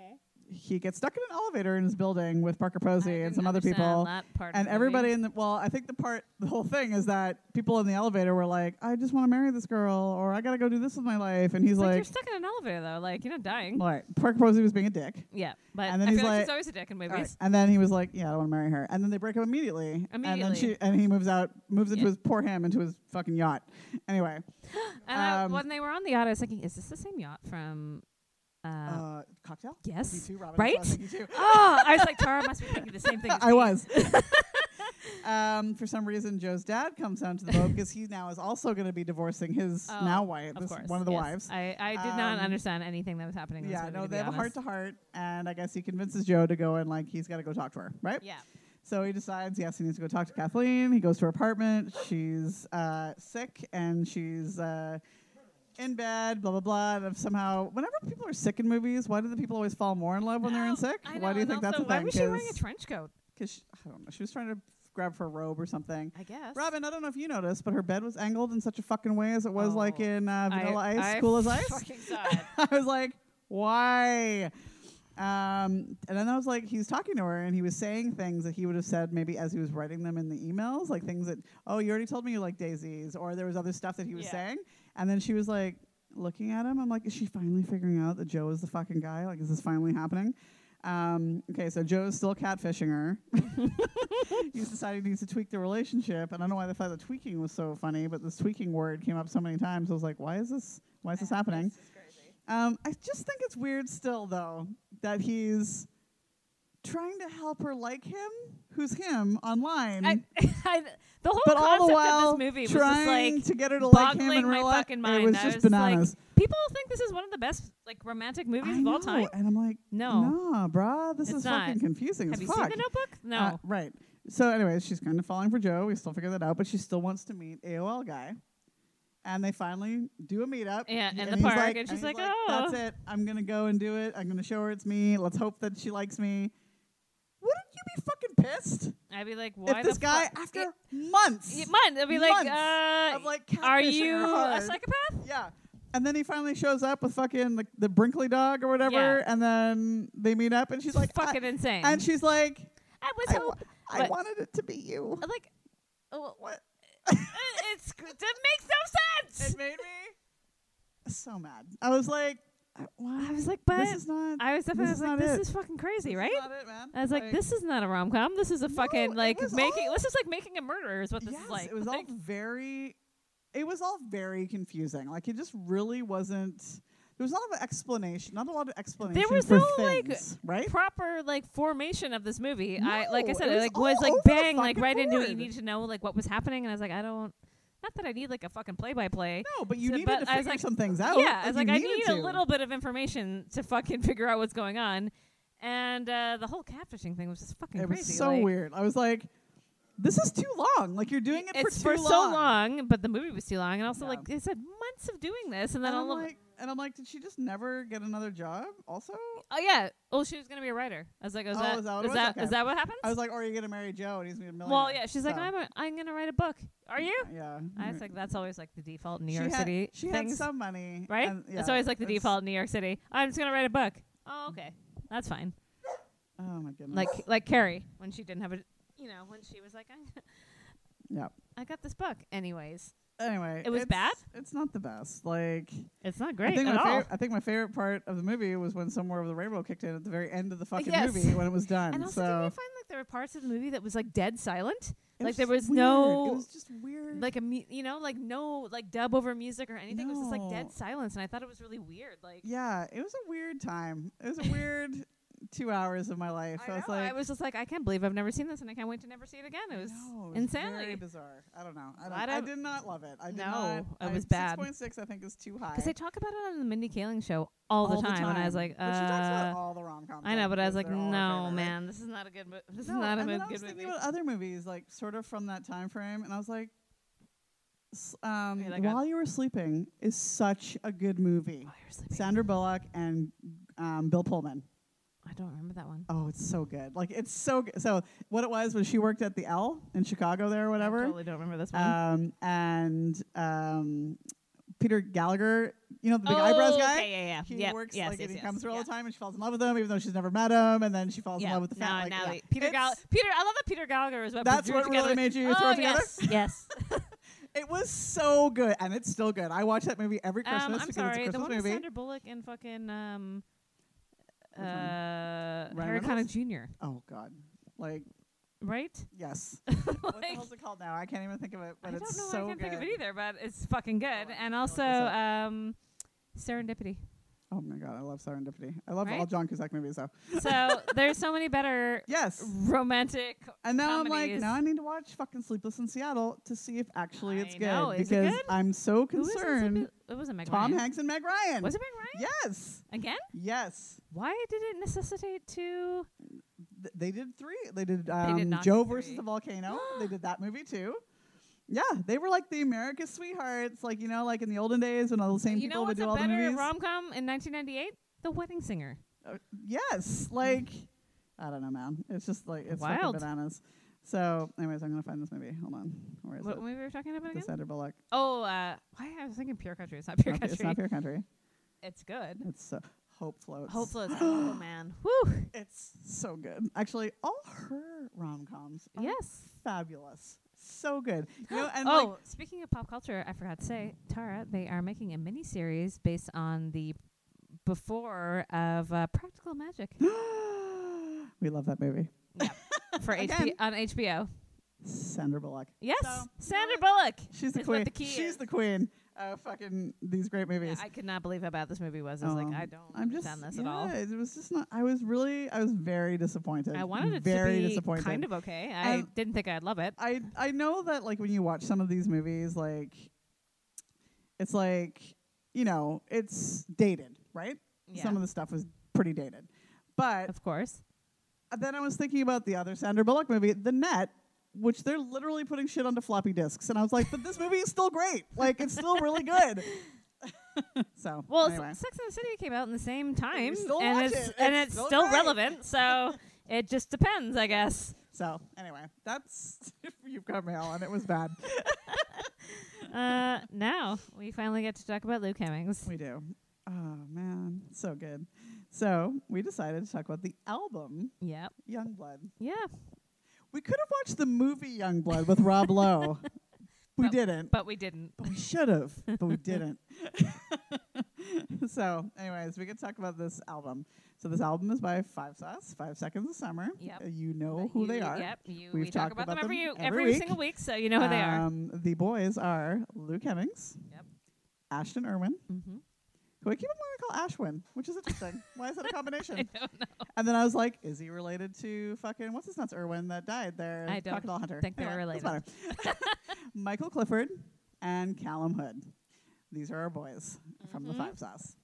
S1: He gets stuck in an elevator in his building with Parker Posey and some other people. And everybody in the well, I think the part, the whole thing is that people in the elevator were like, "I just want to marry this girl," or "I got to go do this with my life," and he's
S2: It's like, you're
S1: like,
S2: stuck in an elevator though, like you're not dying.
S1: "Like Parker Posey was being a dick,"
S2: yeah, but
S1: and then
S2: I
S1: he's
S2: feel like,
S1: like-
S2: he's always a dick in movies.
S1: Alright, and then he was like, "Yeah, I don't want to marry her," and then they break up immediately. and then
S2: Immediately.
S1: she and he moves out, moves into
S2: Yeah.
S1: his poor him into his fucking yacht. Anyway,
S2: And I,
S1: Um,
S2: when they were on the yacht, I was thinking, is this the same yacht from? Uh,
S1: uh, cocktail. You
S2: yes.
S1: too, Robin.
S2: Right?
S1: That's what I was
S2: <laughs>
S1: thinking too.
S2: oh, I was like, Tara must be thinking the same thing. as
S1: <laughs> I
S2: me.
S1: was.
S2: <laughs>
S1: <laughs> um, for some reason, Joe's dad comes down to the boat because he now is also going to be divorcing his
S2: Oh,
S1: now wife,
S2: Of
S1: this-
S2: course,
S1: one of the
S2: yes.
S1: wives.
S2: I, I did not
S1: Um,
S2: understand anything that was happening. In this
S1: yeah,
S2: movie,
S1: no,
S2: to
S1: they
S2: be
S1: have a heart
S2: honest.
S1: to heart, and I guess he convinces Joe to go and like he's got to go talk to her, right?
S2: Yeah.
S1: So he decides, yes, he needs to go talk to Kathleen. He goes to her apartment. She's uh, sick and she's uh, in bed, blah, blah, blah. And if somehow, whenever people are sick in movies, why do the people always fall more in love when they're in
S2: Oh,
S1: sick?
S2: I
S1: why
S2: know,
S1: do you
S2: and
S1: think that's a
S2: also,
S1: thing?
S2: Why was she wearing a
S1: 'Cause-
S2: trench coat?
S1: Cause she, I don't know. She was trying to grab for a robe or something.
S2: I guess.
S1: Robin, I don't know if you noticed, but her bed was angled in such a fucking way as it was like
S2: Oh,
S1: in uh,
S2: I-
S1: Vanilla Ice,
S2: I
S1: Cool
S2: <laughs>
S1: as Ice. <laughs>
S2: fucking saw it.
S1: I was like, why? Um, and then I was like, he's talking to her, and he was saying things that he would have said maybe as he was writing them in the emails, like things that, oh, you already told me you like daisies, or there was other stuff that he was
S2: Yeah.
S1: saying. And then she was like, looking at him, I'm like, is she finally figuring out that Joe is the fucking guy? Like, is this finally happening? Um, okay, so Joe's still catfishing her. he's decided he needs to tweak the relationship, and I don't know why they thought the tweaking was so funny, but this tweaking word came up so many times. I was like, why is this? Why is this happening? Um, I just think it's weird still, though, that he's trying to help her like him, who's him online,
S2: I, <laughs> I, the whole
S1: but
S2: concept
S1: all the while
S2: of this movie was just
S1: trying
S2: like
S1: to get her to like him
S2: boggling
S1: in
S2: my
S1: real life.
S2: fucking mind.
S1: It was
S2: I
S1: just
S2: was like,
S1: bananas.
S2: people think this is one of the best like romantic movies
S1: I
S2: of
S1: know,
S2: all time.
S1: and I'm like,
S2: No.
S1: nah, bruh, this
S2: It's
S1: is
S2: not.
S1: fucking confusing
S2: Have
S1: as
S2: you
S1: fuck.
S2: seen The Notebook? No.
S1: Uh, right. So, anyways, she's kind of falling for Joe. We still figure that out, but she still wants to meet AOL guy. And they finally do a meetup.
S2: Yeah,
S1: He-
S2: in the
S1: he's
S2: park,
S1: Like,
S2: and she's
S1: he's
S2: like, "Oh."
S1: That's it. I'm going to go and do it. I'm going to show her it's me. Let's hope that she likes me. Wouldn't you be fucking pissed
S2: I'd be like, why
S1: if this
S2: the
S1: guy,
S2: fuck?
S1: after
S2: Yeah,
S1: months
S2: yeah, mine. I'd be like,
S1: months
S2: uh,
S1: of like,
S2: are
S1: catfishing her
S2: you a
S1: hard.
S2: psychopath?
S1: Yeah. And then he finally shows up with fucking the, the Brinkley dog or whatever.
S2: Yeah.
S1: And then they meet up, and she's like, I-
S2: fucking insane.
S1: and she's like,
S2: I was
S1: I, wa-
S2: hope,
S1: I
S2: but-
S1: wanted it to be you.
S2: like, oh,
S1: <laughs> What?
S2: it's it makes no sense.
S1: It made me so mad. I was like, I- why?
S2: I was like, but
S1: this is not.
S2: I was definitely
S1: this is
S2: like,
S1: not
S2: this
S1: it.
S2: is fucking
S1: this
S2: crazy,
S1: is
S2: right?
S1: not it, man.
S2: I was like, this is not a rom com. This is a
S1: No,
S2: fucking
S1: it
S2: like
S1: was
S2: making.
S1: all-
S2: This is like making a murderer. Is what this
S1: yes,
S2: is like.
S1: it was
S2: like
S1: all very. It was all very confusing. Like it just really wasn't. There was not a lot of explanation. Not a lot of explanation.
S2: was
S1: for
S2: no, like,
S1: things, right.
S2: proper like formation of this movie. I like I
S1: No,
S2: said,
S1: it
S2: it
S1: was
S2: like was
S1: all
S2: like
S1: over the
S2: bang, like
S1: fucking
S2: right into it. You
S1: board.
S2: need to know like what was happening, and I was like, I don't. Not that I need like a fucking play by play.
S1: No, but you
S2: So-
S1: needed
S2: but
S1: to
S2: I was
S1: figure
S2: like-
S1: some things out.
S2: Yeah, I was
S1: you
S2: like, I
S1: needed
S2: need a
S1: to.
S2: little bit of information to fucking <laughs> figure out what's going on. And uh, the whole catfishing thing was just fucking
S1: It
S2: crazy.
S1: was so
S2: like,
S1: weird. I was like, this is too long. Like you're doing it
S2: it's
S1: for too
S2: so long, but the movie was too long, and also
S1: Yeah.
S2: like they said months of doing this, and then
S1: And I'm
S2: all of
S1: like, and I'm like, did she just never get another job? Also,
S2: oh yeah, oh she was gonna be a writer. I was like, is
S1: Oh,
S2: that
S1: is that what
S2: is
S1: it was?
S2: that
S1: Okay.
S2: is that what happens?
S1: I was like, or are you gonna marry Joe and he's gonna be a millionaire?
S2: well yeah, she's like
S1: So,
S2: I'm a, I'm gonna write a book. Are you?
S1: yeah. Mm-hmm.
S2: I was like that's always like the default in New
S1: she
S2: York
S1: had,
S2: City
S1: She
S2: things,
S1: had some money,
S2: right?
S1: and-
S2: That's
S1: yeah,
S2: always like the
S1: it's-
S2: default in New York City. I'm just gonna write a book. Oh okay, that's fine.
S1: Oh my goodness. <laughs>
S2: Like like Carrie when she didn't have a you know when she was like I
S1: yeah.
S2: I got this book anyways.
S1: Anyway,
S2: It was
S1: it's-
S2: bad?
S1: It's not the best. Like
S2: It's not
S1: I
S2: great
S1: think
S2: at
S1: my
S2: all.
S1: favorite. I think my favorite part of the movie was when Somewhere Over the Rainbow kicked in at the very end of the fucking
S2: Yes.
S1: movie when it was done.
S2: and also,
S1: so
S2: did you find like there were parts of the movie that was like dead silent?
S1: it
S2: like, there
S1: just
S2: was
S1: weird.
S2: no-
S1: It was just weird.
S2: like a mu- you know like no like dub over music or anything it was just like
S1: No.
S2: dead silence and i thought it was really weird like <laughs>
S1: yeah, it was a weird time. It was a weird two hours of my life.
S2: I,
S1: I, was
S2: know,
S1: like,
S2: I was just like, I can't believe I've never seen this, and I can't wait to never see it again. It was
S1: no, it
S2: insanity.
S1: very bizarre. I don't know. I,
S2: Lot
S1: don't, I
S2: of-
S1: did not love it. I did
S2: No,
S1: not.
S2: it
S1: I-
S2: was bad.
S1: 6.6 I think is too high.
S2: Because they talk about it on the Mindy Kaling show all, the, time, and I was like,
S1: But she talks about
S2: uh,
S1: all the rom coms.
S2: I know, but I was like, no, man, this is not a good. Mo- this
S1: no,
S2: is not a
S1: and
S2: mo-
S1: then I was
S2: good
S1: thinking
S2: movie.
S1: about other movies, like sort of from that time frame, and I was like, s- um,
S2: Okay, like a-
S1: While You Were Sleeping is such a good movie.
S2: Oh, you're sleeping.
S1: Sandra Bullock and um, Bill Pullman.
S2: I don't remember that one.
S1: Oh, it's so good. Like it's so good. So what it was was she worked at the L in Chicago there or
S2: I
S1: whatever,
S2: totally don't remember this one.
S1: um, and um, Peter Gallagher, you know the big eyebrows guy.
S2: Oh, Okay, yeah, yeah.
S1: He
S2: Yep,
S1: works
S2: yes,
S1: like
S2: yes,
S1: and he
S2: yes,
S1: comes through all
S2: yeah.
S1: the time, and she falls in love with him, even though she's never met him. And then she falls in
S2: Yeah.
S1: love with the
S2: no,
S1: family.
S2: now
S1: like, yeah.
S2: it- Peter Gal-
S1: It's-
S2: Peter, I love that Peter Gallagher is what
S1: That's
S2: drew
S1: what
S2: together.
S1: really made you
S2: oh,
S1: throw it together.
S2: yes,
S1: <laughs>
S2: yes.
S1: It was so good, and it's still good. I watch that movie every Christmas
S2: um, I'm
S1: because
S2: sorry,
S1: it's a
S2: the one
S1: Christmas
S2: with
S1: movie.
S2: Sandra Bullock and fucking um, uh,
S1: one?
S2: Harry Connick
S1: Reynolds?
S2: Jr.
S1: Oh God, like
S2: Right? <laughs>
S1: yes. what the
S2: Like,
S1: hell's it called now? I can't even think of it, but
S2: I don't know.
S1: it's
S2: why
S1: so
S2: I can't
S1: good.
S2: think of it either, but it's fucking good.
S1: I'll-
S2: And
S1: I'll look this
S2: also,
S1: up.
S2: um, <laughs> Serendipity.
S1: Oh my god, I love Serendipity. I love all
S2: Right?
S1: John Cusack movies though.
S2: So there's so many better
S1: Yes.
S2: romantic.
S1: And now I'm like,
S2: comedies.
S1: now I need to watch fucking Sleepless in Seattle to see if actually it's
S2: I
S1: good
S2: know, is it
S1: because
S2: good?
S1: I'm so
S2: Who was this?
S1: concerned.
S2: It wasn't Meg
S1: Tom
S2: Ryan.
S1: Hanks and Meg Ryan.
S2: Was it Meg Ryan?
S1: Yes.
S2: Again?
S1: Yes.
S2: Why did it necessitate two?
S1: Th- they did three. They did, um,
S2: not
S1: Joe
S2: do
S1: versus
S2: three.
S1: the
S2: <gasps>
S1: volcano. they did that movie too. Yeah, they were like the America's sweethearts, like you know, like in the olden days when all the same
S2: you know
S1: people would
S2: what's
S1: do
S2: a
S1: all the
S2: better
S1: movies.
S2: rom com in 1998? The Wedding Singer.
S1: Uh, yes, like I don't know, man. It's just like it's fucking
S2: Wild.
S1: bananas. So, anyways, I'm gonna find this movie. Hold on, where is
S2: What
S1: it?
S2: movie were we talking about
S1: The
S2: again?
S1: Sandra Bullock.
S2: Oh, uh, why I was thinking Pure Country. It's not Pure
S1: Not-
S2: Country.
S1: It's not your country.
S2: It's good.
S1: It's so Hope Floats.
S2: Hopefully, it's oh man, woo.
S1: It's so good. Actually, all her rom coms are
S2: Yes.
S1: fabulous. So good. You know, and
S2: oh,
S1: like
S2: speaking of pop culture, I forgot to say, Tara, they are making a mini series based on the before of uh, Practical <laughs> Magic
S1: <gasps> we love that movie.
S2: for
S1: Again.
S2: HBO on HBO.
S1: Sandra Bullock.
S2: Yes,
S1: So,
S2: Sandra Bullock.
S1: She's the
S2: Is what
S1: queen.
S2: the key
S1: She's
S2: is.
S1: the queen of fucking these great
S2: Yeah,
S1: movies.
S2: I could not believe how bad this movie was. I was
S1: Um,
S2: like, I don't
S1: I'm just
S2: understand this
S1: yeah,
S2: at all.
S1: It was just not I was really I was very disappointed.
S2: I wanted it
S1: very
S2: to be
S1: disappointed.
S2: kind of okay. I
S1: Um,
S2: didn't think I'd love it.
S1: I I know that like when you watch some of these movies, like it's like you know it's dated, right?
S2: Yeah,
S1: Some of the stuff was pretty dated, but uh,
S2: of course.
S1: then I was thinking about the other Sandra Bullock movie, The Net, which they're literally putting shit onto floppy disks, and I was like, but this movie is still great. Like it's still really good. <laughs> so
S2: Well,
S1: anyway.
S2: S- Sex and the City came out in the same time,
S1: still
S2: and
S1: watch
S2: it's,
S1: it.
S2: and
S1: It's
S2: it's
S1: still
S2: still,
S1: great. <laughs>
S2: relevant. So it just depends, I guess.
S1: so anyway, that's <laughs> you've got mail, and it was bad.
S2: Uh, now we finally get to talk about Luke Hemmings.
S1: We do. Oh man, so good. So we decided to talk about the album
S2: Yep.
S1: Youngblood.
S2: Yeah.
S1: We could have watched the movie Youngblood with Rob
S2: <laughs>
S1: Lowe. We
S2: But-
S1: didn't.
S2: But we didn't.
S1: But we should have, but we didn't. <laughs> so, anyways, we could talk about this album. So, this album is by Five Sauce, Five Seconds of Summer.
S2: Yep.
S1: Uh, You know
S2: But
S1: who
S2: you-
S1: they are.
S2: Yep. You,
S1: We've
S2: we talk
S1: talked
S2: about,
S1: about
S2: them every,
S1: them
S2: every,
S1: every week.
S2: single week, so you know who they are.
S1: Um, the boys are Luke Hemmings,
S2: Yep.
S1: Ashton Irwin,
S2: Mm-hmm.
S1: who I keep on wanting to call Ashwin, which is interesting. Why is that a combination?
S2: <laughs> I don't know.
S1: And then I was like, is he related to fucking what's his nuts Irwin that died there?
S2: I don't
S1: Crocodile Hunter.
S2: think they're
S1: Anyway, doesn't matter. <laughs> Michael Clifford and Callum Hood. These are our boys from the
S2: Mhm.
S1: Five Sauce.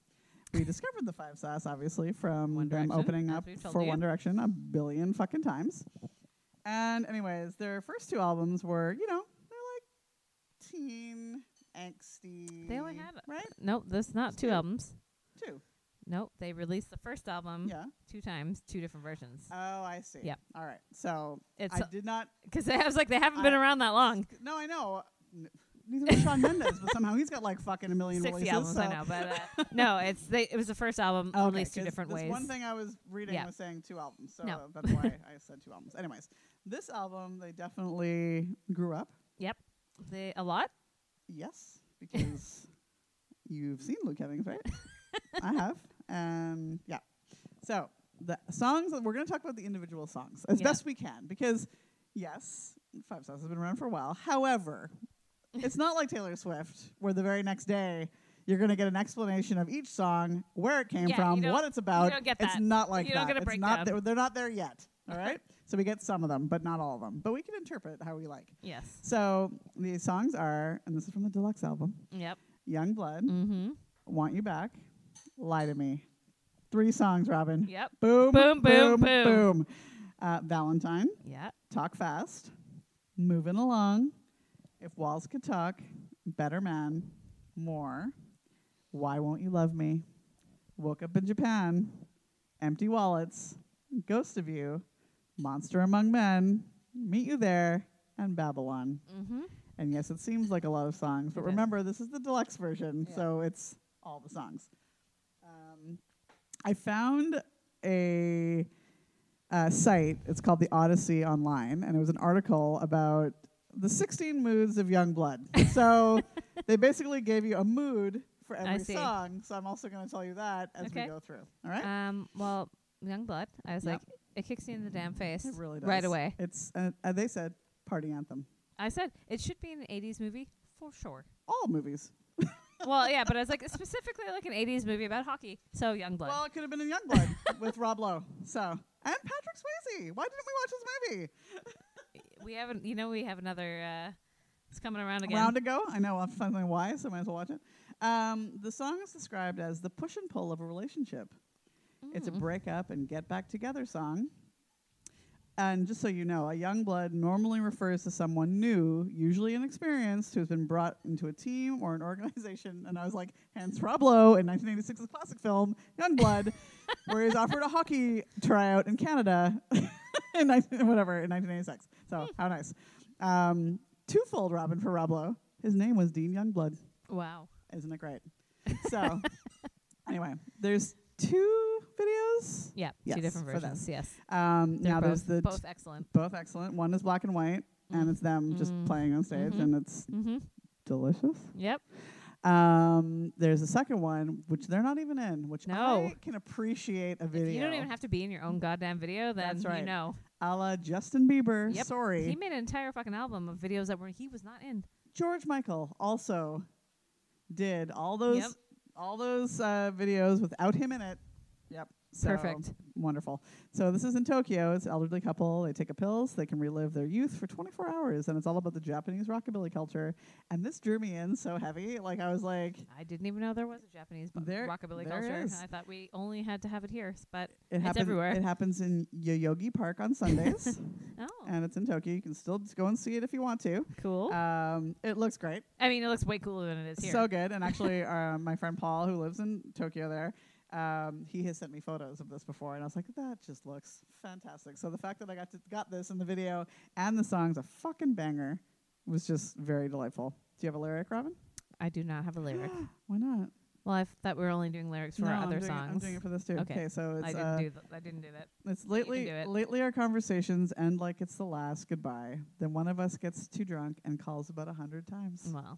S1: We discovered the Five Sauce obviously from
S2: One
S1: them
S2: Direction,
S1: opening
S2: as
S1: up
S2: we told
S1: for
S2: you.
S1: One Direction a billion fucking times. And anyways, their first two albums were, you know, they're like teen angsty.
S2: They only had-
S1: right
S2: Nope, that's not two
S1: two.
S2: albums.
S1: two.
S2: Nope, they released the first album
S1: Yeah.
S2: two times, two different versions.
S1: Oh, I see.
S2: Yep.
S1: All right. So
S2: It's
S1: I did not
S2: because I was like, they haven't been
S1: I-
S2: around that long.
S1: No, I know. N- Neither does Sean Mendes, but somehow he's got like fucking a
S2: <laughs>
S1: million
S2: 60
S1: releases.
S2: albums,
S1: so.
S2: I know,
S1: <laughs>
S2: but uh, no, it's they, it was the first album
S1: Okay,
S2: released two
S1: 'cause
S2: different
S1: this
S2: ways.
S1: One thing I was reading
S2: Yeah.
S1: was saying two albums, so
S2: No.
S1: that's why I said two albums. Anyways, this album they definitely grew up.
S2: They, a lot.
S1: Yes,
S2: <laughs>
S1: because you've seen Luke Hemmings, right? I have, and yeah. So the songs that we're going to talk about the individual songs as
S2: Yeah.
S1: best we can, because yes, Five Sauce has been around for a while. However, it's not like Taylor Swift, where the very next day You're going to get an explanation of each song, where it came
S2: Yeah,
S1: from,
S2: you don't-
S1: what it's about.
S2: you don't get
S1: it's
S2: that.
S1: not like
S2: You
S1: that.
S2: don't get a
S1: it's
S2: breakdown.
S1: not there, they're not there yet. All
S2: <laughs>
S1: right? so we get some of them, but not all of them. But we can interpret how we like.
S2: Yes.
S1: So these songs are, and this is from the deluxe album,
S2: Yep.
S1: Young Blood,
S2: Mm-hmm.
S1: Want You Back, Lie to Me. Three songs, Robin.
S2: Yep.
S1: Boom,
S2: Boom, boom, boom.
S1: boom. Uh, Valentine,
S2: Yep.
S1: Talk Fast, Moving Along, If Walls Could Talk, Better Man, More, Why Won't You Love Me, Woke Up in Japan, Empty Wallets, Ghost of You, Monster Among Men, Meet You There, and Babylon.
S2: Mm-hmm.
S1: And yes, it seems like a lot of songs, but
S2: It does.
S1: remember, this is the deluxe version,
S2: Yeah.
S1: so it's all the songs. Um, I found a, uh site. It's called the Odyssey Online, and it was an article about the 16 moods of young blood.
S2: <laughs>
S1: so they basically gave you a mood for
S2: I
S1: every
S2: see.
S1: song. So I'm also going to tell you that as we
S2: Okay.
S1: go through. All right.
S2: Um. Well, young blood. I was
S1: Yep.
S2: like, it kicks you in the damn face.
S1: it really does.
S2: Right away.
S1: It's uh, uh, they said party anthem.
S2: I said it should be an '80s movie
S1: <laughs>
S2: for sure.
S1: All movies.
S2: well, yeah, but I was like specifically like an '80s movie about hockey. So young blood.
S1: Well, it could have been in Youngblood with Rob Lowe. So and Patrick Swayze. Why didn't we watch this movie?
S2: we haven't. You know, we have another. Uh, it's coming around
S1: A
S2: again.
S1: round ago, I know. I'm finding why, so I might as well watch it. Um, the song is described as the push and pull of a relationship. It's a
S2: Mm.
S1: break up and get back together song. And just so you know, a young blood normally refers to someone new, usually inexperienced, who's been brought into a team or an <laughs> organization. And I was like, hence Rob Lowe in 1986's classic film, Young
S2: <laughs>
S1: Blood, where he's offered a hockey tryout in Canada <laughs> in 19, whatever, in 1986.
S2: Hmm.
S1: So, how nice. Um, twofold Robin for Rob Lowe. His name was Dean Youngblood.
S2: Wow.
S1: Isn't it great?
S2: <laughs>
S1: So, anyway, there's two videos.
S2: Yeah.
S1: Yes,
S2: two different
S1: for this.
S2: versions. Yes.
S1: Um,
S2: They're
S1: now
S2: both,
S1: there's the t-
S2: both excellent.
S1: both excellent. One is black and white, and it's them just
S2: Mm.
S1: playing on stage,
S2: Mhm.
S1: and it's
S2: Mm-hmm.
S1: delicious.
S2: Yep.
S1: Um, there's a second one which they're not even in, which
S2: No.
S1: I can appreciate a
S2: If
S1: video.
S2: you don't even have to be in your own goddamn video. Then
S1: That's right.
S2: you know.
S1: a la Justin Bieber.
S2: Yep.
S1: Sorry,
S2: He made an entire fucking album of videos that were he was not in.
S1: George Michael also did all those
S2: Yep.
S1: all those uh, videos without him in it. Yep. So,
S2: Perfect.
S1: Wonderful. So this is in Tokyo. It's an elderly couple. They take a pills. They can relive their youth for 24 hours, and it's all about the Japanese rockabilly culture. And this drew me in so heavy. Like I was like,
S2: I didn't even know there was a Japanese bu-
S1: There-
S2: rockabilly
S1: there
S2: culture.
S1: is.
S2: I thought we only had to have it here, but
S1: it
S2: It's
S1: happens
S2: everywhere.
S1: It happens in Yoyogi Park on Sundays,
S2: <laughs> oh,
S1: and it's in Tokyo. You can still just go and see it if you want to.
S2: cool.
S1: Um, it looks great.
S2: I mean, it looks way cooler than it is here.
S1: So good. And <laughs> actually, uh, my friend Paul, who lives in Tokyo there, um, he has sent me photos of this before, and I was like, that just looks fantastic. So the fact that I got to, got this in the video and the song's a fucking banger was just very delightful. Do you have a lyric, Robin?
S2: I do not have
S1: <gasps>
S2: a lyric.
S1: Why not?
S2: well, I thought we were only doing lyrics for
S1: no,
S2: our
S1: I'm
S2: other
S1: doing it-
S2: songs.
S1: I'm doing it for this too.
S2: Okay.
S1: so
S2: I
S1: it's
S2: didn't
S1: uh,
S2: do th- I didn't do that.
S1: It's lately,
S2: do it.
S1: lately our conversations end like it's the last goodbye. Then one of us gets too drunk and calls about a hundred times.
S2: Well,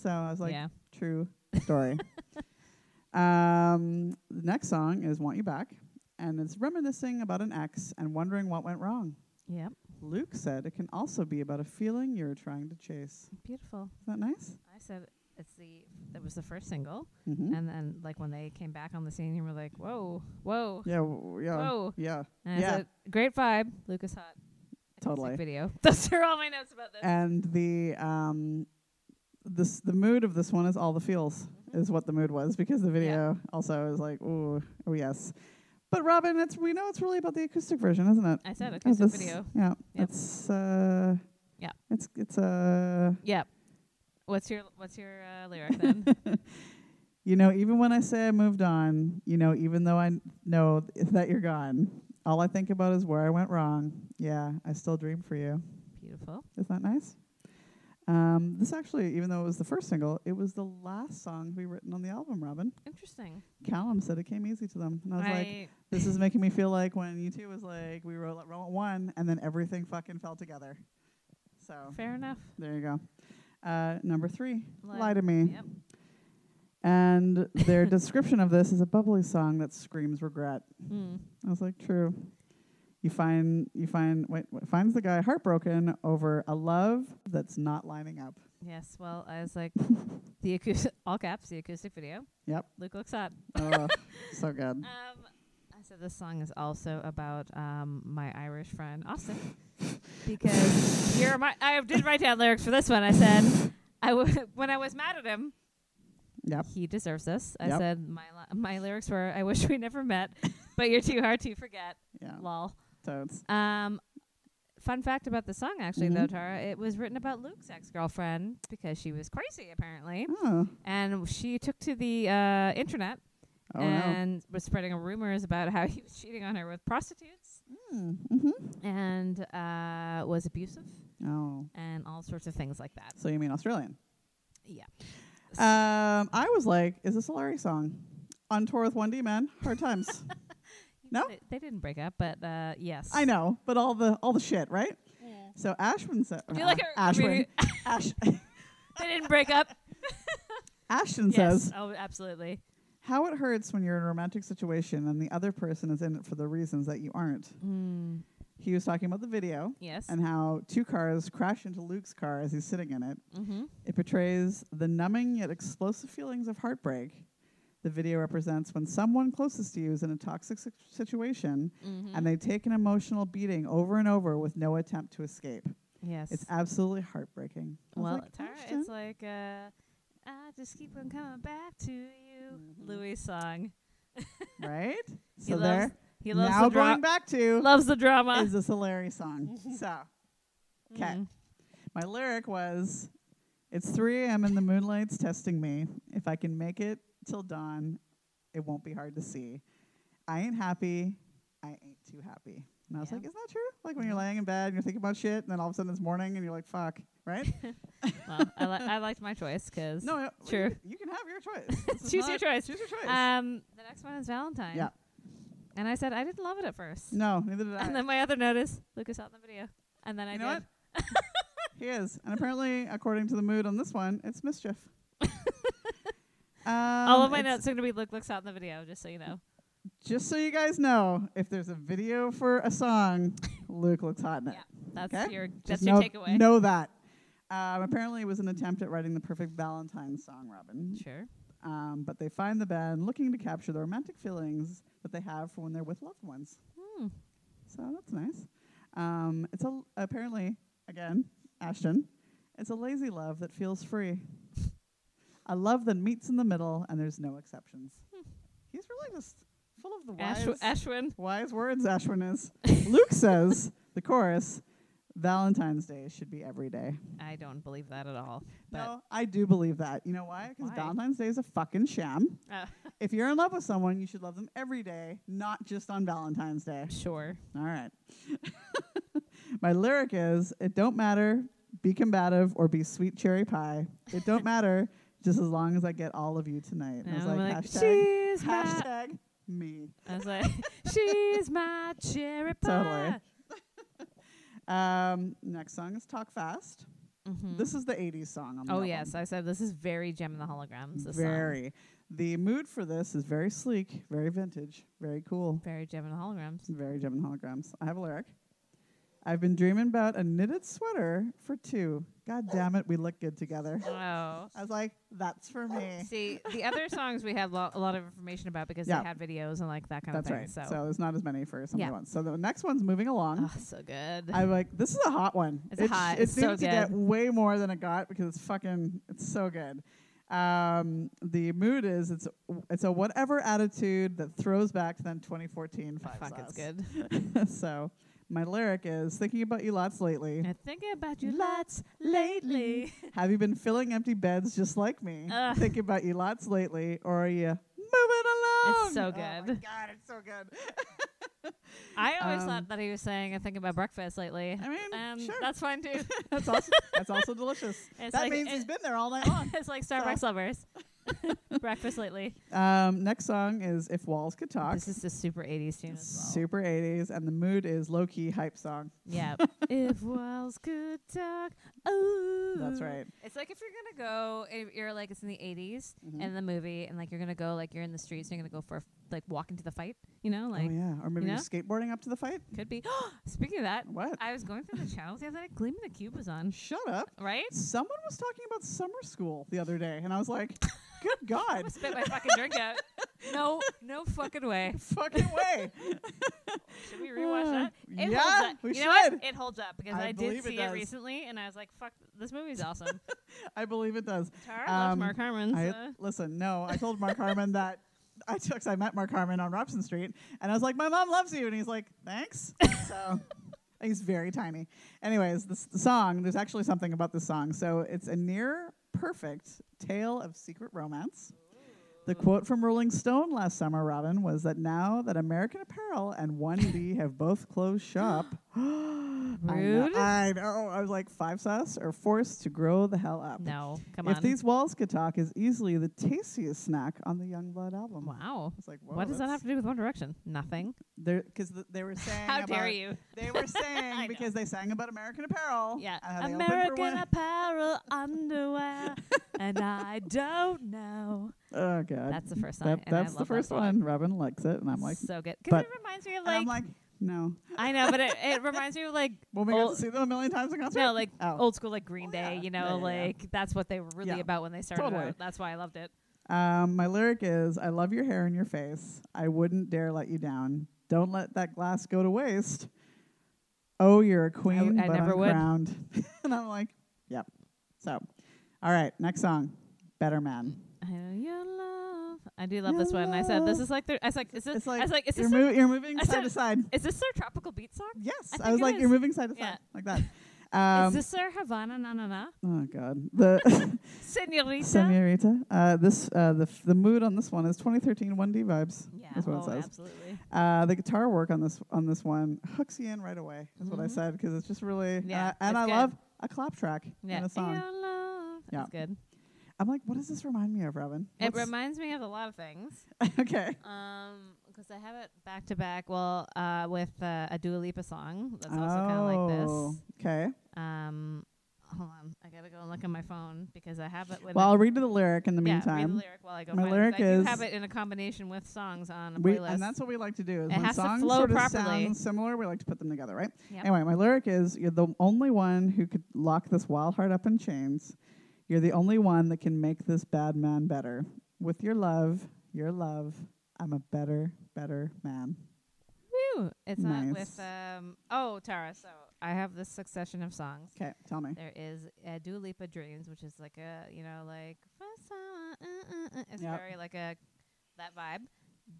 S1: So I was like,
S2: yeah.
S1: True story. <laughs> um, the next song is Want You Back, and it's reminiscing about an ex and wondering what went wrong.
S2: Yep.
S1: Luke said it can also be about a feeling you're trying to chase.
S2: Beautiful.
S1: Is that nice?
S2: I said it's the that was the first single,
S1: Mm-hmm.
S2: and then like when they came back on the scene, you were like, whoa, whoa,
S1: Yeah, w- yeah,
S2: whoa.
S1: yeah,
S2: And I
S1: yeah.
S2: said, great vibe, Lucas Hot. acoustic
S1: Totally. Uh,
S2: Video. <laughs> Those are all my notes about this.
S1: And the um, this the mood of this one is all the feels
S2: Mm-hmm.
S1: is what the mood was because the video also is like, ooh, oh yes. But Robin, it's we know it's really about the acoustic version, isn't it?
S2: I said
S1: of
S2: acoustic
S1: Oh, this-
S2: video.
S1: Yeah,
S2: Yep.
S1: it's uh,
S2: Yeah.
S1: it's it's uh,
S2: Yep. What's your What's your uh,
S1: <laughs>
S2: lyric then?
S1: you know, even when I say I moved on, you know, even though I n- know th- that you're gone, all I think about is where I went wrong. Yeah, I still dream for you.
S2: Beautiful.
S1: Isn't that nice? Um, this actually, even though it was the first single, it was the last song to be written on the album. Robin
S2: Interesting.
S1: Callum said it came easy to them, and I was like, "This is making me feel like when you two was like we wrote wrote one, and then everything fucking fell together." So
S2: fair enough.
S1: There you go. Uh, number three,
S2: Lie-
S1: Lie, to Me.
S2: Yep.
S1: And their description of this is a bubbly song that screams regret.
S2: Mm.
S1: I was like, true. You find you find wait, wait finds the guy heartbroken over a love that's not lining up.
S2: Yes. Well, I was <laughs> like the acoustic, all caps, the acoustic video.
S1: Yep.
S2: Luke looks hot.
S1: Oh,
S2: <laughs>
S1: so good.
S2: Um, I said this song is also about um my Irish friend <laughs> Austin because here are my I did write down lyrics for this one. I said I w- when I was mad at him.
S1: Yep.
S2: He deserves this. I
S1: Yep.
S2: said my li- my lyrics were I wish we never met, but you're too hard to forget.
S1: Yeah.
S2: Lol.
S1: Totes.
S2: Um, fun fact about the song, actually, though,
S1: Mhm.
S2: Tara, it was written about Luke's ex girlfriend because she was crazy, apparently.
S1: Oh,
S2: And she took to the uh, internet
S1: oh no.
S2: and was spreading rumors about how <laughs> he was cheating on her with prostitutes
S1: Mm-hmm.
S2: and uh, was abusive
S1: Oh.
S2: and all sorts of things like that.
S1: So you mean Australian?
S2: Yeah.
S1: Um, I was like, is this a Larry song? On tour with 1D Man, hard
S2: <laughs>
S1: times. No?
S2: They, they didn't break up, but uh, yes.
S1: I know, but all the all the shit, right? So Ashwin said,
S2: I feel like I
S1: Ashwin,
S2: really-
S1: <laughs> Ash,
S2: they didn't break up.
S1: <laughs> Ashton
S2: yes.
S1: says,
S2: Oh, absolutely.
S1: "How it hurts when you're in a romantic situation and the other person is in it for the reasons that you aren't."
S2: Mm,
S1: He was talking about the video
S2: yes.
S1: and how two cars crash into Luke's car as he's sitting in it.
S2: mm-hmm.
S1: It portrays the numbing yet explosive feelings of heartbreak. The video represents when someone closest to you is in a toxic si- situation
S2: Mm-hmm.
S1: and they take an emotional beating over and over with no attempt to escape.
S2: yes.
S1: It's absolalutely heartbreaking. I was
S2: Well,
S1: like,
S2: Tara,
S1: "Ashton?"
S2: it's like uh, I just keep on coming back to you,
S1: Mhm.
S2: Louis song.
S1: right?
S2: He
S1: So
S2: loves-
S1: there.
S2: He loves
S1: now
S2: the drama.
S1: going back to
S2: Loves the drama.
S1: is this a Larry
S2: <laughs>
S1: song?
S2: Mm-hmm.
S1: so okay,
S2: Mm.
S1: my lyric was, "It's 3 a.m. and the moonlight's testing me. If I can make it till dawn, it won't be hard to see. I ain't happy. I ain't too happy." And I was
S2: Yeah.
S1: like, "Isn't that true? Like when you're laying in bed and you're thinking about shit, and then all of a sudden it's morning and you're like, fuck, right?
S2: well, I, li- I liked my choice 'cause
S1: no, no you
S2: True.
S1: can- You can have your choice.
S2: <laughs>
S1: This is
S2: Choose your
S1: not-
S2: choice.
S1: Choose your choice.
S2: um, the next one is Valentine.
S1: Yeah.
S2: And I said I didn't love it at first.
S1: no, neither did I.
S2: <laughs> And then my other notice, Lucas out in the video, and then I
S1: you
S2: did.
S1: know what? <laughs> he is, and apparently, according to the mood on this one, it's
S2: <laughs>
S1: mischief. um,
S2: All of my
S1: it's-
S2: notes are gonna be Luke looks out in the video, just so you know.
S1: Just so you guys know, if there's a video for a song, Luke looks hot in it.
S2: Yeah, that's
S1: Okay.
S2: your
S1: Just
S2: that's your
S1: know,
S2: takeaway.
S1: Know that. Um, apparently, it was an attempt at writing the perfect Valentine's song, Robin.
S2: Sure.
S1: Um, but they find the band looking to capture the romantic feelings that they have for when they're with loved ones.
S2: Hmm.
S1: So that's nice. Um, it's a, apparently, again, Ashton, it's a lazy love that feels free. A love that meets in the middle and there's no exceptions. He's really just full of the wise,
S2: Hmm. Ashw- Ashwin.
S1: wise words, Ashwin
S2: <laughs>
S1: is. Luke says, the chorus, Valentine's Day should be every day.
S2: I don't believe that at
S1: <laughs>
S2: all. But
S1: No, I do believe that. You know why? Because
S2: Why?
S1: Valentine's Day is a fucking sham.
S2: Oh.
S1: If you're in love with someone, you should love them every day, not just on Valentine's Day.
S2: sure.
S1: All right. <laughs> My lyric is it don't matter, be combative or be sweet cherry pie. It
S2: <laughs>
S1: don't matter just as long as I get all of you tonight. And I was
S2: I'm
S1: like, hashtag,
S2: she's my
S1: hashtag me.
S2: I was like, <laughs> she's my cherry
S1: <laughs> Totally.
S2: pie.
S1: Um, next song is Talk Fast.
S2: Mhm.
S1: This is the 80s song. On the
S2: oh
S1: album.
S2: yes, I said this is very Gem and the Holograms. This
S1: Very. The mood for this is very sleek, very vintage, very cool.
S2: song. very Gem and the Holograms.
S1: Very Gem and Holograms. I have a lyric. I've been dreaming about a knitted sweater for two. God damn it, we look good together.
S2: Oh.
S1: I was like, that's for me.
S2: <laughs> See, the other songs we had lo- a lot of information about because
S1: Yeah.
S2: they had videos and like that kind
S1: That's
S2: of thing.
S1: right. So.
S2: So,
S1: there's not as many for some of
S2: Yeah.
S1: the ones. So the next one's moving along.
S2: oh, so good.
S1: I'm like, this is a hot one.
S2: It's
S1: it
S2: hot.
S1: It
S2: It's so
S1: needed to get
S2: good.
S1: way more than it got because it's fucking. It's so good. Um, the mood is it's it's a whatever attitude that throws back to then 2014
S2: Oh,
S1: five
S2: Fuck, it's good.
S1: good. <laughs> so my lyric is thinking about you lots
S2: <laughs>
S1: lately.
S2: I'm thinking about you lots
S1: <laughs>
S2: lately.
S1: Have you been filling empty beds just like me?
S2: Ugh.
S1: Thinking about you lots lately, or are you moving along?
S2: It's so
S1: Oh my
S2: good.
S1: God, it's so good.
S2: I always
S1: Um,
S2: thought that he was saying, I think about breakfast lately.
S1: I mean,
S2: Um,
S1: sure.
S2: That's fine too.
S1: <laughs> That's also that's also delicious.
S2: It's
S1: that
S2: like-
S1: means
S2: it-
S1: he's been there all night long. <laughs>
S2: it's like Oh, Starbucks lovers. Breakfast lately.
S1: Um, next song is If Walls Could Talk.
S2: This is a super 80s tune as well.
S1: Super 80s, and the mood is low key hype song.
S2: Yeah.
S1: <laughs>
S2: if walls could talk. Ooh.
S1: That's right.
S2: It's like if you're gonna go, if you're like it's in the 80s
S1: Mhm.
S2: and the movie, and like you're gonna go, like you're in the streets, and you're gonna go for a f- like walk into the fight. You know, like
S1: oh, yeah. Or maybe
S2: you
S1: you are
S2: know?
S1: skateboarding up to the fight?
S2: could be. Speaking of that,
S1: What?
S2: I was going through the channels the other night. Gleaming the Cube was on.
S1: Shut up.
S2: Right?
S1: Someone was talking about summer school the other day, and I was
S2: <laughs>
S1: like, good
S2: I
S1: God.
S2: spit my fucking drink
S1: <laughs>
S2: out. No, no fucking way.
S1: Fucking way.
S2: Should we
S1: <sighs>
S2: rewatch that? It
S1: Yeah,
S2: holds up.
S1: we
S2: you know
S1: should.
S2: what? It holds up because
S1: I
S2: I,
S1: believe
S2: did
S1: it
S2: see it,
S1: does.
S2: recently, and I was like, "Fuck, this
S1: <laughs>
S2: movie's awesome."
S1: I believe it does.
S2: Tara loves
S1: Um,
S2: Mark uh, Harmon.
S1: I, <laughs>
S2: so-
S1: listen, no, I told Mark Harmon that I took, I met Mark Harmon on Robson Street, and I was like, "My mom loves you," and he's like, "Thanks." so and he's very tiny. Anyways, this the song. There's actually something about this song. So it's a near perfect tale of secret romance. The quote from Rolling Stone last summer, Robin, was that now that American Apparel and 1D have both closed shop, <gasps> I, know,
S2: Rude.
S1: I know. I was like, five sus are forced to grow the hell up.
S2: no, come
S1: If
S2: on.
S1: These Walls Could Talk is easily the tastiest snack on the Youngblood album.
S2: wow,
S1: It's like, whoa,
S2: what does that have to do with One Direction? Nothing.
S1: Because th- they were saying
S2: <laughs> How
S1: about,
S2: dare you?
S1: They were
S2: <laughs> I
S1: saying because they sang about American Apparel.
S2: Yeah,
S1: and how they opened for
S2: American
S1: one-
S2: Apparel
S1: <laughs>
S2: underwear, and I don't know.
S1: Oh god,
S2: That's the first song.
S1: That-
S2: and I
S1: that's the
S2: love that
S1: first
S2: song.
S1: one. Robin likes it, and I'm like,
S2: so good because
S1: but-
S2: it reminds me of
S1: and I'm
S2: like,
S1: like, no.
S2: I know, but it,
S1: <laughs>
S2: it reminds me of like
S1: Well, we got to
S2: old-
S1: see them a million times in concert.
S2: No, like
S1: Oh.
S2: old school, like Green
S1: Oh,
S2: Day.
S1: yeah.
S2: You
S1: Yeah,
S2: know,
S1: yeah, yeah.
S2: like that's what they were really
S1: Yeah.
S2: about when they started.
S1: Totally.
S2: out. That's why I loved it.
S1: Um, my lyric is I love your hair and your face. I wouldn't dare let you down. Don't let that glass go to waste. Oh, you're a queen,
S2: I
S1: but
S2: never would.
S1: uncrowned. <laughs> and I'm like, yep. So, all right, next song, Better Man.
S2: I know your love. I do love
S1: Your
S2: this one. I said this
S1: love.
S2: is like their. I was like, is this?
S1: It's
S2: I
S1: like,
S2: was like, is
S1: you're,
S2: this? Their,
S1: mo- you're moving
S2: I
S1: side
S2: said-
S1: to side.
S2: is this their tropical beat song?
S1: Yes,
S2: I
S1: I, was
S2: think it
S1: like, you're
S2: is.
S1: moving side to
S2: Yeah.
S1: side like that. Um,
S2: <laughs> is this their Havana na na na?
S1: oh God, the <laughs>
S2: Senorita.
S1: Senorita. Uh, this uh, the f- the mood on this one is 2013 1D vibes.
S2: yeah.
S1: That's what it
S2: oh,
S1: says.
S2: absolutely.
S1: Uh, the guitar work on this on this one hooks you in right away. Is what I
S2: Mhm.
S1: said because it's just really
S2: Yeah,
S1: uh, and
S2: it's
S1: I
S2: good.
S1: love a clap track
S2: Yeah.
S1: in a song.
S2: Your love.
S1: Yeah.
S2: That's good.
S1: I'm like, what does this remind me of, Robin?
S2: It
S1: What's-
S2: reminds me of a lot of things.
S1: <laughs> okay.
S2: Um, because I have it back to back. Well, uh, with uh, a Dua Lipa song that's also kind of like
S1: Oh.
S2: this.
S1: Okay.
S2: Um, hold on, I gotta go and look at my phone because I have it with.
S1: Well,
S2: a-
S1: I'll read the lyric in the
S2: yeah, read the
S1: meantime.
S2: lyric while I go.
S1: my
S2: find it, 'cause
S1: lyric
S2: I do
S1: is-
S2: have it in a combination with songs on a
S1: We,
S2: playlist.
S1: and that's what we like to do is
S2: It
S1: when
S2: has to
S1: songs
S2: flow
S1: sort of
S2: properly.
S1: sound similar, we like to put them together, right?
S2: Yep.
S1: Anyway, my lyric is you're the only one who could lock this wild heart up in chains. You're the only one that can make this bad man better. With your love, your love, I'm a better, better man.
S2: Woo! It's not
S1: Nice.
S2: with. Um, oh, Tara. So I have this succession of songs.
S1: Okay, tell me.
S2: There is uh, Dua Lipa Dreams, which is like a you know like first time, uh, uh, uh, it's
S1: Yep.
S2: very like a that vibe.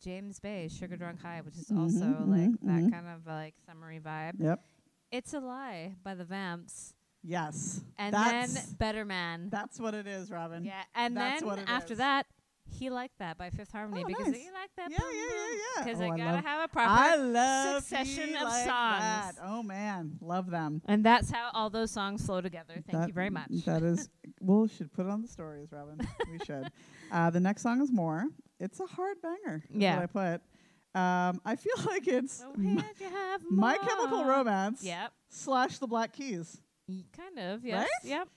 S2: James Bay Sugar Drunk High, which is
S1: Mhm,
S2: also
S1: mhm,
S2: like
S1: mhm.
S2: that kind of like summery vibe.
S1: Yep.
S2: It's a Lie by the Vamps,
S1: Yes.
S2: and then
S1: That's-
S2: Better Man.
S1: That's what it is, Robin.
S2: Yeah, and
S1: That's
S2: then
S1: what it
S2: after
S1: is.
S2: that, he liked that by Fifth Harmony
S1: Oh,
S2: because
S1: nice.
S2: he liked that.
S1: Yeah, yeah, yeah, yeah.
S2: Because
S1: Oh,
S2: I
S1: I
S2: gotta
S1: love-
S2: have a
S1: I
S2: proper.
S1: love
S2: succession
S1: you
S2: of
S1: like
S2: songs.
S1: that. Oh man, love them.
S2: And that's how all those songs flow together. Thank
S1: That-
S2: you very much.
S1: That is, we should put it on the stories, Robin. we
S2: <laughs>
S1: should. Uh, the next song is more. It's a hard banger. is
S2: Yeah.
S1: what I put. Um, I feel <laughs> like it's
S2: So
S1: m-
S2: where'd you have
S1: My
S2: more?
S1: Chemical Romance
S2: Yep.
S1: slash The Black Keys,
S2: Y- Kind of. Yes.
S1: Right? <laughs>
S2: Yep.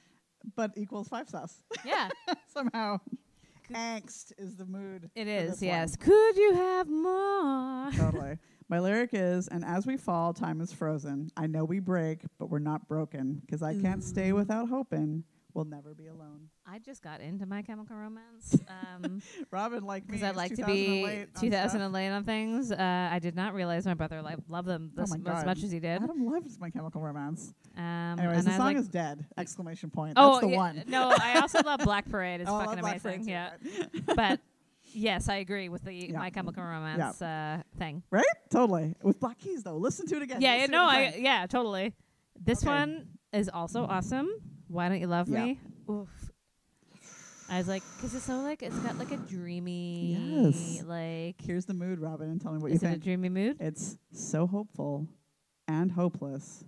S1: but equals five sauce <laughs>
S2: Yeah.
S1: somehow. Angst is the mood.
S2: It
S1: for
S2: is.
S1: this one.
S2: Yes. Could you have more? <laughs>
S1: totally. My lyric is, and as we fall, time is frozen. I know we break, but we're not broken, 'cause I can't stay without hoping we'll never be alone.
S2: I just got into My
S1: <laughs>
S2: Chemical Romance. Um.
S1: Robin, like me,
S2: because I
S1: is
S2: like to
S1: 2000 and
S2: be
S1: late on
S2: 2000
S1: stuff.
S2: and late on things. Uh, I did not realize my brother li- loved them
S1: Oh
S2: this,
S1: my
S2: as
S1: God.
S2: much as he did. Um,
S1: Adam loves My Chemical Romance. Anyways,
S2: and
S1: the
S2: I
S1: song
S2: like,
S1: is dead! Exclamation point. <laughs>
S2: oh,
S1: That's the
S2: yeah,
S1: one.
S2: no, I also love Black Parade.
S1: <laughs>
S2: It's
S1: Oh, I
S2: fucking
S1: love Black Parade
S2: amazing.
S1: too, <laughs>
S2: yeah,
S1: right?
S2: but yes, I agree with the
S1: Yeah.
S2: My Chemical Romance uh, thing.
S1: Right? Totally. With Black Keys though. Listen to it again.
S2: Yeah, yeah,
S1: Listen to
S2: no,
S1: it
S2: I
S1: again.
S2: yeah, totally. This
S1: Okay.
S2: one is also awesome. Why don't you love
S1: Yeah.
S2: me? Oof. I was like, because it's so like it's got like a dreamy,
S1: Yes.
S2: like
S1: Here's the mood, Robin, and tell me what
S2: is
S1: you
S2: it a
S1: think.
S2: dreamy mood?
S1: It's so hopeful and hopeless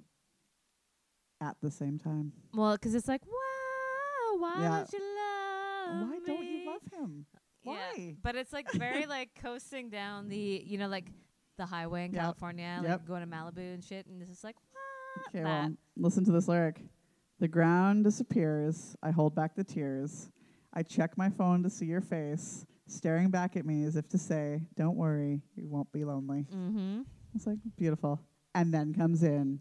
S1: at the same time.
S2: Well, 'cause it's like, wow, why
S1: Yeah.
S2: don't you love
S1: Why don't
S2: me."
S1: you love him?
S2: Yeah,
S1: Why?
S2: But it's like <laughs> very like coasting down the you know like the highway in
S1: Yep.
S2: California, like
S1: Yep.
S2: going to Malibu and shit, and it's just like "What
S1: Okay,
S2: that?"
S1: well, listen to this lyric. The ground disappears. I hold back the tears. I check my phone to see your face, staring back at me as if to say, Don't worry, you won't be lonely.
S2: Mm-hmm.
S1: It's like, beautiful. And then comes in,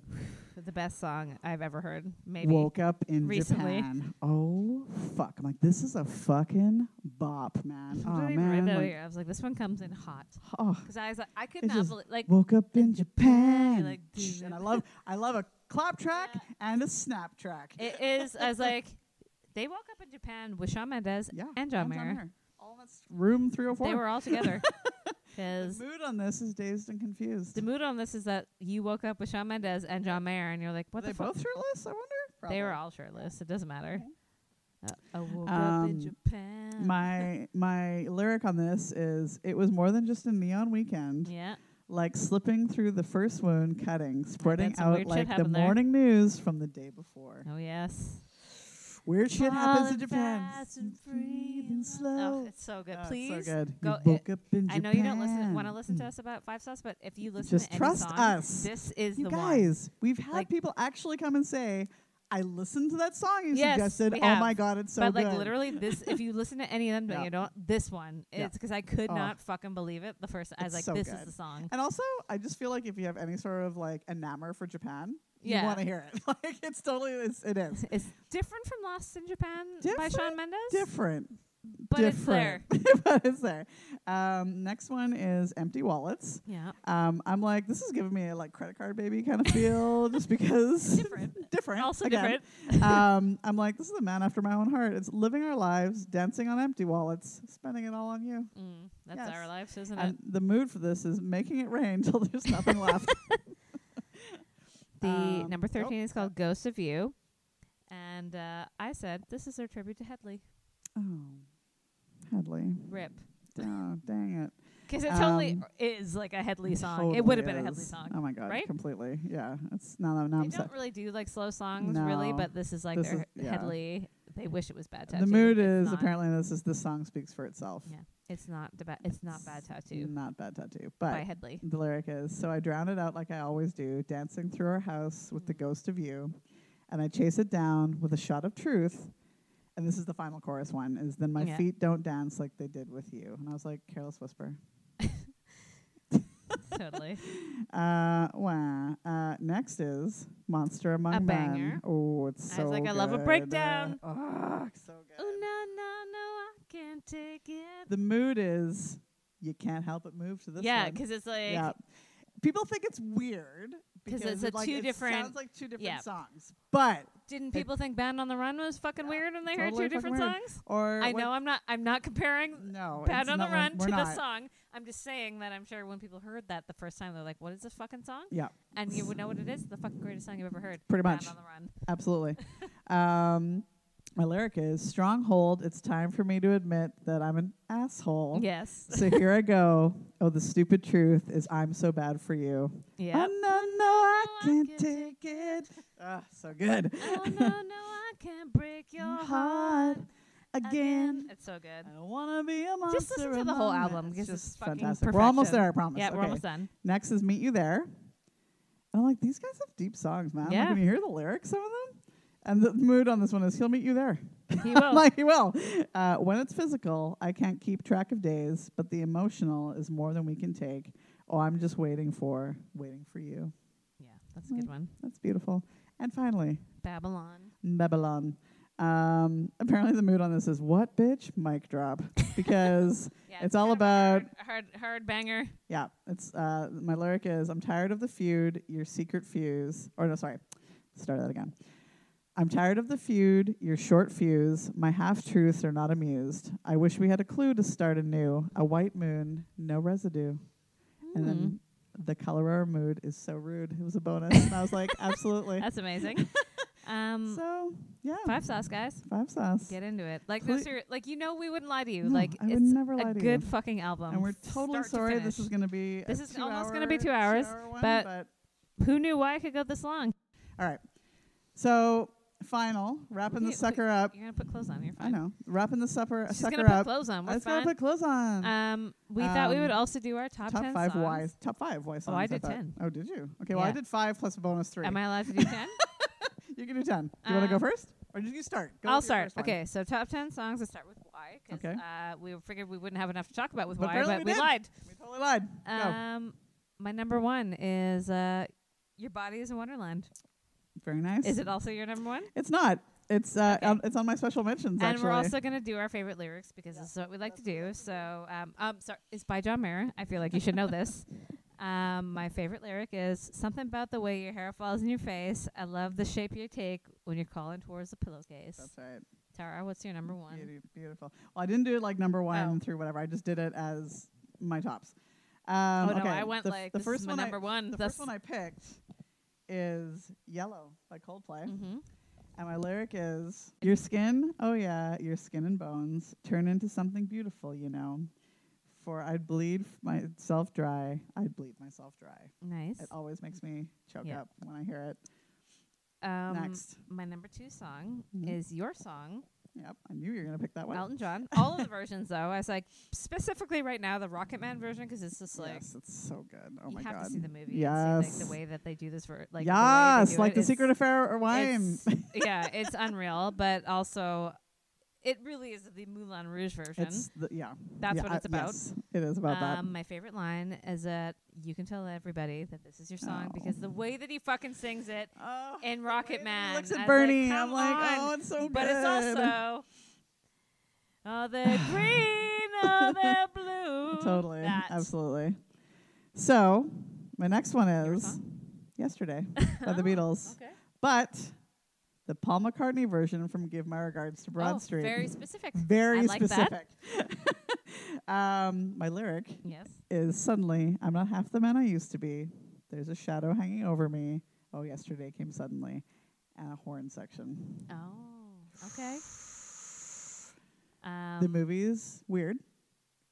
S2: The best song I've ever heard, maybe.
S1: Woke Up in
S2: recently.
S1: Japan. Oh, fuck. I'm like, this is a fucking bop, man.
S2: I
S1: Oh,
S2: didn't even write
S1: man.
S2: that
S1: like,
S2: here. I was like, this one comes in hot
S1: oh,
S2: because I was like, I could
S1: It's
S2: not
S1: just-
S2: believe like
S1: woke up in Japan.
S2: like,
S1: Shh, and I love, I love a clap track
S2: Yeah.
S1: and a snap track.
S2: it is. I was like, they woke up in Japan with Shawn Mendes
S1: yeah,
S2: and
S1: and
S2: John Mayer.
S1: All that's room 304.
S2: They were
S1: <laughs>
S2: all together
S1: The
S2: because
S1: mood on this is dazed and confused.
S2: the mood on this is that you woke up with Shawn Mendes and John Mayer, and you're like,
S1: Were
S2: what
S1: they
S2: the fuck?
S1: both shirtless? I wonder.
S2: They were
S1: Probably.
S2: all shirtless. It doesn't matter. Uh, I woke up in
S1: Um,
S2: Japan.
S1: My my lyric on this is it was more than just a neon weekend,
S2: yeah,
S1: like slipping through the first wound cutting, spreading
S2: some weird
S1: out
S2: shit
S1: like the
S2: happened there.
S1: morning news from the day before.
S2: oh yes.
S1: Weird shit happens in
S2: Falling
S1: Japan.
S2: fast
S1: and
S2: and free.
S1: breathing
S2: Oh,
S1: slow.
S2: it's so good.
S1: Oh, it's
S2: Please,
S1: so good.
S2: go-
S1: you
S2: it-
S1: woke up in
S2: I know you don't listen want
S1: Japan.
S2: to
S1: Hmm.
S2: listen to us about five sauce, but if you listen
S1: Just
S2: to any
S1: trust
S2: song,
S1: us.
S2: this is
S1: You
S2: the one.
S1: guys, we've had
S2: Like-
S1: people actually come and say, "I listened to that song you
S2: Yes,
S1: suggested.
S2: we
S1: oh
S2: have.
S1: my god, it's so
S2: but
S1: good."
S2: like literally this if you listen to any of them but
S1: Yeah.
S2: you don't this one
S1: Yeah.
S2: it's because I could
S1: Oh.
S2: not fucking believe it the first I
S1: It's
S2: was like
S1: so
S2: this is
S1: good.
S2: the song.
S1: And also, I just feel like if you have any sort of like enamor for Japan,
S2: Yeah.
S1: you want to hear it. <laughs> Like it's totally it's, it is
S2: <laughs> It's different from Lost in Japan by Shawn
S1: Different,
S2: Mendes,
S1: different,
S2: but it's there.
S1: different. <laughs> but it's there. Um, next one is empty wallets.
S2: Yeah,
S1: Um, I'm like, this is giving me a like credit card baby kind of
S2: <laughs>
S1: feel, just because
S2: Different.
S1: <laughs> different,
S2: also
S1: again.
S2: different.
S1: <laughs>
S2: <laughs>
S1: um, I'm like, this is a man after my own heart. It's living our lives, dancing on empty wallets, spending it all on you.
S2: Mm, that's
S1: Yes.
S2: our lives, isn't it?
S1: And the mood for this is making it rain <laughs> till there's nothing
S2: <laughs>
S1: left.
S2: The
S1: um,
S2: number
S1: oh,
S2: thirteen is called Ghost of You, and uh, I said this is their tribute to Headley.
S1: Oh, Headley.
S2: Rip,
S1: Oh, dang it.
S2: because it totally
S1: Um,
S2: is like a Headley song.
S1: Totally
S2: it would have been a Headley
S1: is.
S2: song.
S1: Oh my god,
S2: right?
S1: completely. Yeah, it's now that now
S2: they
S1: I'm
S2: don't
S1: set.
S2: really do like slow songs, really,
S1: No.
S2: but this is like
S1: This
S2: their
S1: is- yeah.
S2: Headley. They wish it was bad tattoo.
S1: The mood
S2: It's
S1: is
S2: not.
S1: apparently this is this song speaks for itself.
S2: Yeah, it's not the ba- It's not bad tattoo
S1: Not bad tattoo,
S2: by
S1: but <laughs>
S2: Headley.
S1: the lyric is so I drown it out like I always do, dancing through our house with the ghost of you, and I chase it down with a shot of truth. And this is the final chorus one is then my
S2: Yeah.
S1: feet don't dance like they did with you. And I was like, careless whisper.
S2: totally.
S1: Uh, wah. Uh, next is Monster Among
S2: A
S1: Men.
S2: banger.
S1: Oh, it's
S2: I
S1: so
S2: was like, I love a
S1: good.
S2: breakdown.
S1: Uh, ah, so good.
S2: Oh no no no! I can't take it.
S1: The mood is you can't help but move to this.
S2: yeah,
S1: one.
S2: because it's like
S1: yeah. People think it's weird
S2: 'Cause
S1: because
S2: it's
S1: it,
S2: a
S1: like,
S2: two
S1: it
S2: different-
S1: Sounds like two different
S2: yeah.
S1: songs, but
S2: didn't people think Band on the Run was fucking
S1: Yeah,
S2: weird when they
S1: totally
S2: heard two
S1: fucking
S2: different
S1: weird.
S2: songs?
S1: or
S2: I
S1: what-
S2: know I'm not. I'm not comparing
S1: No,
S2: Band
S1: it's
S2: on the
S1: not,
S2: Run
S1: we're
S2: to
S1: not.
S2: the song. I'm just saying that I'm sure when people heard that the first time, they're like, "What is this fucking song?"
S1: Yeah,
S2: And you would know what it is. The fucking greatest song you've ever heard.
S1: Pretty
S2: Band
S1: much.
S2: on the Run. <laughs>
S1: absolutely. um, my lyric is stronghold. It's time for me to admit that I'm an asshole.
S2: Yes.
S1: So here I go. Oh, the stupid truth is I'm so bad for you.
S2: Yeah.
S1: Oh no, no, I can't take it. Ah, so good.
S2: oh no, no, I can't break
S1: <laughs>
S2: your
S1: Your
S2: heart
S1: heart
S2: again.
S1: again.
S2: It's so good.
S1: I don't wanna be a monster.
S2: Just listen to the whole
S1: among men.
S2: album.
S1: It's
S2: because
S1: just
S2: it's fucking
S1: fantastic. We're almost
S2: perfection.
S1: there, I promise.
S2: Yeah, we're
S1: Okay. <laughs>
S2: almost done.
S1: Next is Meet You There. And I'm like, these guys have deep songs, man.
S2: Yeah.
S1: Like, when you hear the lyrics, some of them, and the mood on this one is he'll meet you there. <laughs>
S2: He will.
S1: like he will. Uh, when it's physical, I can't keep track of days, but the emotional is more than we can take. Oh, I'm just waiting for, waiting for you.
S2: yeah, that's a good one.
S1: That's beautiful. And finally,
S2: Babylon.
S1: Babylon. Um, apparently, the mood on this is what, bitch? Mic drop. Because,
S2: Yeah,
S1: It's all
S2: kind of a
S1: about-
S2: hard, hard, hard banger.
S1: yeah, it's uh, my lyric is I'm tired of the feud, your secret fuse. Or, no, sorry, start that again. I'm tired of the feud, your short fuse. My half truths are not amused. I wish we had a clue to start anew. A white moon, no residue. And then
S2: Mm-hmm.
S1: the color or mood is so rude. It was a bonus. and I was
S2: <laughs>
S1: like, <laughs> absolutely.
S2: Mm. That's amazing. um,
S1: So, yeah,
S2: five sauce, guys.
S1: five sauce.
S2: Get into it. Like, no,
S1: Please-
S2: seri- like you know, we wouldn't lie to you.
S1: No,
S2: like,
S1: I would
S2: it's
S1: never
S2: a
S1: lie to you.
S2: good fucking album.
S1: And we're totally
S2: start to
S1: sorry this
S2: finish.
S1: is going to be
S2: This
S1: a
S2: is almost
S1: going to
S2: gonna be two hours,
S1: one,
S2: but-
S1: but
S2: Who knew why it could go this long?
S1: all right. So final, wrapping
S2: You-
S1: the sucker up.
S2: You're gonna put clothes on. You're fine.
S1: I know, wrapping the supper,
S2: She's
S1: sucker
S2: gonna put
S1: up.
S2: clothes on.
S1: I
S2: We're
S1: just
S2: fine.
S1: gotta put clothes on.
S2: um, we thought we would
S1: um,
S2: also do our top,
S1: top
S2: ten
S1: five
S2: songs.
S1: why? Top five why songs?
S2: I did
S1: thought.
S2: 10.
S1: Oh, did you? Okay, well I
S2: Yeah.
S1: did five plus a bonus three.
S2: Am I allowed
S1: <laughs>
S2: to do ten?
S1: You can do ten. Do you want to go
S2: Um,
S1: first, or did you start? Go
S2: I'll
S1: with your
S2: start.
S1: first one.
S2: Okay, so top ten songs. Let's start with why, 'cause,
S1: Okay.
S2: uh, we figured we wouldn't have enough to talk about with
S1: But
S2: why,
S1: apparently
S2: but
S1: we
S2: we,
S1: did.
S2: lied.
S1: We totally lied. go.
S2: Um, my number one is uh, "Your Body Is a Wonderland."
S1: Very nice.
S2: Is it also your number one?
S1: It's not. It's uh,
S2: Okay.
S1: on, it's on my special mentions
S2: and
S1: actually.
S2: we're also gonna do our favorite lyrics because
S1: Yeah,
S2: this is what we like to
S1: that's what we
S2: do.
S1: like to do.
S2: So, um, um, sorry, it's by John Mayer. I feel like you should know <laughs> this. Um, my favorite lyric is something about the way your hair falls in your face. I love the shape you take when you're calling towards the pillowcase.
S1: That's right.
S2: Tara, what's your number one?
S1: Beauty, beautiful. Well, I didn't do it like number one
S2: Oh.
S1: through whatever. I just did it as my tops. Um,
S2: oh
S1: okay.
S2: no, I went
S1: the, f-
S2: like
S1: the
S2: this
S1: first
S2: is my
S1: one.
S2: number
S1: I,
S2: one.
S1: the
S2: That's-
S1: first one I picked is "Yellow" by Coldplay,
S2: Mhm.
S1: and my lyric is "Your skin, oh yeah, your skin and bones turn into something beautiful, you know." For I'd bleed f- myself dry. I'd bleed myself dry.
S2: Nice.
S1: It always makes me choke
S2: Yeah.
S1: up when I hear it.
S2: Um,
S1: Next.
S2: my number two song
S1: Mhm.
S2: is your song,
S1: Yep, I knew you were gonna pick that one. <laughs>
S2: Elton John. All of the versions, though. I was like, specifically right now, the Rocket Man version, because it's just like
S1: yes, it's so good. Oh
S2: you
S1: my
S2: have
S1: god.
S2: to see the movie. and see,
S1: Yes.
S2: like the way that they do this for like
S1: yes,
S2: the way they do
S1: like
S2: it
S1: the
S2: is-
S1: secret affair or wine. <laughs>
S2: it's- <laughs> yeah, it's unreal, but also it really is the Moulin Rouge version.
S1: It's the, yeah.
S2: That's
S1: Yeah,
S2: what
S1: I-
S2: it's about.
S1: yes, it is about
S2: um, my favorite line is that you can tell everybody that this is your song because
S1: Oh.
S2: the way that he fucking sings it
S1: that. Oh,
S2: in
S1: way
S2: Rocket
S1: that
S2: Man
S1: he looks
S2: I
S1: at
S2: was
S1: Bernie.
S2: Like,
S1: I'm
S2: "Come
S1: like,
S2: on."
S1: oh, it's so
S2: but
S1: good.
S2: it's also all the green,
S1: <sighs>
S2: all the
S1: <laughs>
S2: blue.
S1: totally,
S2: That.
S1: absolutely. So, my next one
S2: Your
S1: is
S2: song? Oh.
S1: "Yesterday"
S2: <laughs>
S1: by the Beatles,
S2: Okay.
S1: but the Paul McCartney version from "Give My Regards to Broad
S2: Oh,
S1: Street."
S2: Very specific.
S1: Very
S2: I like that.
S1: specific. <laughs> um, my lyric
S2: Yes.
S1: is suddenly I'm not half the man I used to be. There's a shadow hanging over me. Oh, yesterday came suddenly. And a horn section.
S2: Oh. Okay. Um,
S1: the movie's weird.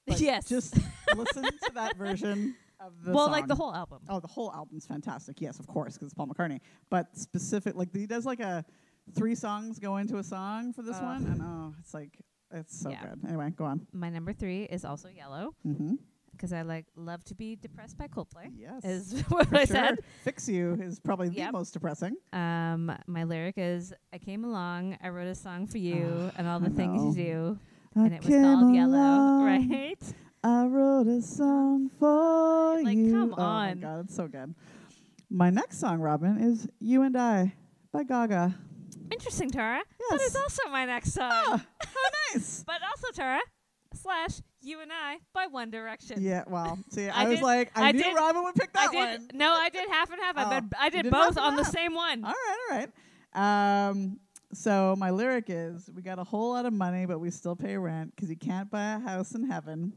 S1: but
S2: yes.
S1: <laughs> Just listen to that version of the
S2: well, like the
S1: song.
S2: whole album.
S1: Oh, the whole album's fantastic. Yes, of course, because Paul McCartney. But specific, like he does like a three songs go into a song for this
S2: Ugh.
S1: one, and oh, it's like it's so
S2: Yeah.
S1: good. Anyway, go on.
S2: My number three is also Yellow
S1: Mm-hmm.
S2: because I like love to be depressed by Coldplay.
S1: Yes,
S2: Is <laughs> what
S1: for
S2: I
S1: sure.
S2: said.
S1: Fix you is probably the
S2: Yep.
S1: most depressing.
S2: Um, my lyric is I came along, I wrote a song for you, and all
S1: Oh, I
S2: the things you do, and
S1: I
S2: it was called
S1: came
S2: Yellow,
S1: along.
S2: right?
S1: I wrote a song for
S2: Like,
S1: you.
S2: come
S1: Oh my
S2: on.
S1: god, it's so good. My next song, Robin, is "You and I" by Gaga.
S2: Interesting, Tara. That
S1: Yes. Ah.
S2: is also my next song.
S1: nice.
S2: But also, Tara slash You and I by One <laughs> Direction.
S1: Yeah. Well, see, I,
S2: I
S1: was
S2: did-
S1: like, I,
S2: I
S1: knew
S2: did-
S1: Robin would pick
S2: I
S1: that
S2: did
S1: one.
S2: no, I did half and half.
S1: Oh,
S2: I, bet I did
S1: did half
S2: both
S1: and
S2: on the
S1: half.
S2: same one.
S1: All right, all right. Um, so my lyric is, "We got a whole lot of money, but we still pay rent because you can't buy a house in heaven."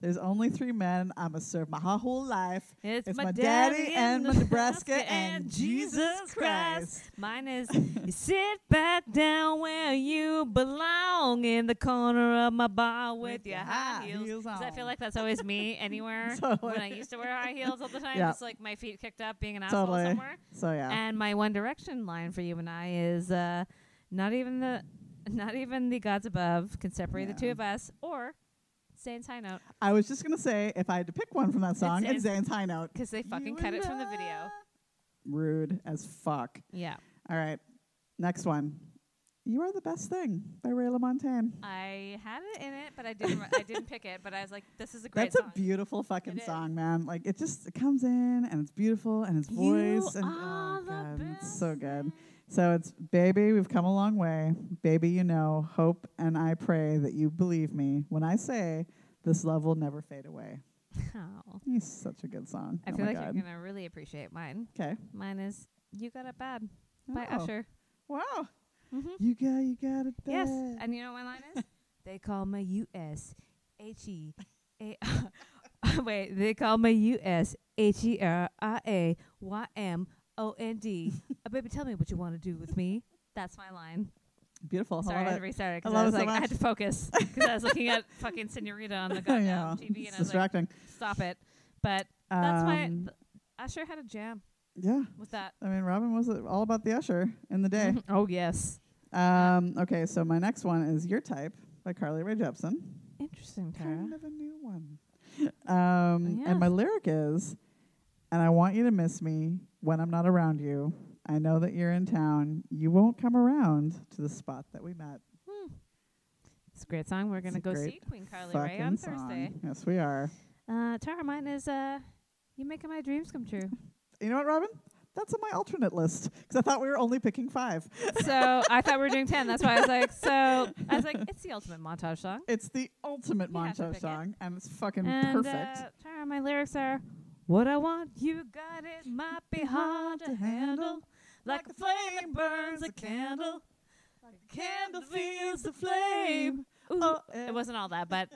S1: There's only three men. I'ma serve my whole life.
S2: It's,
S1: It's my daddy and
S2: <laughs>
S1: my Nebraska and Jesus Christ.
S2: Mine is you sit back down where you belong in the corner of my bar with, your high heels. 'Cause I feel
S1: on.
S2: like that's
S1: <laughs>
S2: always me anywhere.
S1: Totally.
S2: When I used to wear high heels all the time,
S1: Yeah.
S2: it's like my feet kicked up, being an asshole
S1: Totally.
S2: somewhere.
S1: So yeah.
S2: And my One Direction line for you and I is uh, not even the not even the gods above can separate the two
S1: Yeah.
S2: of us or Zane's high note
S1: I was just gonna say if I had to pick one from that song, it's,
S2: Zayn.
S1: Zayn's high note.
S2: because they fucking
S1: You
S2: cut
S1: and
S2: it from the
S1: I.
S2: video.
S1: Rude as fuck.
S2: Yeah.
S1: All right, next one. You are the best thing by Ray LaMontagne.
S2: I had it in it, but I didn't. I didn't pick it. But I was like, "This is a great
S1: That's
S2: song."
S1: a beautiful fucking
S2: It is.
S1: song, man. Like it just it comes in and it's beautiful and his
S2: You
S1: voice and
S2: are
S1: oh
S2: the
S1: god, it's
S2: best
S1: so good.
S2: thing.
S1: So it's baby, we've come a long way. Baby, you know, hope and I pray that you believe me when I say this love will never fade away.
S2: Oh.
S1: He's such a good song.
S2: I
S1: oh
S2: feel
S1: my
S2: like
S1: god.
S2: you're gonna really appreciate mine.
S1: okay.
S2: Mine is "You Got It Bad" by
S1: Oh,
S2: Usher.
S1: Wow.
S2: hmm
S1: You got you got it
S2: Yes,
S1: bad.
S2: and you know what my line
S1: <laughs>
S2: is? they call me U S H E A. <laughs> Wait, they call me U S H E R I A Y M O
S1: <laughs>
S2: N D. Uh, Baby, tell me what you want to do with me. That's my line.
S1: Beautiful.
S2: Sorry, I
S1: I
S2: had
S1: love
S2: to
S1: it.
S2: restart it
S1: I
S2: because I,
S1: love it
S2: was
S1: so
S2: like, I
S1: much.
S2: had to
S1: <laughs>
S2: focus because I was looking at fucking Senorita on the goddamn
S1: yeah.
S2: TV, and
S1: it's
S2: I was like,
S1: distracting.
S2: stop it. But that's my
S1: Um,
S2: th- Usher had a jam.
S1: Yeah.
S2: with that.
S1: I mean, Robin was all about the usher in the day.
S2: <laughs> oh yes,
S1: um, okay, so my next one is Your Type by Carly Rae Jepsen.
S2: interesting, Tara. Oh,
S1: Kind of a new
S2: <laughs>
S1: one. Um,
S2: yeah.
S1: And my lyric is, and I want you to miss me when I'm not around you. I know that you're in town. You won't come around to the spot that we met.
S2: Hmm. It's a great song. We're
S1: It's
S2: gonna
S1: a
S2: go
S1: great
S2: see Queen Carly Rae on
S1: song.
S2: Thursday.
S1: Yes, we are.
S2: Uh, Tara, mine is uh, "You Making My Dreams Come True."
S1: You know what, Robin? That's on my alternate list 'cause I thought we were only picking five.
S2: so I thought we were doing ten. That's why I was like, so I was like, it's the ultimate montage song.
S1: It's the ultimate
S2: You have to pick
S1: montage
S2: it.
S1: song, and it's fucking
S2: and
S1: perfect.
S2: Uh, Tara, my lyrics are, "What I want, you got it. Might be hard to handle, like a flame burns a candle, like a candle feels the flame." Ooh,
S1: Oh,
S2: it wasn't all that, <laughs> but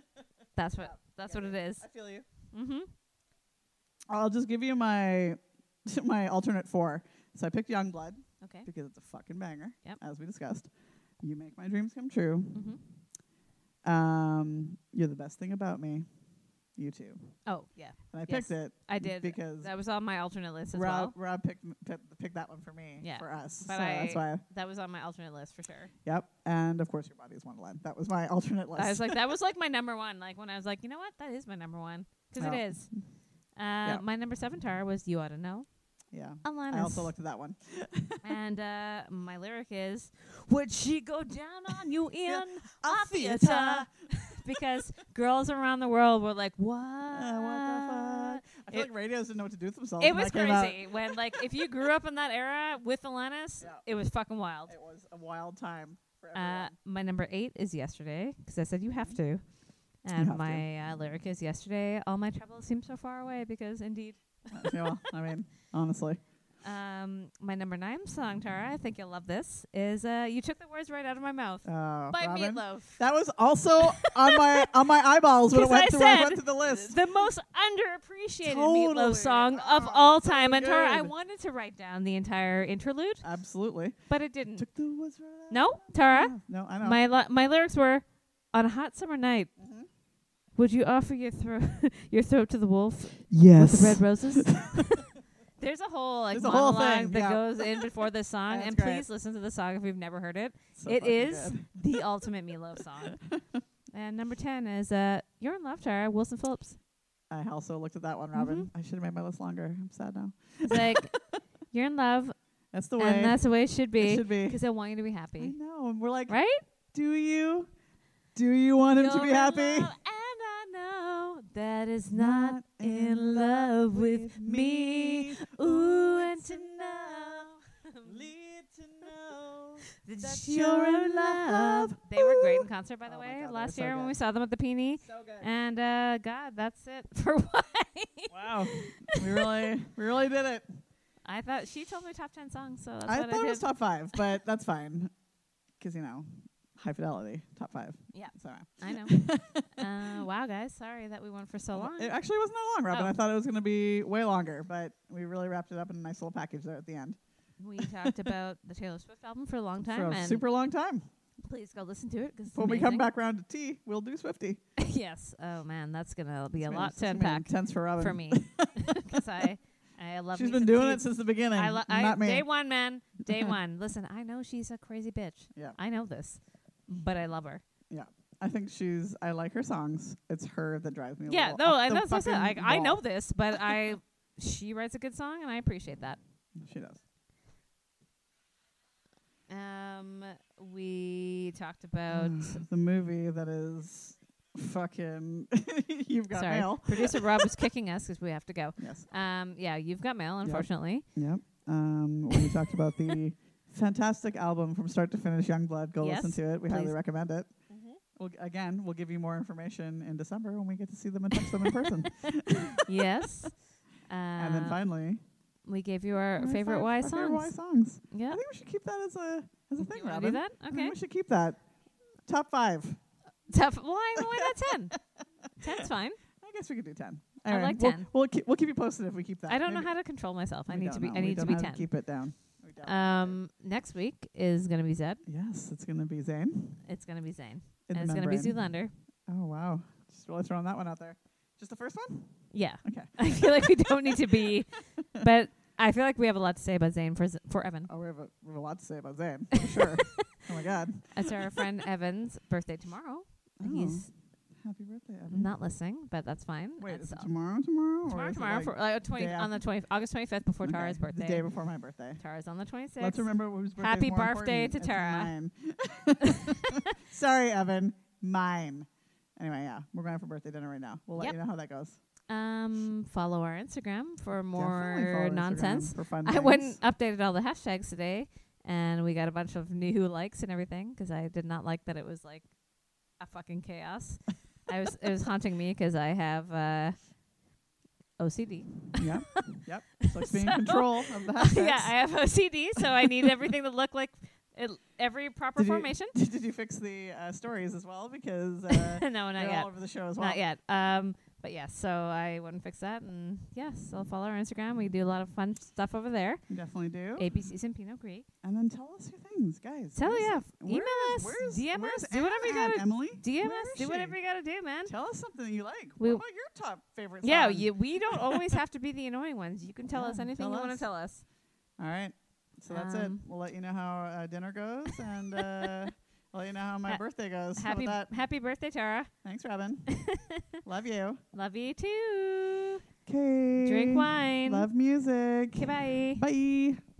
S2: that's what that's what it is.
S1: I feel you.
S2: Mm-hmm.
S1: I'll just give you my <laughs> my alternate four. So I picked Youngblood
S2: Okay.
S1: because it's a fucking banger,
S2: Yep.
S1: as we discussed. You make my dreams come true.
S2: Mm-hmm.
S1: Um, you're the best thing about me. You too.
S2: Oh yeah,
S1: And I
S2: Yes,
S1: picked it.
S2: I did.
S1: because
S2: that was on my alternate list as
S1: Rob
S2: well.
S1: Rob picked, picked picked that one for me
S2: Yeah.
S1: for us.
S2: But
S1: so that's
S2: I-
S1: why.
S2: That was on my alternate list for sure.
S1: Yep. And of course, your body is Wonderland. That was my alternate list.
S2: I was like, that
S1: <laughs>
S2: was like my number one. Like when I was like, you know what, that is my number one because
S1: Oh.
S2: it is. Uh,
S1: Yeah.
S2: My number seven tar was "You Ought to Know."
S1: yeah.
S2: Alanis.
S1: I also looked at that one.
S2: and uh, my lyric is, "Would she go down
S1: <laughs>
S2: on you in a
S1: A
S2: theater?" because girls around the world were like, "What?
S1: Uh, what the fuck? Oh I feel
S2: It-
S1: like radios didn't know what to do with themselves.
S2: It
S1: when
S2: was
S1: that came out.
S2: crazy when, like, if you grew up in that era with Alanis,
S1: Yeah.
S2: it was fucking wild.
S1: It was a wild time for everyone. Mm-hmm.
S2: Uh, my number eight is yesterday because I said you have to.
S1: have
S2: And
S1: to.
S2: my Uh, lyric is yesterday. All my troubles seem so far away because indeed.
S1: Uh, yeah, well, I mean, honestly,
S2: Um, my number nine song, Tara, I think you'll love this, is uh, You Took the Words Right Out of My Mouth
S1: uh,
S2: by
S1: Robin,
S2: Meatloaf.
S1: that was also on my on my eyeballs when it
S2: <laughs> 'Cause
S1: went
S2: I
S1: through. I
S2: said
S1: went through the list.
S2: The most underappreciated
S1: Totally.
S2: Meatloaf song of
S1: Oh,
S2: all
S1: so
S2: time. and Tara, I
S1: good. Uh,
S2: wanted to write down the entire interlude,
S1: Absolutely.
S2: but it didn't.
S1: Took the words right out
S2: no,
S1: of my
S2: Tara,
S1: mouth. No, I know.
S2: my li- my lyrics were on a hot summer night.
S1: Mhm.
S2: Would you offer your throat <laughs> your throat to the wolf with
S1: yes.
S2: the red roses? There's a whole like
S1: There's a whole
S2: monologue
S1: thing,
S2: that
S1: yeah.
S2: goes
S1: <laughs>
S2: in before this song,
S1: That's
S2: and
S1: great.
S2: please listen to the song if you've never heard it.
S1: So
S2: it
S1: fucking
S2: is
S1: good.
S2: the ultimate Meatloaf
S1: <laughs>
S2: song. And number ten is uh, "You're in Love," Tara Wilson Phillips.
S1: I also looked at that one, Robin.
S2: Mm-hmm.
S1: I should have made my list longer. I'm sad now.
S2: It's like
S1: <laughs>
S2: "You're in Love,"
S1: That's the way
S2: and that's the way it should
S1: it
S2: be
S1: should be.
S2: because I want you to be
S1: I
S2: happy,
S1: know, and we're like,
S2: right?
S1: do you, do you want him to
S2: You're
S1: be
S2: in
S1: happy?
S2: love, and I know that is not in love with me. Ooh, and to know
S1: Lead to know.
S2: that
S1: that
S2: you're
S1: you're in
S2: in love. They were great in concert, by the
S1: Oh my
S2: way,
S1: God, they were
S2: last
S1: so
S2: year when
S1: good.
S2: we saw them at the Peony.
S1: So good.
S2: And uh, God, that's it <laughs> for what
S1: Wow. we really we really did it.
S2: I thought. She told me top ten songs, so that's
S1: I
S2: what
S1: thought
S2: I
S1: it
S2: did.
S1: was top five, but that's fine. Because, you know, high fidelity, top five.
S2: Yeah.
S1: So
S2: I know.
S1: <laughs>
S2: uh, wow, guys, sorry that we went for so long.
S1: it actually wasn't that long, Robin.
S2: Oh.
S1: I thought it was going to be way longer, but we really wrapped it up in a nice little package there at the end.
S2: we talked about the Taylor Swift album for a long time,
S1: For a
S2: and
S1: super long time.
S2: please go listen to it because
S1: When we come back round to tea, we'll do Swifty.
S2: <laughs> yes. Oh man, that's gonna be a
S1: It's been-
S2: lot
S1: it's
S2: to
S1: been
S2: unpack
S1: Intense for Robin.
S2: for me
S1: <laughs>
S2: because I I love.
S1: She's
S2: me
S1: been
S2: some
S1: doing
S2: Taylor
S1: it since the beginning.
S2: I, lo- I
S1: not me.
S2: day
S1: <laughs>
S2: one, man. Day one. Listen, I know she's a crazy bitch.
S1: Yeah.
S2: I know this, but I love her.
S1: I think she's. I like her songs. It's her that drives me. a
S2: yeah,
S1: little
S2: no,
S1: up
S2: I,
S1: the
S2: that's what I said. I,
S1: fucking
S2: I know
S1: wall.
S2: this, but
S1: <laughs>
S2: I she writes a good song, and I appreciate that.
S1: She does.
S2: Um, we talked about.
S1: the movie that is fucking. <laughs> you've got
S2: sorry,
S1: mail.
S2: <laughs> producer
S1: <laughs>
S2: Rob was kicking us because we have to go.
S1: Yes.
S2: Um, yeah, you've got mail, unfortunately.
S1: Yep. Um, we talked about <laughs> the fantastic album from start to finish, Youngblood. Go
S2: Yes,
S1: listen to it. We highly
S2: please.
S1: recommend it. We'll, again, we'll give you more information in December when we get to see them and touch them in
S2: <laughs>
S1: person.
S2: yes.
S1: <laughs>
S2: Um,
S1: and then finally,
S2: we gave you our
S1: my
S2: favorite
S1: five- my
S2: Y songs.
S1: Favorite Y songs.
S2: Yeah.
S1: I think we should keep that as a as a thing,
S2: you wanna
S1: Robin. Mm-hmm.
S2: do that?
S1: I think
S2: Okay.
S1: we should keep that. Top five.
S2: Tough. Why? Why not
S1: <laughs>
S2: ten? Ten's fine.
S1: I guess we could do ten.
S2: I
S1: All right,
S2: like
S1: we'll,
S2: 10.
S1: We'll keep, we'll keep you posted if we keep that.
S2: I don't know
S1: Maybe-
S2: how to control myself. I
S1: we
S2: need
S1: don't
S2: to be.
S1: know.
S2: I
S1: We
S2: need to
S1: don't
S2: be
S1: know how
S2: ten.
S1: keep it down. We don't.
S2: Um, next week is gonna be Zed.
S1: yes, it's gonna be Zane.
S2: It's gonna be Zane.
S1: in
S2: and
S1: the
S2: it's gonna be
S1: membrane.
S2: Zoolander.
S1: Oh wow! Just really throwing that one out there. Just the first one?
S2: Yeah. <laughs>
S1: Okay. <laughs>
S2: I feel like we don't need to be, but I feel like we have a lot to say about Zane for, Z- for Evan.
S1: Oh, we have, a, we have a lot to say about Zane, for
S2: <laughs>
S1: sure. oh my God.
S2: It's our friend
S1: <laughs>
S2: Evan's birthday tomorrow.
S1: Oh,
S2: He's
S1: happy birthday, Evan.
S2: not listening, but that's fine.
S1: Wait,
S2: That's
S1: is it
S2: all.
S1: tomorrow, tomorrow? or
S2: tomorrow,
S1: is it
S2: tomorrow,
S1: like-
S2: for, like, uh, 20,
S1: day
S2: on the 20th, August 25th before
S1: okay,
S2: Tara's birthday.
S1: The day before my birthday.
S2: Tara's on the 26th.
S1: Let's remember whose birthday
S2: Happy
S1: is more
S2: birthday
S1: important.
S2: to
S1: It's
S2: Tara.
S1: mine.
S2: <laughs>
S1: <laughs> Sorry, Evan. Mine. Anyway, yeah, we're going out for birthday dinner right now. We'll let
S2: Yep.
S1: you know how that goes.
S2: Um, follow our Instagram for
S1: Definitely follow
S2: more
S1: Instagram
S2: nonsense.
S1: For fun
S2: <laughs> I
S1: things.
S2: went and updated all the hashtags today, and we got a bunch of new likes and everything because I did not like that it was like a fucking chaos. I was it was haunting me because I have uh, <laughs> OCD.
S1: <laughs> Yep. Yep. It's like being in
S2: <laughs> So-
S1: control of the hashtags.
S2: <laughs> yeah, I have OCD, so I need everything to look like it, every proper
S1: Did you-
S2: formation.
S1: <laughs>
S2: <laughs>
S1: Did you fix the uh, stories as well? Because uh,
S2: no, <laughs> not
S1: they're
S2: yet.
S1: all over the show as well.
S2: Not yet. Um, but yes, so I wouldn't fix that. And yes, I'll follow our Instagram. We do a lot of fun stuff over there.
S1: You Definitely do.
S2: ABC's and Pinot Creek.
S1: And then tell us your things, guys.
S2: Tell
S1: Where's-
S2: yeah,
S1: where-
S2: email us,
S1: where's-
S2: DM
S1: where's
S2: us, do whatever you
S1: Ann at,
S2: gotta,
S1: Emily.
S2: DM
S1: Where
S2: us,
S1: is
S2: do
S1: she?
S2: whatever you gotta do, man.
S1: Tell us something you like.
S2: We-
S1: what about your top favorite?
S2: Yeah,
S1: song?
S2: you, we don't always have to be the annoying ones. You can tell
S1: Yeah,
S2: us anything
S1: tell
S2: you want to
S1: us.
S2: tell us.
S1: All right. So that's it.
S2: Um,
S1: We'll let you know how uh, dinner
S2: <laughs>
S1: goes, and uh, I'll let you know how my
S2: Ha-
S1: birthday goes. How
S2: Happy,
S1: about that?
S2: happy birthday, Tara.
S1: Thanks, Robin.
S2: <laughs>
S1: Love you.
S2: Love you too.
S1: Okay.
S2: Drink wine.
S1: Love music.
S2: Okay, bye.
S1: Bye.